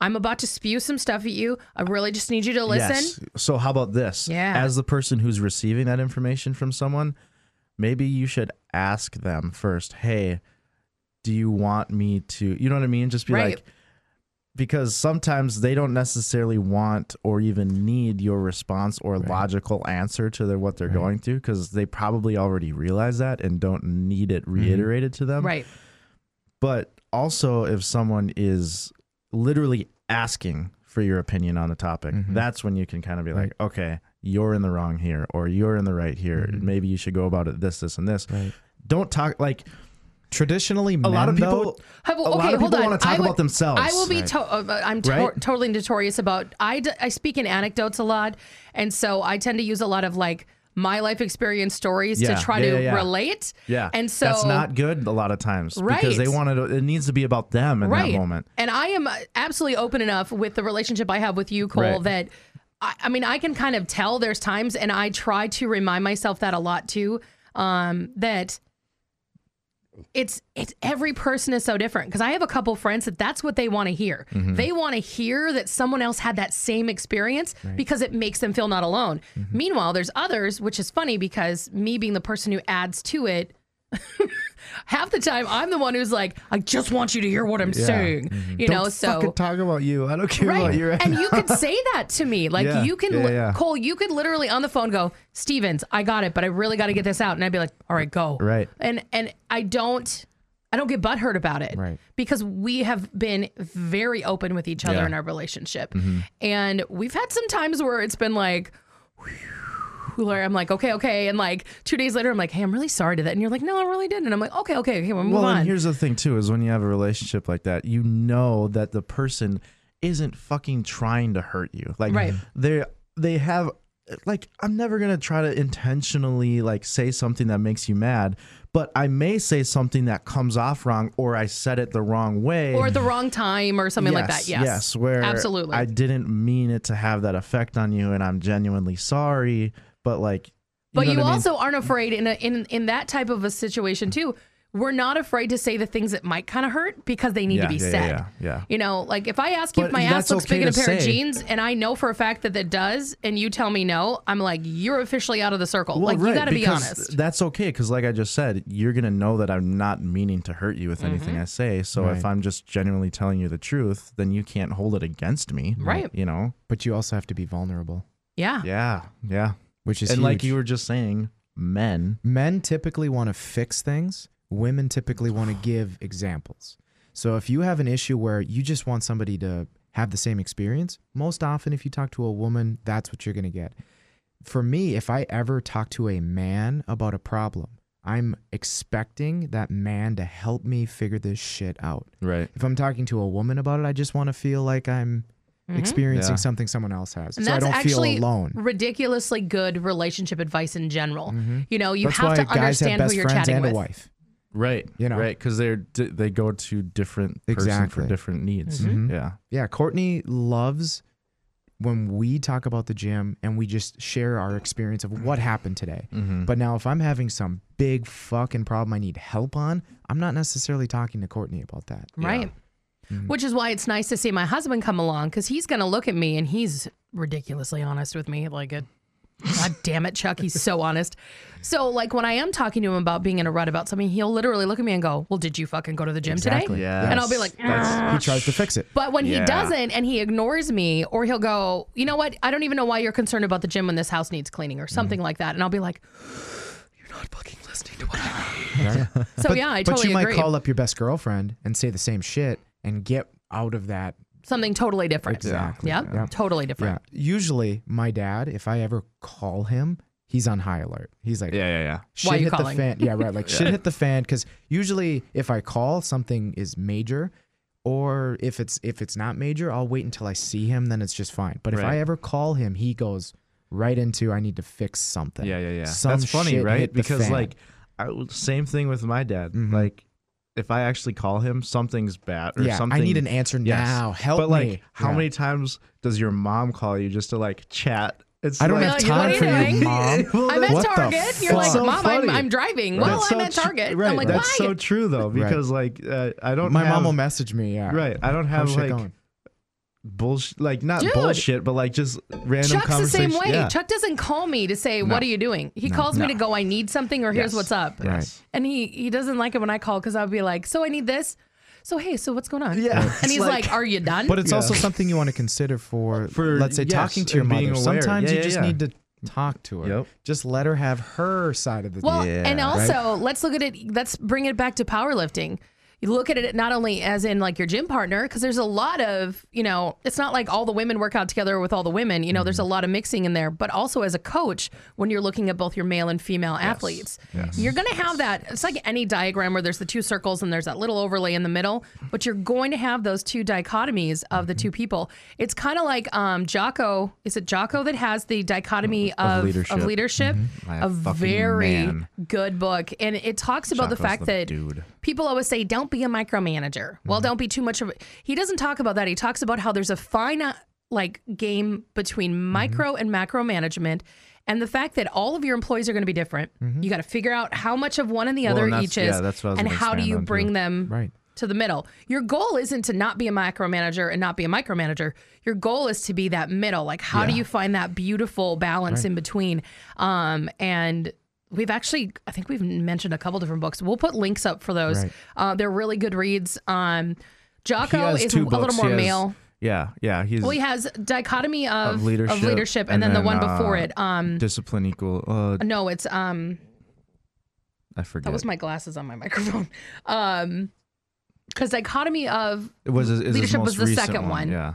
[SPEAKER 4] I'm about to spew some stuff at you. I really just need you to listen.
[SPEAKER 3] Yes. So how about this?
[SPEAKER 4] Yeah.
[SPEAKER 3] As the person who's receiving that information from someone, maybe you should ask them first, hey, do you want me to you know what I mean? Just be
[SPEAKER 4] Right.
[SPEAKER 3] like because sometimes they don't necessarily want or even need your response or logical answer to their, what they're going through because they probably already realize that and don't need it reiterated to them
[SPEAKER 4] Right.
[SPEAKER 3] but also if someone is literally asking for your opinion on a topic that's when you can kind of be like okay you're in the wrong here or you're in the right here maybe you should go about it this this and this don't talk like
[SPEAKER 2] Traditionally,
[SPEAKER 3] a lot of
[SPEAKER 2] men,
[SPEAKER 3] people
[SPEAKER 2] though-
[SPEAKER 4] How about-
[SPEAKER 3] a lot of people want to
[SPEAKER 4] I
[SPEAKER 3] talk
[SPEAKER 4] would-
[SPEAKER 3] about themselves
[SPEAKER 4] I will be. To- uh, I'm to-
[SPEAKER 3] Right?
[SPEAKER 4] totally notorious about. I, d- I speak in anecdotes a lot, and so I tend to use a lot of like my life experience stories
[SPEAKER 3] Yeah.
[SPEAKER 4] to try
[SPEAKER 3] Yeah,
[SPEAKER 4] to
[SPEAKER 3] yeah, yeah.
[SPEAKER 4] relate.
[SPEAKER 3] yeah
[SPEAKER 4] and so
[SPEAKER 3] that's not good a lot of times
[SPEAKER 4] Right.
[SPEAKER 3] because they want to it needs to be about them in that moment
[SPEAKER 4] And I am uh, absolutely open enough with the relationship I have with you, Cole,
[SPEAKER 3] Right.
[SPEAKER 4] that I, I mean, I can kind of tell there's times, and I try to remind myself that a lot too, um, that it's it's every person is so different because I have a couple friends that that's what they want to hear. They want to hear that someone else had that same experience because it makes them feel not alone. Meanwhile, there's others, which is funny because me being the person who adds to it, half the time I'm the one who's like, I just want you to hear what I'm saying. You know, so
[SPEAKER 3] talk about you i don't care
[SPEAKER 4] right. and you could say that to me. Like
[SPEAKER 3] Yeah,
[SPEAKER 4] you can
[SPEAKER 3] yeah,
[SPEAKER 4] li-
[SPEAKER 3] yeah.
[SPEAKER 4] Cole, you could literally on the phone go, Stevens, I got it, but I really gotta get this out. And I'd be like, All right, go.
[SPEAKER 3] Right.
[SPEAKER 4] And and I don't I don't get butthurt about it
[SPEAKER 2] Right.
[SPEAKER 4] because we have been very open with each other in our relationship.
[SPEAKER 3] Mm-hmm.
[SPEAKER 4] And we've had some times where it's been like, whew, like, I'm like, okay, okay. And like two days later, I'm like, hey, I'm really sorry to that. And you're like, no, I really didn't. And I'm like, okay, okay, okay, we'll move
[SPEAKER 3] Well,
[SPEAKER 4] on.
[SPEAKER 3] and here's the thing too: is when you have a relationship like that, you know that the person isn't fucking trying to hurt you. Like
[SPEAKER 4] Right.
[SPEAKER 3] they they have like I'm never gonna try to intentionally like say something that makes you mad, but I may say something that comes off wrong, or I said it the wrong way,
[SPEAKER 4] or at the wrong time or something like that. Yes.
[SPEAKER 3] Yes, where
[SPEAKER 4] Absolutely.
[SPEAKER 3] I didn't mean it to have that effect on you, and I'm genuinely sorry. But like,
[SPEAKER 4] But
[SPEAKER 3] know
[SPEAKER 4] you
[SPEAKER 3] what I mean?
[SPEAKER 4] also aren't afraid in a, in in that type of a situation too. We're not afraid to say the things that might kind of hurt because they need
[SPEAKER 3] Yeah,
[SPEAKER 4] to be
[SPEAKER 3] yeah, yeah,
[SPEAKER 4] said.
[SPEAKER 3] yeah, yeah.
[SPEAKER 4] You know, like if I ask you if
[SPEAKER 3] But
[SPEAKER 4] my ass
[SPEAKER 3] that's
[SPEAKER 4] looks
[SPEAKER 3] okay
[SPEAKER 4] big in a
[SPEAKER 3] to
[SPEAKER 4] pair of
[SPEAKER 3] say.
[SPEAKER 4] jeans and I know for a fact that it does, and you tell me no, I'm like, you're officially out of the circle.
[SPEAKER 3] Well,
[SPEAKER 4] like
[SPEAKER 3] right,
[SPEAKER 4] you got to be
[SPEAKER 3] because
[SPEAKER 4] honest.
[SPEAKER 3] That's okay because, like I just said, you're gonna know that I'm not meaning to hurt you with
[SPEAKER 4] Mm-hmm.
[SPEAKER 3] anything I say. So if I'm just genuinely telling you the truth, then you can't hold it against me,
[SPEAKER 4] Right.
[SPEAKER 3] You know?
[SPEAKER 2] But you also have to be vulnerable,
[SPEAKER 4] yeah.
[SPEAKER 3] Yeah, yeah.
[SPEAKER 2] which is
[SPEAKER 3] and like
[SPEAKER 2] huge.
[SPEAKER 3] you were just saying, men.
[SPEAKER 2] men typically want to fix things women typically want to give examples so if you have an issue where you just want somebody to have the same experience most often if you talk to a woman that's what you're going to get for me if i ever talk to a man about a problem i'm expecting that man to help me figure this shit out
[SPEAKER 3] Right.
[SPEAKER 2] if i'm talking to a woman about it i just want to feel like i'm experiencing
[SPEAKER 3] Yeah.
[SPEAKER 2] something someone else has
[SPEAKER 4] Mm-hmm. And
[SPEAKER 2] so i
[SPEAKER 4] that's
[SPEAKER 2] don't feel
[SPEAKER 4] actually
[SPEAKER 2] alone
[SPEAKER 4] ridiculously good relationship advice in general. You know, you
[SPEAKER 2] that's
[SPEAKER 4] have
[SPEAKER 2] why
[SPEAKER 4] to
[SPEAKER 2] guys have
[SPEAKER 4] understand
[SPEAKER 2] best
[SPEAKER 4] who you're
[SPEAKER 2] friends
[SPEAKER 4] chatting
[SPEAKER 2] and
[SPEAKER 4] with.
[SPEAKER 2] a wife
[SPEAKER 3] Right.
[SPEAKER 2] You know.
[SPEAKER 3] Right. Because they're di- they go to different person
[SPEAKER 2] Exactly.
[SPEAKER 3] for different needs.
[SPEAKER 4] Mm-hmm.
[SPEAKER 3] Yeah.
[SPEAKER 2] Yeah, Courtney loves when we talk about the gym and we just share our experience of what happened today. But now, if I'm having some big fucking problem I need help on, I'm not necessarily talking to Courtney about that.
[SPEAKER 4] Right.
[SPEAKER 2] Mm-hmm.
[SPEAKER 4] Which is why it's nice to see my husband come along because he's going to look at me and he's ridiculously honest with me. Like, a, God damn it, Chuck. He's so honest. So, like, when I am talking to him about being in a rut about something, he'll literally look at me and go, Well, did you fucking go to the gym
[SPEAKER 2] Exactly.
[SPEAKER 4] today?
[SPEAKER 3] Yeah.
[SPEAKER 4] And I'll be like,
[SPEAKER 2] He tries to fix it.
[SPEAKER 4] But when he
[SPEAKER 3] Yeah.
[SPEAKER 4] doesn't and he ignores me, or he'll go, You know what? I don't even know why you're concerned about the gym when this house needs cleaning or
[SPEAKER 2] Mm-hmm.
[SPEAKER 4] something like that. And I'll be like, You're not fucking listening to what I mean. So, yeah, I
[SPEAKER 2] but
[SPEAKER 4] totally
[SPEAKER 2] you might
[SPEAKER 4] agree.
[SPEAKER 2] call up your best girlfriend and say the same shit and get out of that.
[SPEAKER 4] something totally different.
[SPEAKER 2] Exactly.
[SPEAKER 4] Yep.
[SPEAKER 2] Yeah.
[SPEAKER 4] Totally
[SPEAKER 2] Yeah.
[SPEAKER 4] different.
[SPEAKER 2] Usually, my dad, if I ever call him, he's on high alert. He's like,
[SPEAKER 3] Yeah. Yeah. Yeah.
[SPEAKER 2] shit
[SPEAKER 4] Why you
[SPEAKER 2] hit
[SPEAKER 4] calling?
[SPEAKER 2] the fan. Yeah, right. Like shit hit the fan because usually if I call, something is major, or if it's if it's not major, I'll wait until I see him. Then it's just fine. But if I
[SPEAKER 3] Right.
[SPEAKER 2] ever call him, he goes right into I need to fix something.
[SPEAKER 3] Yeah, yeah, yeah.
[SPEAKER 2] Some
[SPEAKER 3] That's funny,
[SPEAKER 2] shit
[SPEAKER 3] right?
[SPEAKER 2] hit the
[SPEAKER 3] Because
[SPEAKER 2] fan. Mm-hmm.
[SPEAKER 3] like, I, would- same thing with my dad. Like, if I actually call him, something's bad or
[SPEAKER 2] Yeah, I
[SPEAKER 3] something.
[SPEAKER 2] need an answer
[SPEAKER 3] Yes.
[SPEAKER 2] now. Help
[SPEAKER 3] But like,
[SPEAKER 2] me.
[SPEAKER 3] how
[SPEAKER 2] Yeah.
[SPEAKER 3] many times does your mom call you just to like chat? It's
[SPEAKER 2] I don't
[SPEAKER 3] like,
[SPEAKER 2] have
[SPEAKER 4] You're like,
[SPEAKER 2] time
[SPEAKER 4] "What
[SPEAKER 2] for
[SPEAKER 4] are you
[SPEAKER 2] you,
[SPEAKER 4] doing?"
[SPEAKER 2] mom.
[SPEAKER 4] I'm at
[SPEAKER 2] What the
[SPEAKER 4] Target. You're
[SPEAKER 2] fuck?
[SPEAKER 4] like,
[SPEAKER 2] It's so
[SPEAKER 4] Mom, I'm,
[SPEAKER 3] funny.
[SPEAKER 4] I'm driving. Well,
[SPEAKER 3] That's
[SPEAKER 4] I'm
[SPEAKER 3] so
[SPEAKER 4] at
[SPEAKER 3] tr-
[SPEAKER 4] Target.
[SPEAKER 3] right,
[SPEAKER 4] I'm like,
[SPEAKER 3] that's
[SPEAKER 4] why?
[SPEAKER 3] so true though, because like uh, I don't.
[SPEAKER 2] My
[SPEAKER 3] have,
[SPEAKER 2] mom will message me. Yeah,
[SPEAKER 3] Right, I don't have
[SPEAKER 2] How's shit
[SPEAKER 3] like
[SPEAKER 2] going?
[SPEAKER 3] bullshit, like not
[SPEAKER 4] Dude.
[SPEAKER 3] bullshit, but like just random
[SPEAKER 4] Chuck's the same
[SPEAKER 3] conversation.
[SPEAKER 4] way.
[SPEAKER 3] Yeah.
[SPEAKER 4] Chuck doesn't call me to say, What are you doing? He calls me to go, I need something or here's
[SPEAKER 3] Yes.
[SPEAKER 4] what's up.
[SPEAKER 2] Right.
[SPEAKER 4] And he, he doesn't like it when I call because I'll be like, So I need this. So, hey, so what's going on?
[SPEAKER 3] Yeah. Right.
[SPEAKER 4] And he's
[SPEAKER 3] It's
[SPEAKER 4] like,
[SPEAKER 3] like-
[SPEAKER 4] Are you done?
[SPEAKER 2] But it's
[SPEAKER 3] Yeah. Uh,
[SPEAKER 2] also something you want to consider for,
[SPEAKER 3] For-
[SPEAKER 2] let's say,
[SPEAKER 3] yes,
[SPEAKER 2] talking to your
[SPEAKER 3] and being
[SPEAKER 2] mother.
[SPEAKER 3] aware.
[SPEAKER 2] Sometimes
[SPEAKER 3] Yeah,
[SPEAKER 2] you
[SPEAKER 3] yeah,
[SPEAKER 2] just
[SPEAKER 3] yeah.
[SPEAKER 2] need to talk to her.
[SPEAKER 3] Yep.
[SPEAKER 2] Just let her have her side of the
[SPEAKER 4] Well,
[SPEAKER 3] Yeah,
[SPEAKER 4] and
[SPEAKER 3] right?
[SPEAKER 4] also let's look at it. Let's bring it back to powerlifting. You look at it not only as in like your gym partner, because there's a lot of you know, it's not like all the women work out together with all the women. You know, there's
[SPEAKER 3] Mm-hmm.
[SPEAKER 4] a lot of mixing in there. But also as a coach, when you're looking at both your male and female athletes, you're gonna have that. It's like any diagram where there's the two circles and there's that little overlay in the middle, but you're going to have those two dichotomies of the two
[SPEAKER 3] Mm-hmm.
[SPEAKER 4] people. It's kind of like um, Jocko. Is it Jocko that has the dichotomy of, of leadership?
[SPEAKER 3] leadership. Mm-hmm. My
[SPEAKER 4] A
[SPEAKER 3] fucking
[SPEAKER 4] very
[SPEAKER 3] man.
[SPEAKER 4] good book. And it talks about the
[SPEAKER 3] Jocko's
[SPEAKER 4] fact
[SPEAKER 3] the
[SPEAKER 4] that
[SPEAKER 3] dude. Mm-hmm.
[SPEAKER 4] people always say, don't be a micromanager. Well, don't be too much of a He doesn't talk about that. He talks about how there's a fine uh, like game between
[SPEAKER 3] Mm-hmm.
[SPEAKER 4] micro and macro management. And the fact that all of your employees are going to be different, you got to figure out how much of one and the
[SPEAKER 3] Mm-hmm. Well,
[SPEAKER 4] other
[SPEAKER 3] and that's-
[SPEAKER 4] each is,
[SPEAKER 3] yeah, that's what I was
[SPEAKER 4] and
[SPEAKER 3] gonna
[SPEAKER 4] how do
[SPEAKER 3] expand
[SPEAKER 4] you
[SPEAKER 3] on,
[SPEAKER 4] bring
[SPEAKER 3] too.
[SPEAKER 4] them
[SPEAKER 2] Right.
[SPEAKER 4] to the middle. Your goal isn't to not be a micromanager and not be a micromanager. Your goal is to be that middle. Like, how do you find that beautiful balance in between? Um, and we've actually, I think we've mentioned a couple different books. We'll put links up for those.
[SPEAKER 2] Right.
[SPEAKER 4] Uh, they're really good reads. Um,
[SPEAKER 3] He
[SPEAKER 4] Jocko
[SPEAKER 3] has
[SPEAKER 4] is a
[SPEAKER 3] two
[SPEAKER 4] little
[SPEAKER 3] books. He
[SPEAKER 4] more
[SPEAKER 3] has-
[SPEAKER 4] male. Oh,
[SPEAKER 3] Yeah, yeah. He's
[SPEAKER 4] Well, he has dichotomy of,
[SPEAKER 3] Of
[SPEAKER 4] of leadership,
[SPEAKER 3] leadership,
[SPEAKER 4] and,
[SPEAKER 3] and
[SPEAKER 4] then, the one
[SPEAKER 3] then,
[SPEAKER 4] before
[SPEAKER 3] uh,
[SPEAKER 4] it. Um,
[SPEAKER 3] discipline equal. Uh,
[SPEAKER 4] no, it's um,
[SPEAKER 3] I forget.
[SPEAKER 4] That was my glasses on my microphone. Um, because dichotomy of
[SPEAKER 3] it was is his
[SPEAKER 4] Leadership
[SPEAKER 3] most
[SPEAKER 4] was the
[SPEAKER 3] recent
[SPEAKER 4] second one.
[SPEAKER 3] Yeah,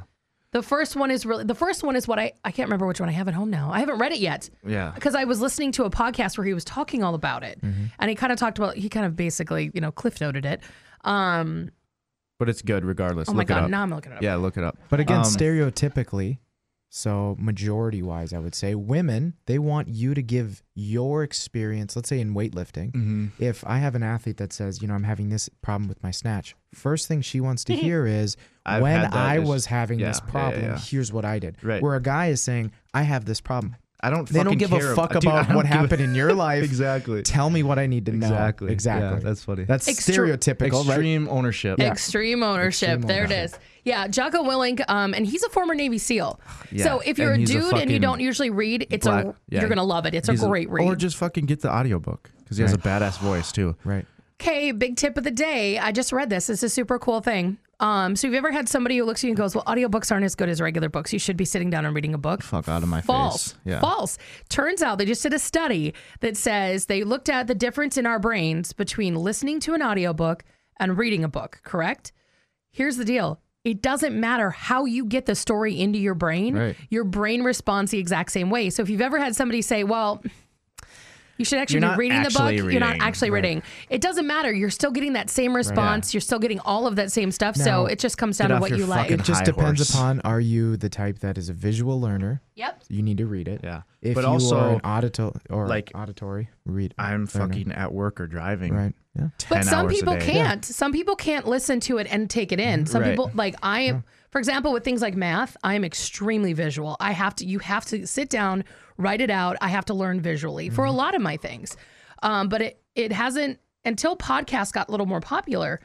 [SPEAKER 4] the first one is really the first one is what I I can't remember which one I have at home now. I haven't read it yet.
[SPEAKER 3] yeah.
[SPEAKER 4] because I was listening to a podcast where he was talking all about it,
[SPEAKER 3] Mm-hmm.
[SPEAKER 4] and he kind of talked about he kind of basically you know cliff noted it. Um,
[SPEAKER 3] But it's good regardless.
[SPEAKER 4] oh my
[SPEAKER 3] look it
[SPEAKER 4] god,
[SPEAKER 3] up.
[SPEAKER 4] now I'm looking it up.
[SPEAKER 3] Yeah, look it up.
[SPEAKER 2] But again,
[SPEAKER 3] Um,
[SPEAKER 2] stereotypically, so majority wise, I would say women, they want you to give your experience, let's say in weightlifting.
[SPEAKER 3] Mm-hmm.
[SPEAKER 2] If I have an athlete that says, you know, I'm having this problem with my snatch, first thing she wants
[SPEAKER 4] Mm-hmm.
[SPEAKER 2] to hear is,
[SPEAKER 3] I've
[SPEAKER 2] when
[SPEAKER 3] had that
[SPEAKER 2] I
[SPEAKER 3] issue."
[SPEAKER 2] was having
[SPEAKER 3] Yeah,
[SPEAKER 2] this
[SPEAKER 3] yeah, yeah,
[SPEAKER 2] problem,
[SPEAKER 3] yeah.
[SPEAKER 2] here's what I did.
[SPEAKER 3] Right.
[SPEAKER 2] Where a guy is saying, I have this problem.
[SPEAKER 3] I don't.
[SPEAKER 2] They don't
[SPEAKER 3] fucking
[SPEAKER 2] give
[SPEAKER 3] care
[SPEAKER 2] a
[SPEAKER 3] ab-
[SPEAKER 2] fuck
[SPEAKER 3] Dude, I
[SPEAKER 2] about
[SPEAKER 3] don't
[SPEAKER 2] what
[SPEAKER 3] give a-
[SPEAKER 2] happened in your life.
[SPEAKER 3] Exactly.
[SPEAKER 2] Tell me what I need to know.
[SPEAKER 3] Exactly. Yeah,
[SPEAKER 2] Exactly.
[SPEAKER 3] that's funny.
[SPEAKER 2] That's
[SPEAKER 4] Extre-
[SPEAKER 2] stereotypical, right?
[SPEAKER 3] Extreme ownership.
[SPEAKER 4] Extreme ownership.
[SPEAKER 2] Extreme
[SPEAKER 4] there it
[SPEAKER 2] ownership.
[SPEAKER 4] is. Yeah, Jocko Willink, um, and he's a former Navy SEAL.
[SPEAKER 3] Yeah,
[SPEAKER 4] So if you're a
[SPEAKER 3] and he's a
[SPEAKER 4] dude and you
[SPEAKER 3] fucking
[SPEAKER 4] don't usually read, it's
[SPEAKER 3] black-
[SPEAKER 4] a
[SPEAKER 3] yeah.
[SPEAKER 4] you're gonna love it. It's a
[SPEAKER 3] He's
[SPEAKER 4] great read.
[SPEAKER 3] Or just fucking get the audiobook because he has a badass voice too.
[SPEAKER 2] Right.
[SPEAKER 4] Okay, big tip of the day. I just read this. This is a super cool thing. Um, so have you ever had somebody who looks at you and goes, Well, audiobooks aren't as good as regular books. You should be sitting down and reading a book.
[SPEAKER 3] Fuck out of my
[SPEAKER 4] False.
[SPEAKER 3] face. Yeah.
[SPEAKER 4] False. Turns out they just did a study that says they looked at the difference in our brains between listening to an audiobook and reading a book, correct? Here's the deal. It doesn't matter how you get the story into your brain.
[SPEAKER 3] Right.
[SPEAKER 4] Your brain responds the exact same way. So if you've ever had somebody say, "Well, you should actually
[SPEAKER 3] You're
[SPEAKER 4] be
[SPEAKER 3] not
[SPEAKER 4] reading the book.
[SPEAKER 3] actually
[SPEAKER 4] You're not
[SPEAKER 3] reading,
[SPEAKER 4] actually reading. It doesn't matter. You're still getting that same response. You're still getting all of that same stuff. so
[SPEAKER 2] Now,
[SPEAKER 4] it just comes down to
[SPEAKER 3] off
[SPEAKER 4] what
[SPEAKER 3] your
[SPEAKER 4] you like.
[SPEAKER 3] fucking
[SPEAKER 2] It just
[SPEAKER 3] high
[SPEAKER 2] depends
[SPEAKER 3] horse.
[SPEAKER 2] upon are you the type that is a visual learner?
[SPEAKER 4] Yep.
[SPEAKER 2] You need to read it.
[SPEAKER 3] Yeah.
[SPEAKER 2] If
[SPEAKER 3] But
[SPEAKER 2] you
[SPEAKER 3] also,
[SPEAKER 2] are an audito- or
[SPEAKER 3] like,
[SPEAKER 2] auditory read,
[SPEAKER 3] I'm
[SPEAKER 2] learner,
[SPEAKER 3] fucking at work or driving.
[SPEAKER 2] right. Yeah.
[SPEAKER 3] 10
[SPEAKER 4] But some
[SPEAKER 3] hours a
[SPEAKER 4] people
[SPEAKER 3] day.
[SPEAKER 4] can't. Some people can't listen to it and take it in. Some
[SPEAKER 3] Right.
[SPEAKER 4] people like I am for example with things like math, I am extremely visual. I have to you have to sit down, write it out. I have to learn visually for
[SPEAKER 3] Mm-hmm.
[SPEAKER 4] a lot of my things. Um, but it it hasn't until podcasts got a little more popular,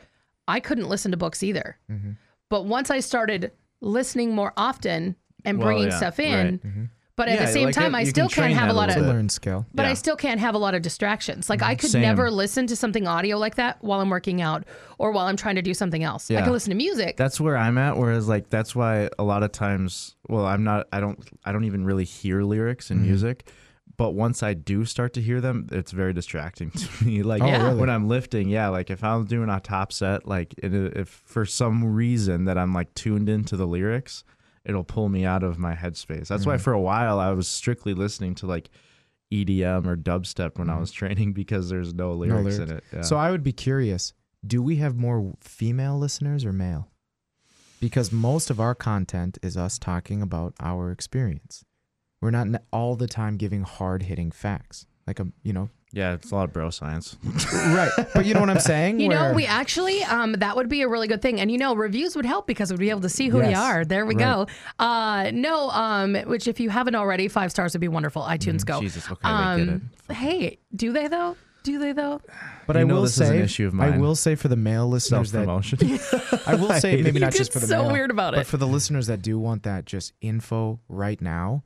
[SPEAKER 4] I couldn't listen to books either.
[SPEAKER 3] Mm-hmm.
[SPEAKER 4] But once I started listening more often and
[SPEAKER 3] Well,
[SPEAKER 4] bringing
[SPEAKER 3] yeah,
[SPEAKER 4] stuff in,
[SPEAKER 3] right. Mm-hmm.
[SPEAKER 4] but at
[SPEAKER 3] Yeah,
[SPEAKER 4] the same
[SPEAKER 3] like,
[SPEAKER 4] time,
[SPEAKER 3] yeah,
[SPEAKER 4] I
[SPEAKER 3] you can
[SPEAKER 4] still can't
[SPEAKER 3] train
[SPEAKER 4] have a
[SPEAKER 3] that a
[SPEAKER 4] lot
[SPEAKER 3] little
[SPEAKER 4] of
[SPEAKER 3] bit.
[SPEAKER 2] Learn skill.
[SPEAKER 4] but
[SPEAKER 3] Yeah.
[SPEAKER 4] I still can't have a lot of distractions. Like I could
[SPEAKER 3] Same.
[SPEAKER 4] never listen to something audio like that while I'm working out or while I'm trying to do something else. I
[SPEAKER 3] Yeah.
[SPEAKER 4] can listen to music.
[SPEAKER 3] That's where I'm at. Whereas like that's why a lot of times, well, I'm not. I don't. I don't even really hear lyrics
[SPEAKER 2] Mm-hmm.
[SPEAKER 3] in music. But once I do start to hear them, it's very distracting to me. Like
[SPEAKER 4] Yeah.
[SPEAKER 2] Oh, really?
[SPEAKER 3] when I'm lifting, yeah. Like if I'm doing a top set, like it, if for some reason that I'm like tuned into the lyrics, it'll pull me out of my headspace. That's
[SPEAKER 2] Mm-hmm.
[SPEAKER 3] why for a while I was strictly listening to like EDM or dubstep when I was training because there's no lyrics,
[SPEAKER 2] Mm-hmm. No lyrics.
[SPEAKER 3] in it. Yeah.
[SPEAKER 2] So I would be curious: Do we have more female listeners or male? Because most of our content is us talking about our experience. We're not n- all the time giving hard-hitting facts, like a you know,
[SPEAKER 3] yeah, it's a lot of bro science.
[SPEAKER 2] right? But you know what I'm saying?
[SPEAKER 4] you know,
[SPEAKER 2] Where-
[SPEAKER 4] we actually um, that would be a really good thing, and you know, reviews would help because we'd be able to see who we
[SPEAKER 2] Yes.
[SPEAKER 4] are. There we go. Uh, no, um, which if you haven't already, five stars would be wonderful. iTunes go. Um,
[SPEAKER 3] Jesus, okay, Mm-hmm. I get it.
[SPEAKER 4] Hey, do they though? Do they though?
[SPEAKER 2] But
[SPEAKER 3] You
[SPEAKER 2] I
[SPEAKER 3] know
[SPEAKER 2] will
[SPEAKER 3] this
[SPEAKER 2] say,
[SPEAKER 3] is an issue of
[SPEAKER 2] I
[SPEAKER 3] mine.
[SPEAKER 2] will say for the male listeners
[SPEAKER 3] self
[SPEAKER 2] that
[SPEAKER 3] promotion.
[SPEAKER 2] I will say maybe not
[SPEAKER 4] get
[SPEAKER 2] just for the
[SPEAKER 4] so
[SPEAKER 2] male,
[SPEAKER 4] weird about
[SPEAKER 2] but
[SPEAKER 4] it.
[SPEAKER 2] for the listeners that do want that just info right now,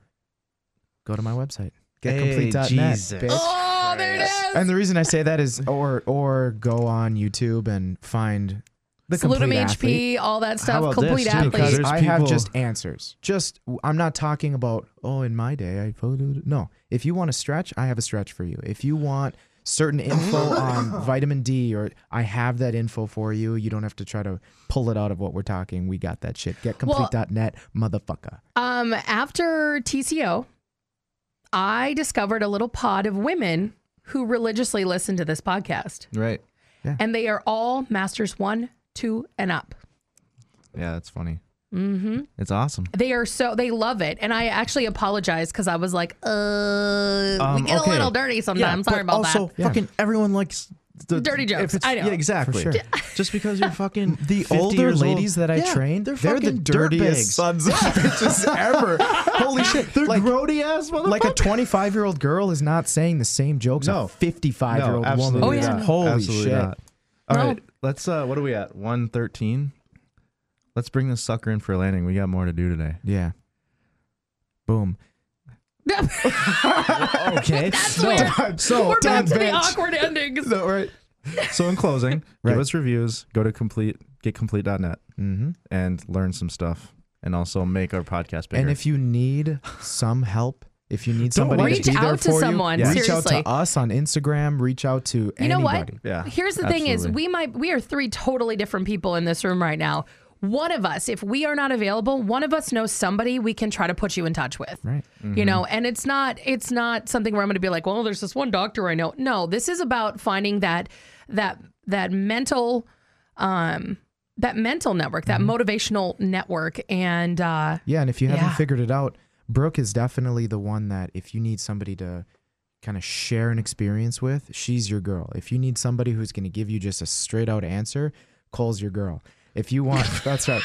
[SPEAKER 2] go to my website getcomplete.net.
[SPEAKER 3] Jesus.
[SPEAKER 2] bitch.
[SPEAKER 4] Oh, there it is.
[SPEAKER 2] And the reason I say that is, or or go on YouTube and find the
[SPEAKER 4] Salute 'em
[SPEAKER 2] complete athlete.
[SPEAKER 4] HP, all that stuff.
[SPEAKER 3] about
[SPEAKER 4] Complete
[SPEAKER 3] this, too?
[SPEAKER 4] athlete.
[SPEAKER 2] Because
[SPEAKER 3] There's
[SPEAKER 2] I have
[SPEAKER 3] people-
[SPEAKER 2] just answers. Just I'm not talking about oh in my day I voted no. If you want a stretch, I have a stretch for you. If you want certain info on vitamin D or I have that info for you. You don't have to try to pull it out of what we're talking. We got that shit. Getcomplete.net, motherfucker.
[SPEAKER 4] Um, after TCO, I discovered a little pod of women who religiously listen to this podcast,
[SPEAKER 3] right.
[SPEAKER 4] and they are all masters one, two, and up.
[SPEAKER 3] Yeah, that's funny. Mm-hmm. It's awesome.
[SPEAKER 4] They are so they love it, and I actually apologize because I was like, uh, we
[SPEAKER 3] Um,
[SPEAKER 4] get
[SPEAKER 3] okay.
[SPEAKER 4] a little dirty sometimes. Sorry about
[SPEAKER 3] also,
[SPEAKER 4] that.
[SPEAKER 2] Yeah.
[SPEAKER 3] fucking everyone likes the
[SPEAKER 4] Dirty
[SPEAKER 3] if
[SPEAKER 4] jokes.
[SPEAKER 3] it's-
[SPEAKER 4] I know.
[SPEAKER 3] Yeah, exactly.
[SPEAKER 2] For sure.
[SPEAKER 3] Just because you're fucking
[SPEAKER 2] The
[SPEAKER 3] 50
[SPEAKER 2] older
[SPEAKER 3] years old-
[SPEAKER 2] ladies that I
[SPEAKER 3] Yeah,
[SPEAKER 2] trained,
[SPEAKER 3] they're,
[SPEAKER 2] they're,
[SPEAKER 3] fucking
[SPEAKER 2] the dirtiest
[SPEAKER 3] dirtbags.
[SPEAKER 2] sons of bitches ever. Holy shit.
[SPEAKER 3] They're
[SPEAKER 2] Like-
[SPEAKER 3] grody ass motherfuckers.
[SPEAKER 2] like a 25 year old girl is not saying the same jokes
[SPEAKER 3] No.
[SPEAKER 2] a 55 year
[SPEAKER 3] no,
[SPEAKER 2] old
[SPEAKER 3] absolutely
[SPEAKER 4] Oh,
[SPEAKER 2] woman is.
[SPEAKER 4] yeah.
[SPEAKER 3] not.
[SPEAKER 2] Holy
[SPEAKER 3] Absolutely
[SPEAKER 2] shit.
[SPEAKER 3] not. All
[SPEAKER 4] No.
[SPEAKER 3] right, let's. Uh, what are we at? One thirteen. Let's bring this sucker in for a landing. We got more to do today.
[SPEAKER 2] Yeah. Boom.
[SPEAKER 3] Okay.
[SPEAKER 4] That's weird.
[SPEAKER 3] so
[SPEAKER 4] We're back to the
[SPEAKER 2] bitch.
[SPEAKER 4] awkward endings.
[SPEAKER 3] No, right. So in closing,
[SPEAKER 2] Right.
[SPEAKER 3] give us reviews, go to complete getcomplete.net
[SPEAKER 2] Mm-hmm.
[SPEAKER 3] and learn some stuff and also make our podcast bigger.
[SPEAKER 2] And if you need some help if you need somebody
[SPEAKER 4] worry.
[SPEAKER 2] to be
[SPEAKER 4] Reach
[SPEAKER 2] there
[SPEAKER 4] out to
[SPEAKER 2] for
[SPEAKER 4] someone,
[SPEAKER 2] you, reach
[SPEAKER 4] seriously.
[SPEAKER 2] out to us on Instagram. Reach out to
[SPEAKER 4] You know what?
[SPEAKER 2] anybody.
[SPEAKER 3] Yeah,
[SPEAKER 4] Here's the thing: is
[SPEAKER 3] absolutely.
[SPEAKER 4] we might we are three totally different people in this room right now. One of us, if we are not available, one of us knows somebody we can try to put you in touch with.
[SPEAKER 2] Right.
[SPEAKER 4] You know, and it's not it's not something where I'm going to be like, well, there's this one doctor I know. No, this is about finding that that that mental um that mental network, that motivational network, and uh,
[SPEAKER 2] Yeah, and if you haven't
[SPEAKER 4] Yeah.
[SPEAKER 2] figured it out, Brooke is definitely the one that if you need somebody to kind of share an experience with, she's your girl. If you need somebody who's going to give you just a straight out answer, Cole's your girl. If you want, that's right.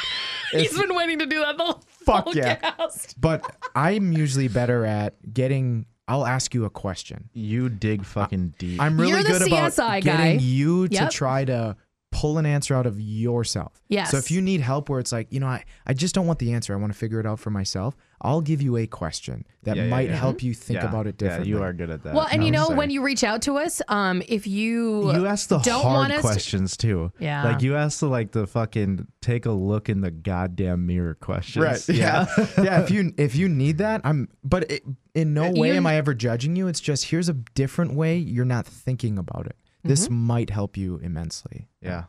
[SPEAKER 4] he's been waiting to do that the whole
[SPEAKER 2] Fuck yeah.
[SPEAKER 4] podcast.
[SPEAKER 2] But I'm usually better at getting. I'll ask you a question.
[SPEAKER 3] You dig fucking deep.
[SPEAKER 2] I'm really
[SPEAKER 4] You're the
[SPEAKER 2] good about
[SPEAKER 4] CSI
[SPEAKER 2] getting
[SPEAKER 4] guy.
[SPEAKER 2] you
[SPEAKER 4] Yep.
[SPEAKER 2] to try to pull an answer out of yourself.
[SPEAKER 4] Yes.
[SPEAKER 2] So if you need help where it's like, you know, I, I just don't want the answer. I want to figure it out for myself. I'll give you a question that
[SPEAKER 3] Yeah, yeah,
[SPEAKER 2] might
[SPEAKER 3] yeah.
[SPEAKER 2] help you think
[SPEAKER 3] Yeah,
[SPEAKER 2] about it differently.
[SPEAKER 3] Yeah, you are good at that.
[SPEAKER 4] Well, and you know,
[SPEAKER 3] Honestly.
[SPEAKER 4] when you reach out to us, um, if you
[SPEAKER 3] you ask the
[SPEAKER 4] don't
[SPEAKER 3] hard
[SPEAKER 4] want us to-
[SPEAKER 3] questions too.
[SPEAKER 4] Yeah.
[SPEAKER 3] like you ask the like the fucking take a look in the goddamn mirror questions.
[SPEAKER 2] Right. Yeah. yeah. If you if you need that, I'm. But it, in no way
[SPEAKER 4] you're-
[SPEAKER 2] am I ever judging you. It's just here's a different way you're not thinking about it. This
[SPEAKER 4] Mm-hmm.
[SPEAKER 2] might help you immensely.
[SPEAKER 3] yeah.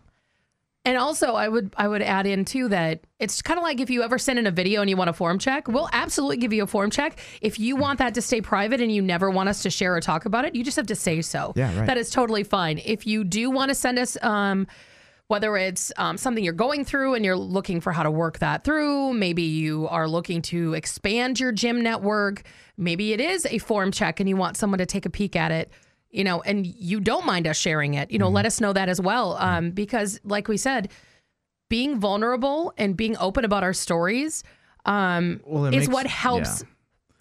[SPEAKER 4] And also, I would I would add in too that it's kind of like if you ever send in a video and you want a form check, we'll absolutely give you a form check. If you want that to stay private and you never want us to share or talk about it, you just have to say so.
[SPEAKER 2] Yeah, right.
[SPEAKER 4] That is totally fine. If you do want to send us, um, whether it's um, something you're going through and you're looking for how to work that through, maybe you are looking to expand your gym network, maybe it is a form check and you want someone to take a peek at it you know, and you don't mind us sharing it, you know,
[SPEAKER 2] Mm-hmm.
[SPEAKER 4] let us know that as well. Um, because, like we said, being vulnerable and being open about our stories um,
[SPEAKER 3] Well, it
[SPEAKER 4] is
[SPEAKER 3] makes-
[SPEAKER 4] what helps
[SPEAKER 3] yeah.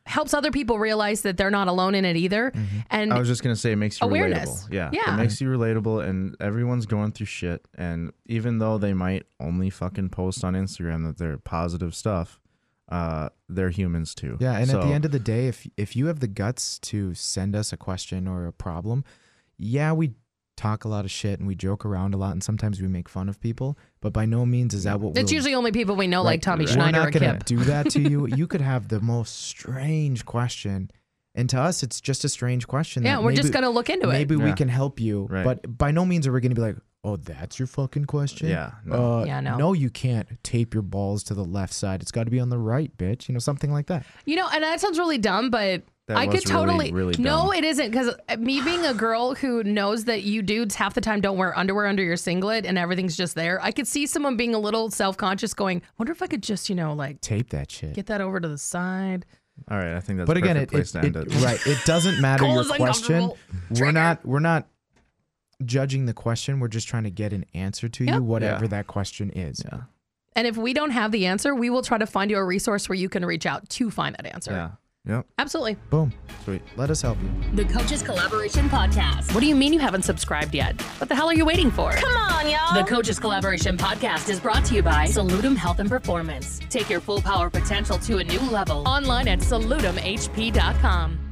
[SPEAKER 4] helps other people realize that they're not alone in it either.
[SPEAKER 2] Mm-hmm.
[SPEAKER 4] And
[SPEAKER 3] I was just gonna say it makes you
[SPEAKER 4] Awareness.
[SPEAKER 3] relatable. Yeah.
[SPEAKER 4] Yeah.
[SPEAKER 3] It makes you relatable and everyone's going through shit. And even though they might only fucking post on Instagram that they're positive stuff, uh, they're humans too.
[SPEAKER 2] Yeah, and at
[SPEAKER 3] So-
[SPEAKER 2] the end of the day, if if you have the guts to send us a question or a problem, yeah, we talk a lot of shit and we joke around a lot, and sometimes we make fun of people. But by no means is that what
[SPEAKER 4] it's
[SPEAKER 2] we'll-
[SPEAKER 4] usually only people we know, like Tommy
[SPEAKER 2] We're
[SPEAKER 4] Schneider
[SPEAKER 2] not
[SPEAKER 4] or
[SPEAKER 2] gonna
[SPEAKER 4] Kip.
[SPEAKER 2] do that to you. You could have the most strange question, and to us, it's just a strange question.
[SPEAKER 4] Yeah,
[SPEAKER 2] that
[SPEAKER 4] we're
[SPEAKER 2] maybe-
[SPEAKER 4] just gonna look into it.
[SPEAKER 2] Maybe we
[SPEAKER 3] Yeah.
[SPEAKER 2] can help you,
[SPEAKER 3] Right.
[SPEAKER 2] but by no means are we gonna be like, "Oh, that's your fucking question."
[SPEAKER 3] Yeah, no.
[SPEAKER 2] Uh,
[SPEAKER 4] Yeah, no.
[SPEAKER 2] No, you can't tape your balls to the left side. It's got to be on the right, bitch. You know, something like that.
[SPEAKER 4] You know, and that sounds really dumb, but
[SPEAKER 3] That
[SPEAKER 4] I
[SPEAKER 3] was
[SPEAKER 4] could totally.
[SPEAKER 3] really, really
[SPEAKER 4] no,
[SPEAKER 3] dumb.
[SPEAKER 4] it isn't because me being a girl who knows that you dudes half the time don't wear underwear under your singlet and everything's just there. I could see someone being a little self conscious, going, "Wonder if I could just, you know, like
[SPEAKER 2] Tape that shit.
[SPEAKER 4] get that over to the side."
[SPEAKER 3] all right, I think that's
[SPEAKER 2] but again,
[SPEAKER 3] perfect
[SPEAKER 2] it,
[SPEAKER 3] place
[SPEAKER 2] it,
[SPEAKER 3] to end
[SPEAKER 2] it-
[SPEAKER 3] it.
[SPEAKER 2] right. It doesn't matter
[SPEAKER 4] Cole
[SPEAKER 2] your
[SPEAKER 4] is
[SPEAKER 2] question.
[SPEAKER 4] uncomfortable.
[SPEAKER 2] We're not. We're not judging the question. We're just trying to get an answer to
[SPEAKER 4] Yeah.
[SPEAKER 2] you, whatever
[SPEAKER 3] Yeah.
[SPEAKER 2] that question is. Yeah.
[SPEAKER 4] And if we don't have the answer, we will try to find you a resource where you can reach out to find that answer.
[SPEAKER 3] Yeah. Yep.
[SPEAKER 4] Absolutely.
[SPEAKER 2] Boom.
[SPEAKER 3] Sweet.
[SPEAKER 2] Let us help you.
[SPEAKER 6] The Coaches Collaboration Podcast.
[SPEAKER 4] What do you mean you haven't subscribed yet? What the hell are you waiting for?
[SPEAKER 6] Come on, y'all. The Coaches Collaboration Podcast is brought to you by Salutum Health and Performance. Take your full power potential to a new level.
[SPEAKER 4] Online at salutumhp.com.